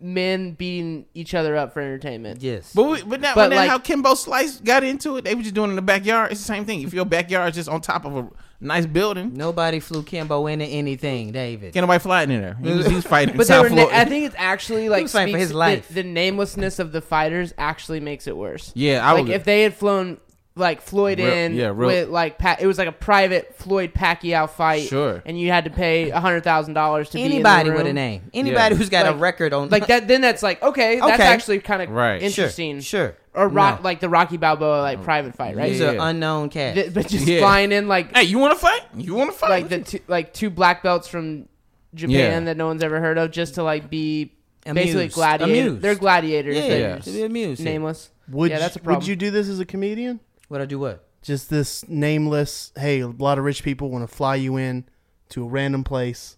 S5: men beating each other up for entertainment.
S2: yes.
S1: But we, but now, but
S5: But,
S1: now
S5: like-
S1: how Kimbo Slice got into it, they were just doing it in the backyard. It's the same thing. If your backyard is just on top of a nice building,
S2: Nobody flew Kimbo into anything, David.
S1: can't nobody fly in there. He was, he was fighting in
S5: But they
S1: South
S5: were na-
S1: Florida.
S5: I think it's actually like
S2: was fighting for
S5: speaks-
S2: his life.
S5: The, the namelessness of the fighters actually makes it worse.
S1: Yeah, I
S5: like
S1: would-
S5: if they had flown like Floyd
S1: Real-
S5: in
S1: yeah, real-
S5: with like pa- it was like a private Floyd Pacquiao fight.
S1: Sure.
S5: and you had to pay a hundred thousand dollars to
S2: Anybody
S5: be in the
S2: with a
S5: room.
S2: name. Anybody
S1: Yeah.
S2: who's got a
S5: Like-
S2: record on
S5: like that. Then that's like okay, that's
S2: Okay.
S5: actually kind of
S1: Right. Sure,
S5: interesting.
S2: sure.
S5: or rock
S2: No.
S5: like the Rocky Balboa like private fight, right?
S2: These
S1: Yeah.
S2: are unknown cats.
S5: Th- but just
S1: Yeah.
S5: flying in like
S1: hey, you want to fight? You want to fight?
S5: like the two, like two black belts from Japan
S1: Yeah.
S5: that no one's ever heard of, just to like be basically
S2: Amused.
S5: gladiators.
S2: Amused.
S5: They're gladiators.
S2: Yeah,
S5: They're
S2: to be amused.
S5: Nameless.
S3: Would
S5: yeah,
S3: you-
S5: that's a problem.
S3: Would you do this as a comedian?
S2: What I do? What?
S3: just this nameless hey a lot of rich people want to fly you in to a random place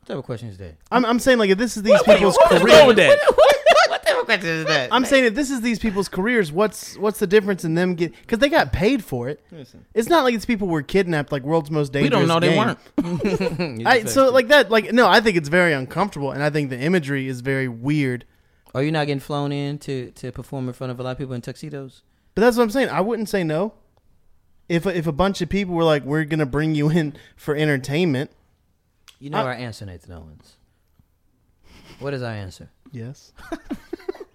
S2: What type of question is that?
S3: i'm, I'm saying like if this is these people's
S1: What's wrong with
S3: careers
S1: that?
S2: What type of question is that?
S3: i'm saying if this is these people's careers what's what's the difference in them get because they got paid for it it's not like these people were kidnapped like world's most
S1: We
S3: dangerous
S1: don't know. They
S3: game.
S1: weren't.
S3: I, so like that like no i think it's very uncomfortable and i think the imagery is very weird
S2: Are you not getting flown in to, to perform in front of a lot of people in tuxedos?
S3: but that's what i'm saying i wouldn't say no if a, if a bunch of people were like we're gonna bring you in for entertainment
S2: You know
S3: I-
S2: our answer, Nathan Owens. What is our answer?
S3: Yes.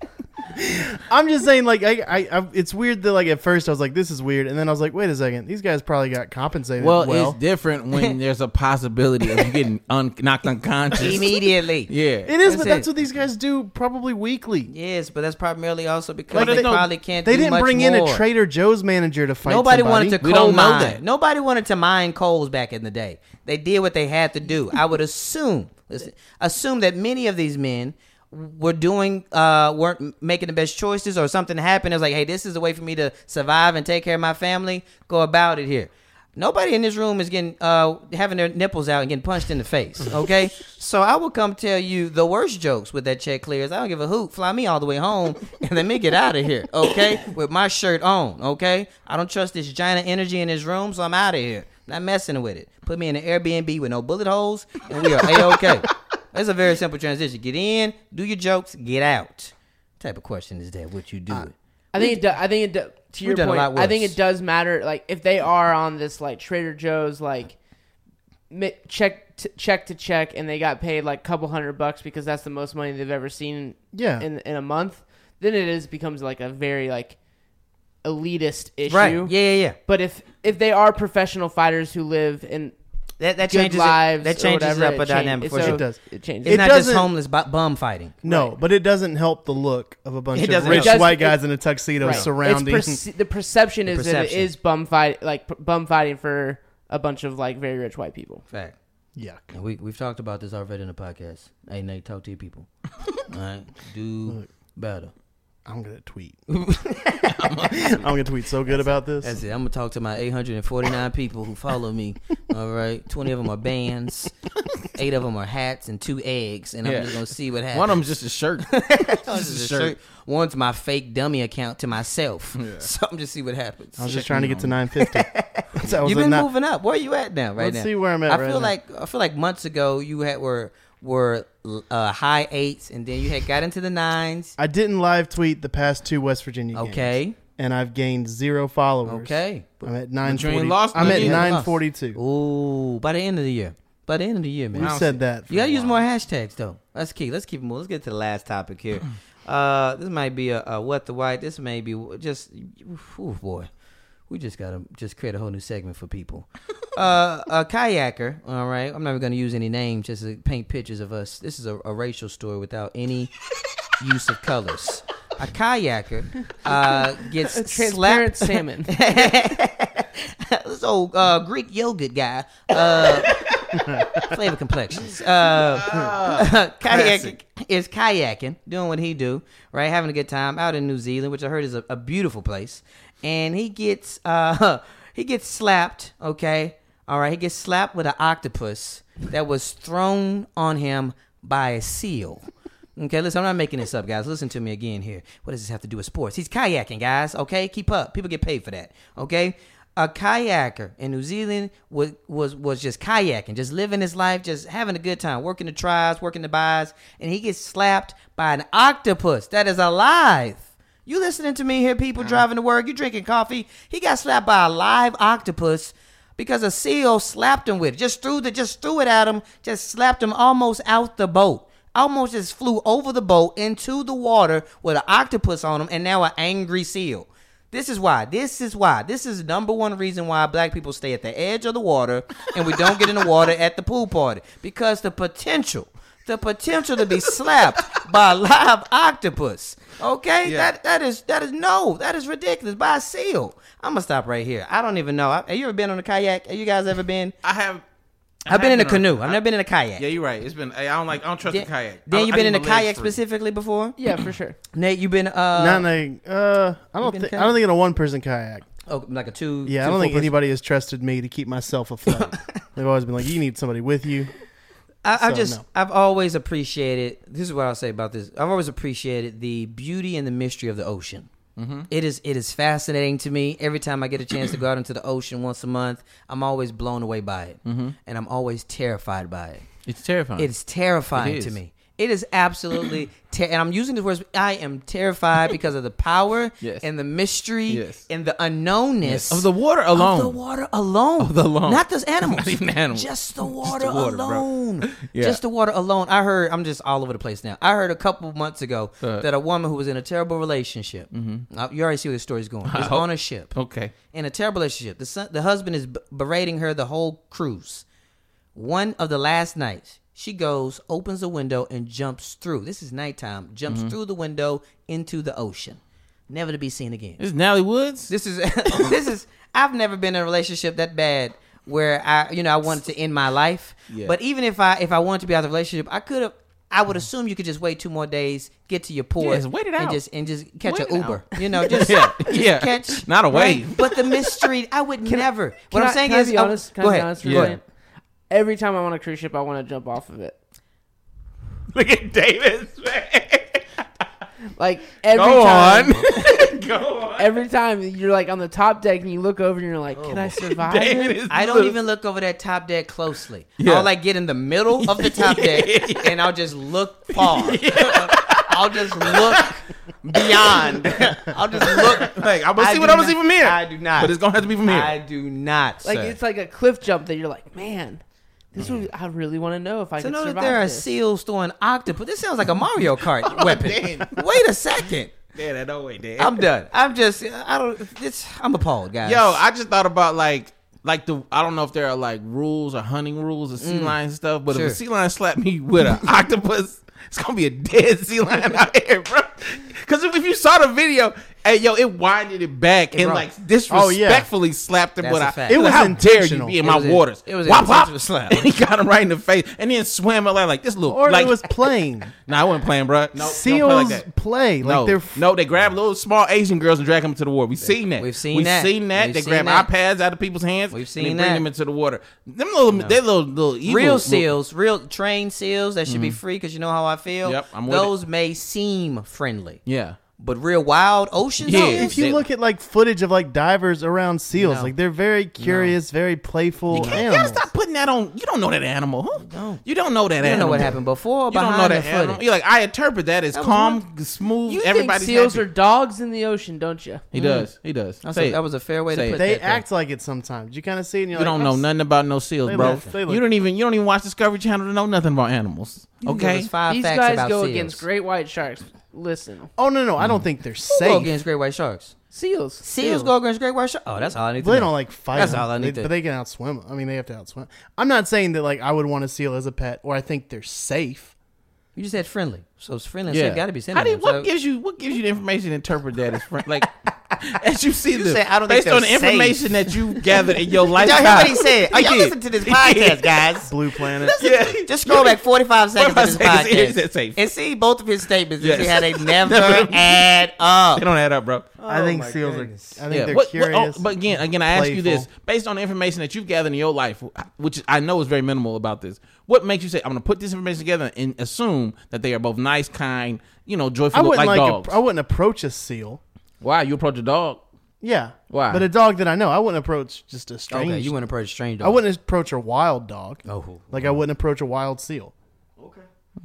S3: I'm just saying, like, I, I, I, it's weird that, like, at first I was like, this is weird, and then I was like, wait a second, these guys probably got compensated well.
S1: Well, it's different when there's a possibility of you getting un- knocked unconscious.
S2: Immediately.
S1: Yeah,
S3: It is, but
S2: That's
S3: that's
S2: it.
S3: what these guys do probably weekly.
S2: Yes, but that's primarily also because
S1: But
S2: they
S1: there's no-
S2: probably can't.
S3: They
S2: do
S3: didn't
S2: much
S3: bring in
S2: more.
S3: a Trader Joe's manager to fight.
S2: Nobody
S3: somebody.
S2: wanted to
S1: We
S2: coal
S1: don't know
S2: mine.
S1: that.
S2: Nobody wanted to mine coals back in the day. They did what they had to do. I would assume Listen, assume that many of these men were doing uh weren't making the best choices or something happened. It was like, hey, this is a way for me to survive and take care of my family. Go about it here. Nobody in this room is getting uh having their nipples out and getting punched in the face. Okay, so I will come tell you the worst jokes with that check clears. I don't give a hoot. Fly me all the way home and let me get out of here. Okay, with my shirt on. Okay, I don't trust this giant energy in this room, so I'm out of here. Not messing with it. Put me in an Airbnb with no bullet holes, and we are a okay. That's a very simple transition. Get in, do your jokes, get out. What type of question is that? What you
S5: Uh,
S2: do? it?
S5: I think it. Do, I think it. Do, to your
S2: done a
S5: point,
S2: lot
S5: I think
S2: worse.
S5: it does matter. Like if they are on this like Trader Joe's like mi- check t- check to check, and they got paid like a couple hundred bucks because that's the most money they've ever seen.
S3: Yeah.
S5: In in a month, then it is becomes like a very like elitist issue.
S2: Right? Yeah, yeah, yeah.
S5: But if if they are professional fighters who live in
S2: That that
S5: good
S2: changes it-
S5: lives,
S2: that
S5: or
S2: changes
S5: whatever,
S2: up a
S5: it change-
S2: dynamic for
S5: so-
S3: It
S2: sure.
S3: does.
S5: It changes.
S2: It's
S3: It
S2: not
S3: doesn't-
S2: just homeless bu- bum fighting.
S3: No, but it doesn't help the look of a bunch
S2: It
S3: of
S2: doesn't
S3: rich
S5: help. It
S3: white
S5: does-
S3: guys in a tuxedo
S5: Right.
S3: surrounding.
S5: It's perce- the perception is that
S2: perception.
S5: it is bum fight like p- bum fighting for a bunch of like very rich white people.
S2: Fact.
S3: yeah,
S2: And we we've talked about this already in the podcast. Hey, Nate, talk to your people. All right, do better.
S3: I'm gonna tweet. I'm gonna tweet so good about this.
S2: That's it. I'm gonna talk to my 849 people who follow me. All right, 20 of them are bands, eight of them are hats, and two eggs. And
S1: Yeah.
S2: I'm just gonna see what happens.
S1: One of them's just a shirt.
S2: One's
S1: is a
S2: a
S1: shirt.
S2: shirt. One's my fake dummy account to myself. So I'm just see what happens.
S3: I was just trying to get to 950. So I was
S2: You've
S3: at
S2: been
S3: ni-
S2: moving up. Where are you at now? Right
S3: Let's
S2: now.
S3: see where I'm at
S2: I
S3: right
S2: feel
S3: now.
S2: like I feel like months ago you had were were uh, high eights, and then you had got into the nines.
S3: I didn't live tweet the past two West Virginia games.
S2: Okay.
S3: and I've gained zero followers.
S2: Okay.
S3: I'm at 940.
S1: lost,
S3: I'm at
S1: Virginia
S2: lost.
S3: 942.
S2: Ooh, by the end of the year. By the end of the year, man.
S3: You said that. for
S2: You gotta
S3: a
S2: use more
S3: while.
S2: hashtags though. That's key. Let's keep it moving. Let's get to the last topic here. Uh, this might be a, a what the white. This may be just. Oh boy, we just gotta just create a whole new segment for people. uh, a kayaker. All right, I'm not even gonna use any names. Just to paint pictures of us. This is a, a racial story without any use of colors. A kayaker uh, gets slapped
S5: Transparent salmon.
S2: this old uh, Greek yogurt guy, uh, flavor complexions, uh, kayaking is kayaking, doing what he do, right? Having a good time out in New Zealand, which I heard is a, a beautiful place, and he gets uh, he gets slapped. Okay, all right, he gets slapped with an octopus that was thrown on him by a seal. Okay, listen, I'm not making this up, guys. Listen to me again here. What does this have to do with sports? He's kayaking, guys. Okay, keep up. People get paid for that. Okay, a kayaker in New Zealand was was was just kayaking, just living his life, just having a good time, working the tries, working the buys, and he gets slapped by an octopus that is alive. You listening to me here, people driving to work, you drinking coffee. He got slapped by a live octopus because a seal slapped him with it. Just threw the just threw it at him, just slapped him almost out the boat. Almost just flew over the boat into the water with an octopus on him and now an angry seal. This is why. This is why. This is number one reason why black people stay at the edge of the water and we don't get in the water at the pool party. Because the potential, the potential to be slapped by a live octopus. Okay? That that is that is no, that is ridiculous. By a seal. I'm gonna stop right here. I don't even know. I- Have you ever been on a kayak? Have you guys ever been?
S1: I have. I
S2: I've been in
S1: have
S2: a canoe.
S1: on-
S2: I've never been in a kayak.
S1: Yeah, you're right. It's been. I don't like. I don't trust
S2: Then-
S1: the kayak.
S2: Then
S1: I-
S2: you've
S1: I
S2: been in
S1: need
S2: a
S1: my legs
S2: kayak
S1: free.
S2: specifically before?
S5: yeah, for sure.
S2: Nate, you've been uh
S3: Not in a, uh, I don't think I don't think in a one person kayak.
S2: oh, like a two.
S3: Yeah,
S2: two
S3: I don't think
S2: four-person-
S3: anybody has trusted me to keep myself afloat. They've always been like, you need somebody with you.
S2: I, I
S3: So,
S2: just
S3: no.
S2: I've always appreciated. This is what I'll say about this. I've always appreciated the beauty and the mystery of the ocean.
S1: Mm-hmm.
S2: It is it is fascinating to me. Every time I get a chance to go out into the ocean once a month, I'm always blown away by it,
S1: Mm-hmm.
S2: and I'm always terrified by it.
S1: It's terrifying.
S2: It's terrifying
S1: It is.
S2: to me. It is absolutely, ter- and I'm using the words. I am terrified because of the power
S1: Yes.
S2: and the mystery
S1: Yes.
S2: and the unknownness
S1: of the water
S2: Of the
S1: alone.
S2: water alone.
S1: Of the alone.
S2: Not those animals.
S1: Not even animals.
S2: Just the water,
S1: water, bro.
S2: alone.
S1: Yeah.
S2: Just the water alone. I heard, I'm just all over the place now. I heard a couple months ago
S1: Uh.
S2: that a woman who was in a terrible relationship, uh, you already see where this story's going, is on a ship
S1: Mm-hmm. Okay.
S2: in a terrible relationship. The son, the husband is b- berating her the whole cruise. One of the last nights, she goes, opens the window, and jumps through. This is nighttime. Jumps through the window into the ocean, never to be seen again.
S1: This is Natalie Woods.
S2: This is this is I've never been in a relationship that bad where I, you know, I wanted to end my life.
S1: Yeah.
S2: But even if I if I wanted to be out of the relationship, I could have. I would assume you could just wait two more days, get to your port,
S1: Yes, wait it
S2: and
S1: out.
S2: just and just catch
S1: Wait
S2: an
S1: it
S2: Uber.
S1: out.
S2: You know, just,
S1: Yeah,
S2: just
S1: yeah.
S2: catch
S1: Not a
S2: right?
S1: wave.
S2: But the mystery, I would never. what I'm
S5: I-
S2: saying
S5: can I
S2: is,
S5: be
S2: I-
S5: honest? Can
S2: go
S5: I be
S2: ahead.
S5: honest for a
S2: Go
S1: Yeah.
S2: ahead.
S5: second? Every time I'm on a cruise ship, I want to jump off of it.
S1: Look at Davis. man.
S5: Like every
S1: Go
S5: time,
S1: on. Go on. Oh
S5: every time you're like on the top deck and you look over and you're like, "Can I survive?"
S1: David
S5: it?
S1: is
S2: I don't
S1: loose.
S2: even look over that top deck closely.
S1: Yeah.
S2: I'll like get in the middle of the top deck and I'll just look far. I'll just look beyond. I'll just look.
S1: Like, I'm gonna
S2: I
S1: see
S2: do
S1: what I'm gonna see
S2: not-
S1: from here.
S2: I do not.
S1: But it's gonna have to be from here.
S2: I do not.
S5: Like
S2: sir.
S5: it's like a cliff jump that you're like, "Man, this would I really want to know if I
S2: to
S5: can
S2: know
S5: survive
S2: that there are
S5: this."
S2: seals throwing octopus. This sounds like a Mario Kart weapon. Wait a second.
S1: yeah, that don't wait, Dad.
S2: I'm done. I'm just. I don't. It's, I'm appalled, guys.
S1: Yo, I just thought about like like the I don't know if there are like rules or hunting rules or sea lion stuff, but
S2: Mm. Sure.
S1: if a sea lion slapped me with an octopus, it's gonna be a dead sea lion out here, bro. Because if, if you saw the video, hey yo, it winded it back and
S2: Bro. Oh,
S1: like disrespectfully slapped him.
S2: That's
S1: with
S2: a
S1: a-
S2: fact. It
S1: like,
S3: was
S1: how dare you
S3: intentional.
S1: be in
S2: It
S1: my
S2: was a-
S1: waters?
S2: it was an
S1: wop, wop.
S2: intentional slap.
S1: and he got him right in the face, and then swam like like this little
S3: Or
S1: like
S3: it was playing.
S1: Nah, I wasn't playing, bro. No, don't
S3: Seals
S1: play like that.
S3: play. Like
S1: no,
S3: they're
S1: no, they grab little small Asian girls and drag them to the water. We've seen that.
S2: We've seen
S1: We've
S2: that.
S1: seen that.
S2: We've
S1: they
S2: seen
S1: grab
S2: that.
S1: iPads out of people's hands.
S2: We've
S1: and
S2: seen
S1: they bring
S2: that.
S1: them into the water. Them little, they little, little evil,
S2: real
S1: little-
S2: seals, real trained seals that should be free because you know how I feel.
S1: Yep, I'm with it.
S2: Those may seem friendly,
S1: yeah,
S2: but real wild ocean
S1: Yeah.
S2: seals.
S3: if you
S1: They-
S3: look at like footage of like divers around seals,
S2: No.
S3: like they're very curious, very playful
S1: you gotta
S3: animals.
S1: stop putting that on. You don't know that animal, huh? You don't know that
S2: you
S1: animal.
S2: don't know what happened before.
S1: You don't know
S2: behind the
S1: that
S2: footage.
S1: animal. You're like, I interpret that as
S2: was
S1: calm, smooth.
S5: You think
S1: everybody's
S5: seals
S1: happy.
S5: are dogs in the ocean, don't you?
S1: He
S2: Mm.
S1: does. He does.
S2: That's
S1: Say
S2: a-
S1: it.
S2: that was a fair way to
S1: Say
S2: put
S1: it.
S3: They
S2: that there.
S3: act like it sometimes. You kind of see, it and you're
S1: You
S3: like,
S1: don't know
S3: "That's-
S1: nothing about no seals,
S3: They
S1: bro.
S3: look- they look-
S1: you don't even you don't even watch Discovery Channel to know nothing about animals. Okay,
S2: Give us five
S5: These
S2: facts
S5: guys
S2: about
S5: go
S2: seals.
S5: against great white sharks. Listen,
S3: Oh no, no, I don't think they're
S2: Who go
S3: safe.
S2: against great white sharks.
S5: seals,
S2: Seals go against great white sharks. Oh, that's all I need. to
S3: They
S2: know.
S3: don't like fight.
S2: That's
S3: them.
S2: all I
S3: They-
S2: need to-
S3: But they can outswim. 'em. I mean, they have to outswim. I'm not saying that like I would want a seal as a pet, or I think they're safe.
S2: You just said friendly, so it's friendly. So
S1: Yeah,
S2: it got to be
S1: How do you-
S2: synonyms.
S1: what
S2: So-
S1: gives you what gives you the information to interpret that as friend? Like as you see this,
S2: said, "I don't think
S1: based on the
S2: they're safe."
S1: information that you gathered in your
S2: Did
S1: life.
S2: y'all hear what he said? Oh, y'all
S1: did.
S2: listen to this podcast, guys.
S3: Blue planet.
S1: Yeah.
S2: Just scroll back 45 seconds of
S1: 45
S2: this
S1: seconds, it said
S2: podcast
S1: safe.
S2: and see both of his statements and
S1: Yes.
S2: see how they never
S1: Never-
S2: add up.
S1: They don't add up, bro.
S3: Oh, I think seals are. I think they're
S1: What- what- oh,
S3: curious.
S1: but again, again, I ask you this:
S3: playful.
S1: based on the information that you've gathered in your life, which I know is very minimal about this, what makes you say I'm going to put this information together and assume that they are both nice, kind, you know,
S3: I
S1: joyful,
S3: wouldn't
S1: like,
S3: like.
S1: dogs?
S3: A, I wouldn't approach a seal.
S1: Why you approach a dog?
S3: Yeah.
S1: Why?
S3: But a dog that I know, I wouldn't approach just a strange.
S2: Okay, you wouldn't approach a strange dog.
S3: I wouldn't approach a wild dog.
S2: Oh.
S3: Like I wouldn't approach a wild seal.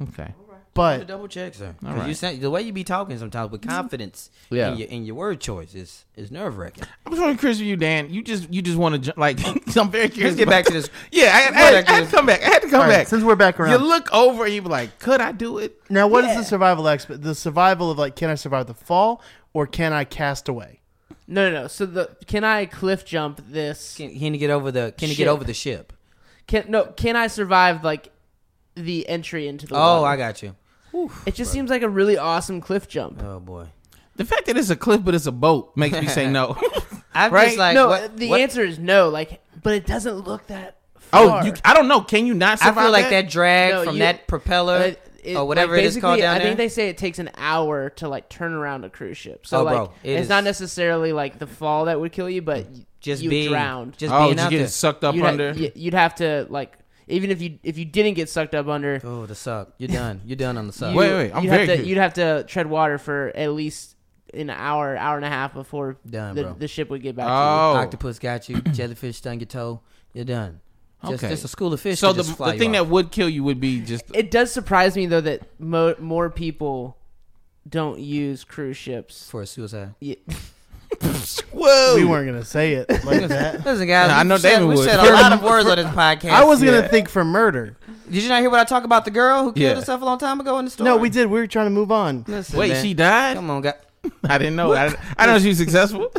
S1: Okay.
S3: But
S2: double check, Mm-hmm. sir. 'Cause You say, the way you be talking sometimes with confidence
S1: Yeah.
S2: in, your, in your word choice is, is nerve wracking.
S1: I'm just really curious with you, Dan. You just you just want to like. I'm very curious.
S2: Let's get
S1: about-
S2: back to this.
S1: Yeah, I, I,
S2: Let's get back
S1: I,
S2: to
S1: had
S2: this.
S1: to come back. I had to come
S3: All right,
S1: back.
S3: since we're back around.
S1: you look over and you be like, "Could I do it?"
S3: now, what is the survival expert? The survival of like, can I survive the fall or can I cast away?
S5: No, no, no. So the can I cliff jump this?
S2: Can, can you get over the Can you get
S5: Ship.
S2: over the ship?
S5: Can no? Can I survive like the entry into the?
S2: Oh,
S5: water?
S2: I got you.
S5: It just seems like a really awesome cliff jump.
S2: Oh boy.
S1: The fact that it's a cliff but it's a boat makes me say no.
S2: I'm
S1: Right?
S2: just like
S5: no,
S2: what-
S5: the
S2: what-
S5: answer is no. Like, but it doesn't look that.
S1: oh,
S5: far.
S1: you, I don't know. Can you not
S2: I
S1: survive?
S2: feel like that drag
S5: No,
S2: from
S5: you-
S2: that propeller
S5: uh, it-
S2: or whatever
S5: like,
S2: it is called
S5: basically,
S2: down
S5: I
S2: there.
S5: think they say it takes an hour to like turn around a cruise ship. So
S2: Oh,
S5: like,
S2: bro, it
S5: it's
S2: is-
S5: not necessarily like the fall that would kill you, but y-
S2: just
S5: you
S2: being
S5: drowned.
S2: Just
S1: Oh,
S2: being
S1: just
S2: out
S1: getting
S2: there.
S1: sucked up
S5: you'd, ha-
S1: under.
S5: y- you'd have to like even if you if you didn't get sucked up under.
S2: Oh, the suck. You're done. You're done on the suck.
S5: you-
S1: Wait, wait, I'm
S5: you'd
S1: very
S5: have to,
S1: curious.
S5: You'd have to tread water for at least an hour, hour and a half before
S2: Done,
S5: the,
S2: bro.
S5: the ship would get back to you.
S1: oh,
S2: Octopus got you. Jellyfish stung your toe. You're done. Just,
S1: Okay.
S2: just a school of fish.
S1: so
S2: could
S1: the,
S2: just fly
S1: the
S2: you
S1: thing
S2: off.
S1: that would kill you would be just
S5: It does surprise me though that mo- more people don't use cruise ships.
S2: for a suicide.
S5: Ye-
S1: whoa.
S3: We weren't gonna say it like that.
S2: Listen, guys,
S1: I know
S2: we said,
S1: David
S2: we
S1: would.
S2: said a lot of words on this podcast.
S3: I was gonna think for murder.
S2: Did you not hear what I talk about the girl who killed
S1: Yeah.
S2: herself a long time ago in the store?
S3: No, we did. We were trying to move on.
S2: Listen,
S1: Wait,
S2: man.
S1: she died.
S2: Come on, guy.
S1: I didn't know. I, I didn't know she was successful.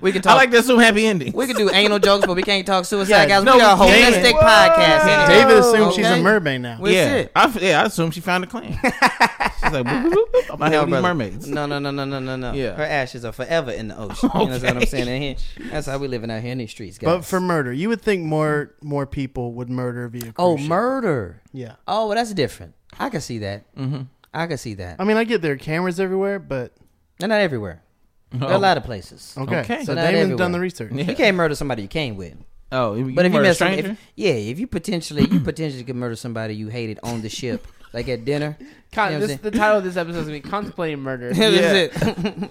S2: we can
S1: I
S2: talk.
S1: like to assume happy ending.
S2: we can do anal jokes, but we can't talk suicide,
S1: Yeah,
S2: guys.
S1: no,
S2: we are a
S1: we can't.
S2: holistic podcast. anyway.
S3: David assumes she's a
S2: Okay?
S3: mermaid now.
S2: Well,
S1: yeah,
S2: shit.
S1: I, f- yeah, I assume she found a clan. She's like, boop, boop, boop, boop. I'm out here with these
S2: brother.
S1: mermaids.
S2: No, no, no, no, no, no, no.
S1: Yeah.
S2: Her ashes are forever in the ocean. You know what I'm
S1: Okay.
S2: saying? In here. That's how we living out here in these streets, guys.
S3: But for murder, you would think more more people would murder via.
S2: oh,
S3: cruise ship.
S2: murder.
S3: Yeah.
S2: Oh, well, that's different. I can see that. Mm-hmm. I can see that.
S3: I mean, I get there are cameras everywhere, but
S2: They're not everywhere. There
S1: Oh.
S2: are a lot of places.
S3: okay.
S1: Okay.
S3: So
S2: Not
S3: Damon's
S2: everywhere.
S3: done the research.
S1: Yeah.
S2: You can't murder somebody you came with.
S1: Oh, you
S2: But if you
S1: murder a
S2: mess
S1: stranger,
S2: if, yeah, if you potentially you potentially could murder somebody you hated on the ship, like at dinner.
S5: Con-
S2: You know what I'm
S5: this, the title of this episode is going to be Contemplating Murder.
S2: This is it.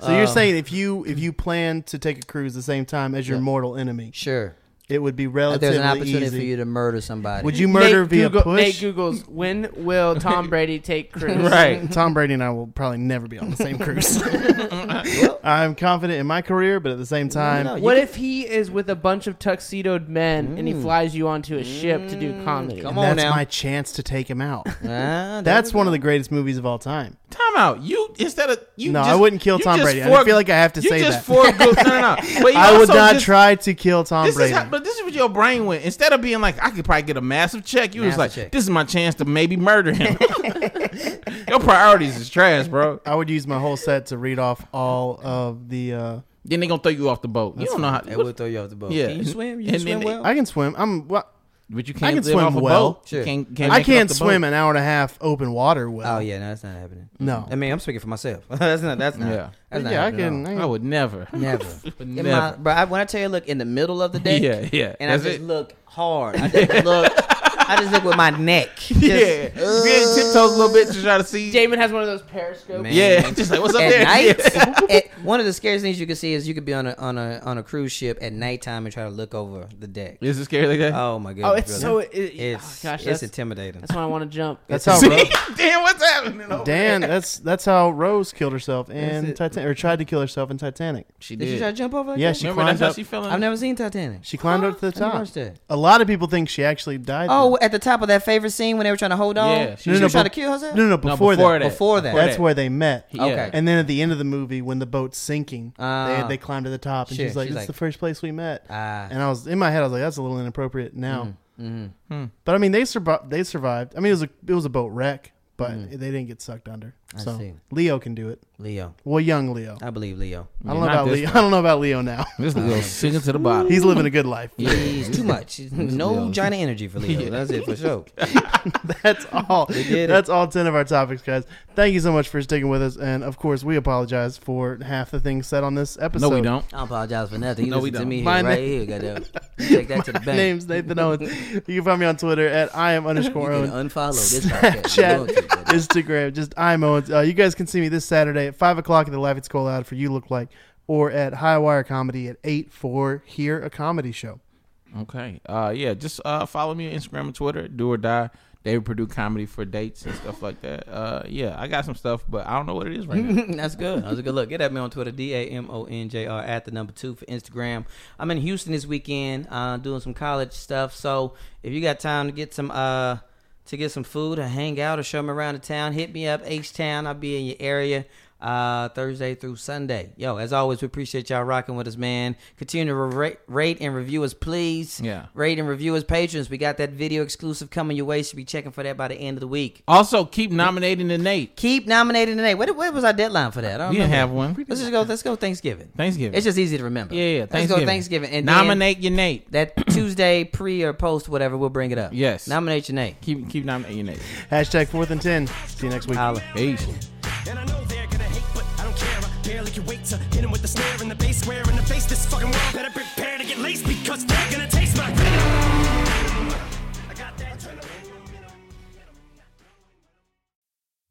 S3: So
S2: Uh.
S3: you're saying if you if you plan to take a cruise the same time as your mortal enemy,
S2: sure.
S3: it would be
S2: If
S3: relatively
S2: there's an opportunity
S3: easy.
S2: for you to murder somebody.
S3: Would you murder
S5: Nate
S3: via
S5: Google- Nate
S3: push?
S5: Googles, when will Tom Brady take cruise?
S1: right?
S3: Tom Brady and I will probably never be on the same cruise. I'm confident in my career, but at the same time,
S2: You
S5: What if he is with a bunch of tuxedoed men and he flies you onto a ship to do comedy?
S2: Come
S3: and
S2: on
S3: that's
S2: now.
S3: my chance to take him out.
S2: Ah, there
S3: That's
S2: we
S3: one of the greatest movies of all time.
S1: Time out. You instead of you.
S3: No,
S1: just-
S3: I wouldn't kill
S1: you
S3: Tom
S1: just
S3: Brady. I didn't
S1: forego-
S3: feel like I have to
S1: you
S3: say
S1: just
S3: that.
S1: forego- no, no, no. But you
S3: I would
S1: also
S3: not
S1: just-
S3: try to kill Tom
S1: This
S3: Brady.
S1: is how, but this is what your brain went. Instead of being like, I could probably get a massive check, you was
S2: Massive
S1: like,
S2: check.
S1: this is my chance to maybe murder him. your priorities is trash, bro.
S3: I would use my whole set to read off all of the. Uh,
S1: Then they gonna throw you off the boat. you don't know how.
S2: go. It will throw you off the boat.
S1: Yeah.
S2: Can you swim? You
S1: And
S2: can swim
S1: then-
S2: well.
S3: I can swim. I'm. Well,
S1: but you can't
S3: can
S1: live
S3: swim
S1: off a
S3: well.
S1: boat.
S2: Sure.
S1: You can't, can't
S3: I
S1: make it off
S3: can't
S1: the
S3: swim
S1: boat.
S3: an hour and a half open water well.
S2: oh yeah, no, that's not happening.
S3: No.
S2: I mean I'm speaking for myself. that's not. That's not.
S1: Yeah.
S2: That's not
S3: yeah, I
S2: happening at
S3: can.
S2: all.
S3: I can-
S1: I would never.
S2: Never.
S1: Would
S2: In
S1: never.
S2: my, but I, when I tell you, look in the middle of the deck,
S1: Yeah, yeah,
S2: and
S1: that's
S2: I just
S1: it.
S2: look hard. I just look. I just look with my neck. Just,
S1: yeah,
S2: uh,
S1: Then tiptoes a little bit to try to see.
S5: Damon has one of those periscopes.
S2: Man.
S1: yeah, just like what's up
S2: At
S1: there?
S2: night,
S1: Yeah.
S2: at- one of the scariest things you can see is you could be on a on a on a cruise ship at nighttime and try to look over the deck.
S1: Is it scary like that?
S2: Oh my god!
S5: Oh, it's so. It, it-
S2: it's
S5: oh, gosh,
S2: it's
S5: that's,
S2: intimidating.
S5: that's when I want to jump.
S3: That's how
S1: See?
S3: Ro-
S1: Damn, what's happening? over
S3: Dan.
S1: there?
S3: That's that's how Rose killed herself in
S5: it.
S3: Titanic, or tried to kill herself in Titanic.
S1: she
S2: Did you
S1: did.
S2: try to jump over? Like
S3: Yeah,
S2: that?
S3: she
S1: Remember
S3: climbed
S1: that's how
S3: up.
S1: she fell in.
S2: I've never seen Titanic.
S3: She climbed up to the
S2: I never
S3: top.
S2: watched that.
S3: A lot of people think she actually died.
S2: Oh, at the top of that favorite scene when they were trying to hold on,
S1: Yeah,
S2: she
S1: she-
S2: was
S3: No, no,
S2: trying to
S3: but-
S2: kill herself.
S3: then. no, no, before, that.
S2: Before that.
S3: That's where they met.
S1: Yeah.
S2: Okay.
S3: And then at the end of the movie, when the boat's sinking,
S2: Ah.
S3: they, they climb to the top, and
S2: Sure,
S3: she's like,
S2: she's like-
S3: "This is the first place we met."
S2: Ah. Mm-hmm.
S3: and I was in my head, I was like, "That's a little inappropriate now." But I mean, they survived. They survived. I mean, it was a it was a boat wreck, but they didn't get sucked under. so
S2: Mm-hmm. see.
S3: Leo can do it.
S2: Leo.
S3: Well, young Leo.
S2: I believe Leo.
S3: I don't know
S1: not
S3: about
S1: this
S3: Leo. I don't know about Leo now.
S1: This little sinking to the bottom.
S3: He's living a good life.
S2: He's too much. No Johnny energy for Leo. That's it for sure.
S3: That's all.
S2: did it.
S3: That's all 10 of our topics, guys. Thank you so much for sticking with us. And of course, we apologize for half the things said on this episode.
S1: No, we don't.
S2: I apologize for nothing. You
S1: No,
S2: listen
S1: we
S2: to
S1: don't.
S2: me here,
S3: My
S2: right here, goddamn. You Take that to the
S3: My
S2: bank.
S3: name's Nathan Owens. You can find me on Twitter at I am underscore
S2: You
S3: Owens.
S2: can unfollow this podcast. You
S3: Snapchat,
S2: don't take that.
S3: Instagram, just I'm Owens. Uh, you guys can see me this Saturday at five o'clock at the Life at School Out for You Look Like, or at High Wire Comedy at eight for Here a Comedy Show.
S1: Okay. Uh, yeah. Just uh, follow me on Instagram and Twitter. Do or die. David Purdue comedy for dates and stuff like that. Uh, yeah, I got some stuff, but I don't know what it is right now.
S2: That's good. That's a good look. Get at me on Twitter, D A M O N J R at the number two for Instagram. I'm in Houston this weekend, uh, doing some college stuff. So if you got time to get some uh to get some food or hang out or show me around the town, hit me up, H Town. I'll be in your area uh Thursday through Sunday. Yo, as always, we appreciate y'all rocking with us, man. Continue to ra- rate and review us, please.
S1: Yeah.
S2: Rate and review us, patrons. We got that video exclusive coming your way. Should be checking for that by the end of the week.
S1: Also, keep nominating the Nate.
S2: Keep nominating today. What, what was our deadline for that? I don't
S1: We didn't
S2: remember.
S1: have one.
S2: Let's just go. Let's go Thanksgiving.
S1: Thanksgiving.
S2: It's just easy to remember.
S1: yeah, yeah. Thanksgiving.
S2: Let's go Thanksgiving and nominate
S1: nominate your Nate.
S2: that Tuesday pre or post whatever. We'll bring it up.
S1: Yes.
S2: Nominate your name.
S1: Keep keep nominating your Nate.
S3: Hashtag fourth and ten. See you next week.
S2: Holla.
S1: Peace.
S4: And I know they're gonna hate, but I don't care. I barely can wait to hit 'em with the snare and the bass square in the face. This fucking world better prepare to get laced because they're gonna taste my venom. I got that adrenaline.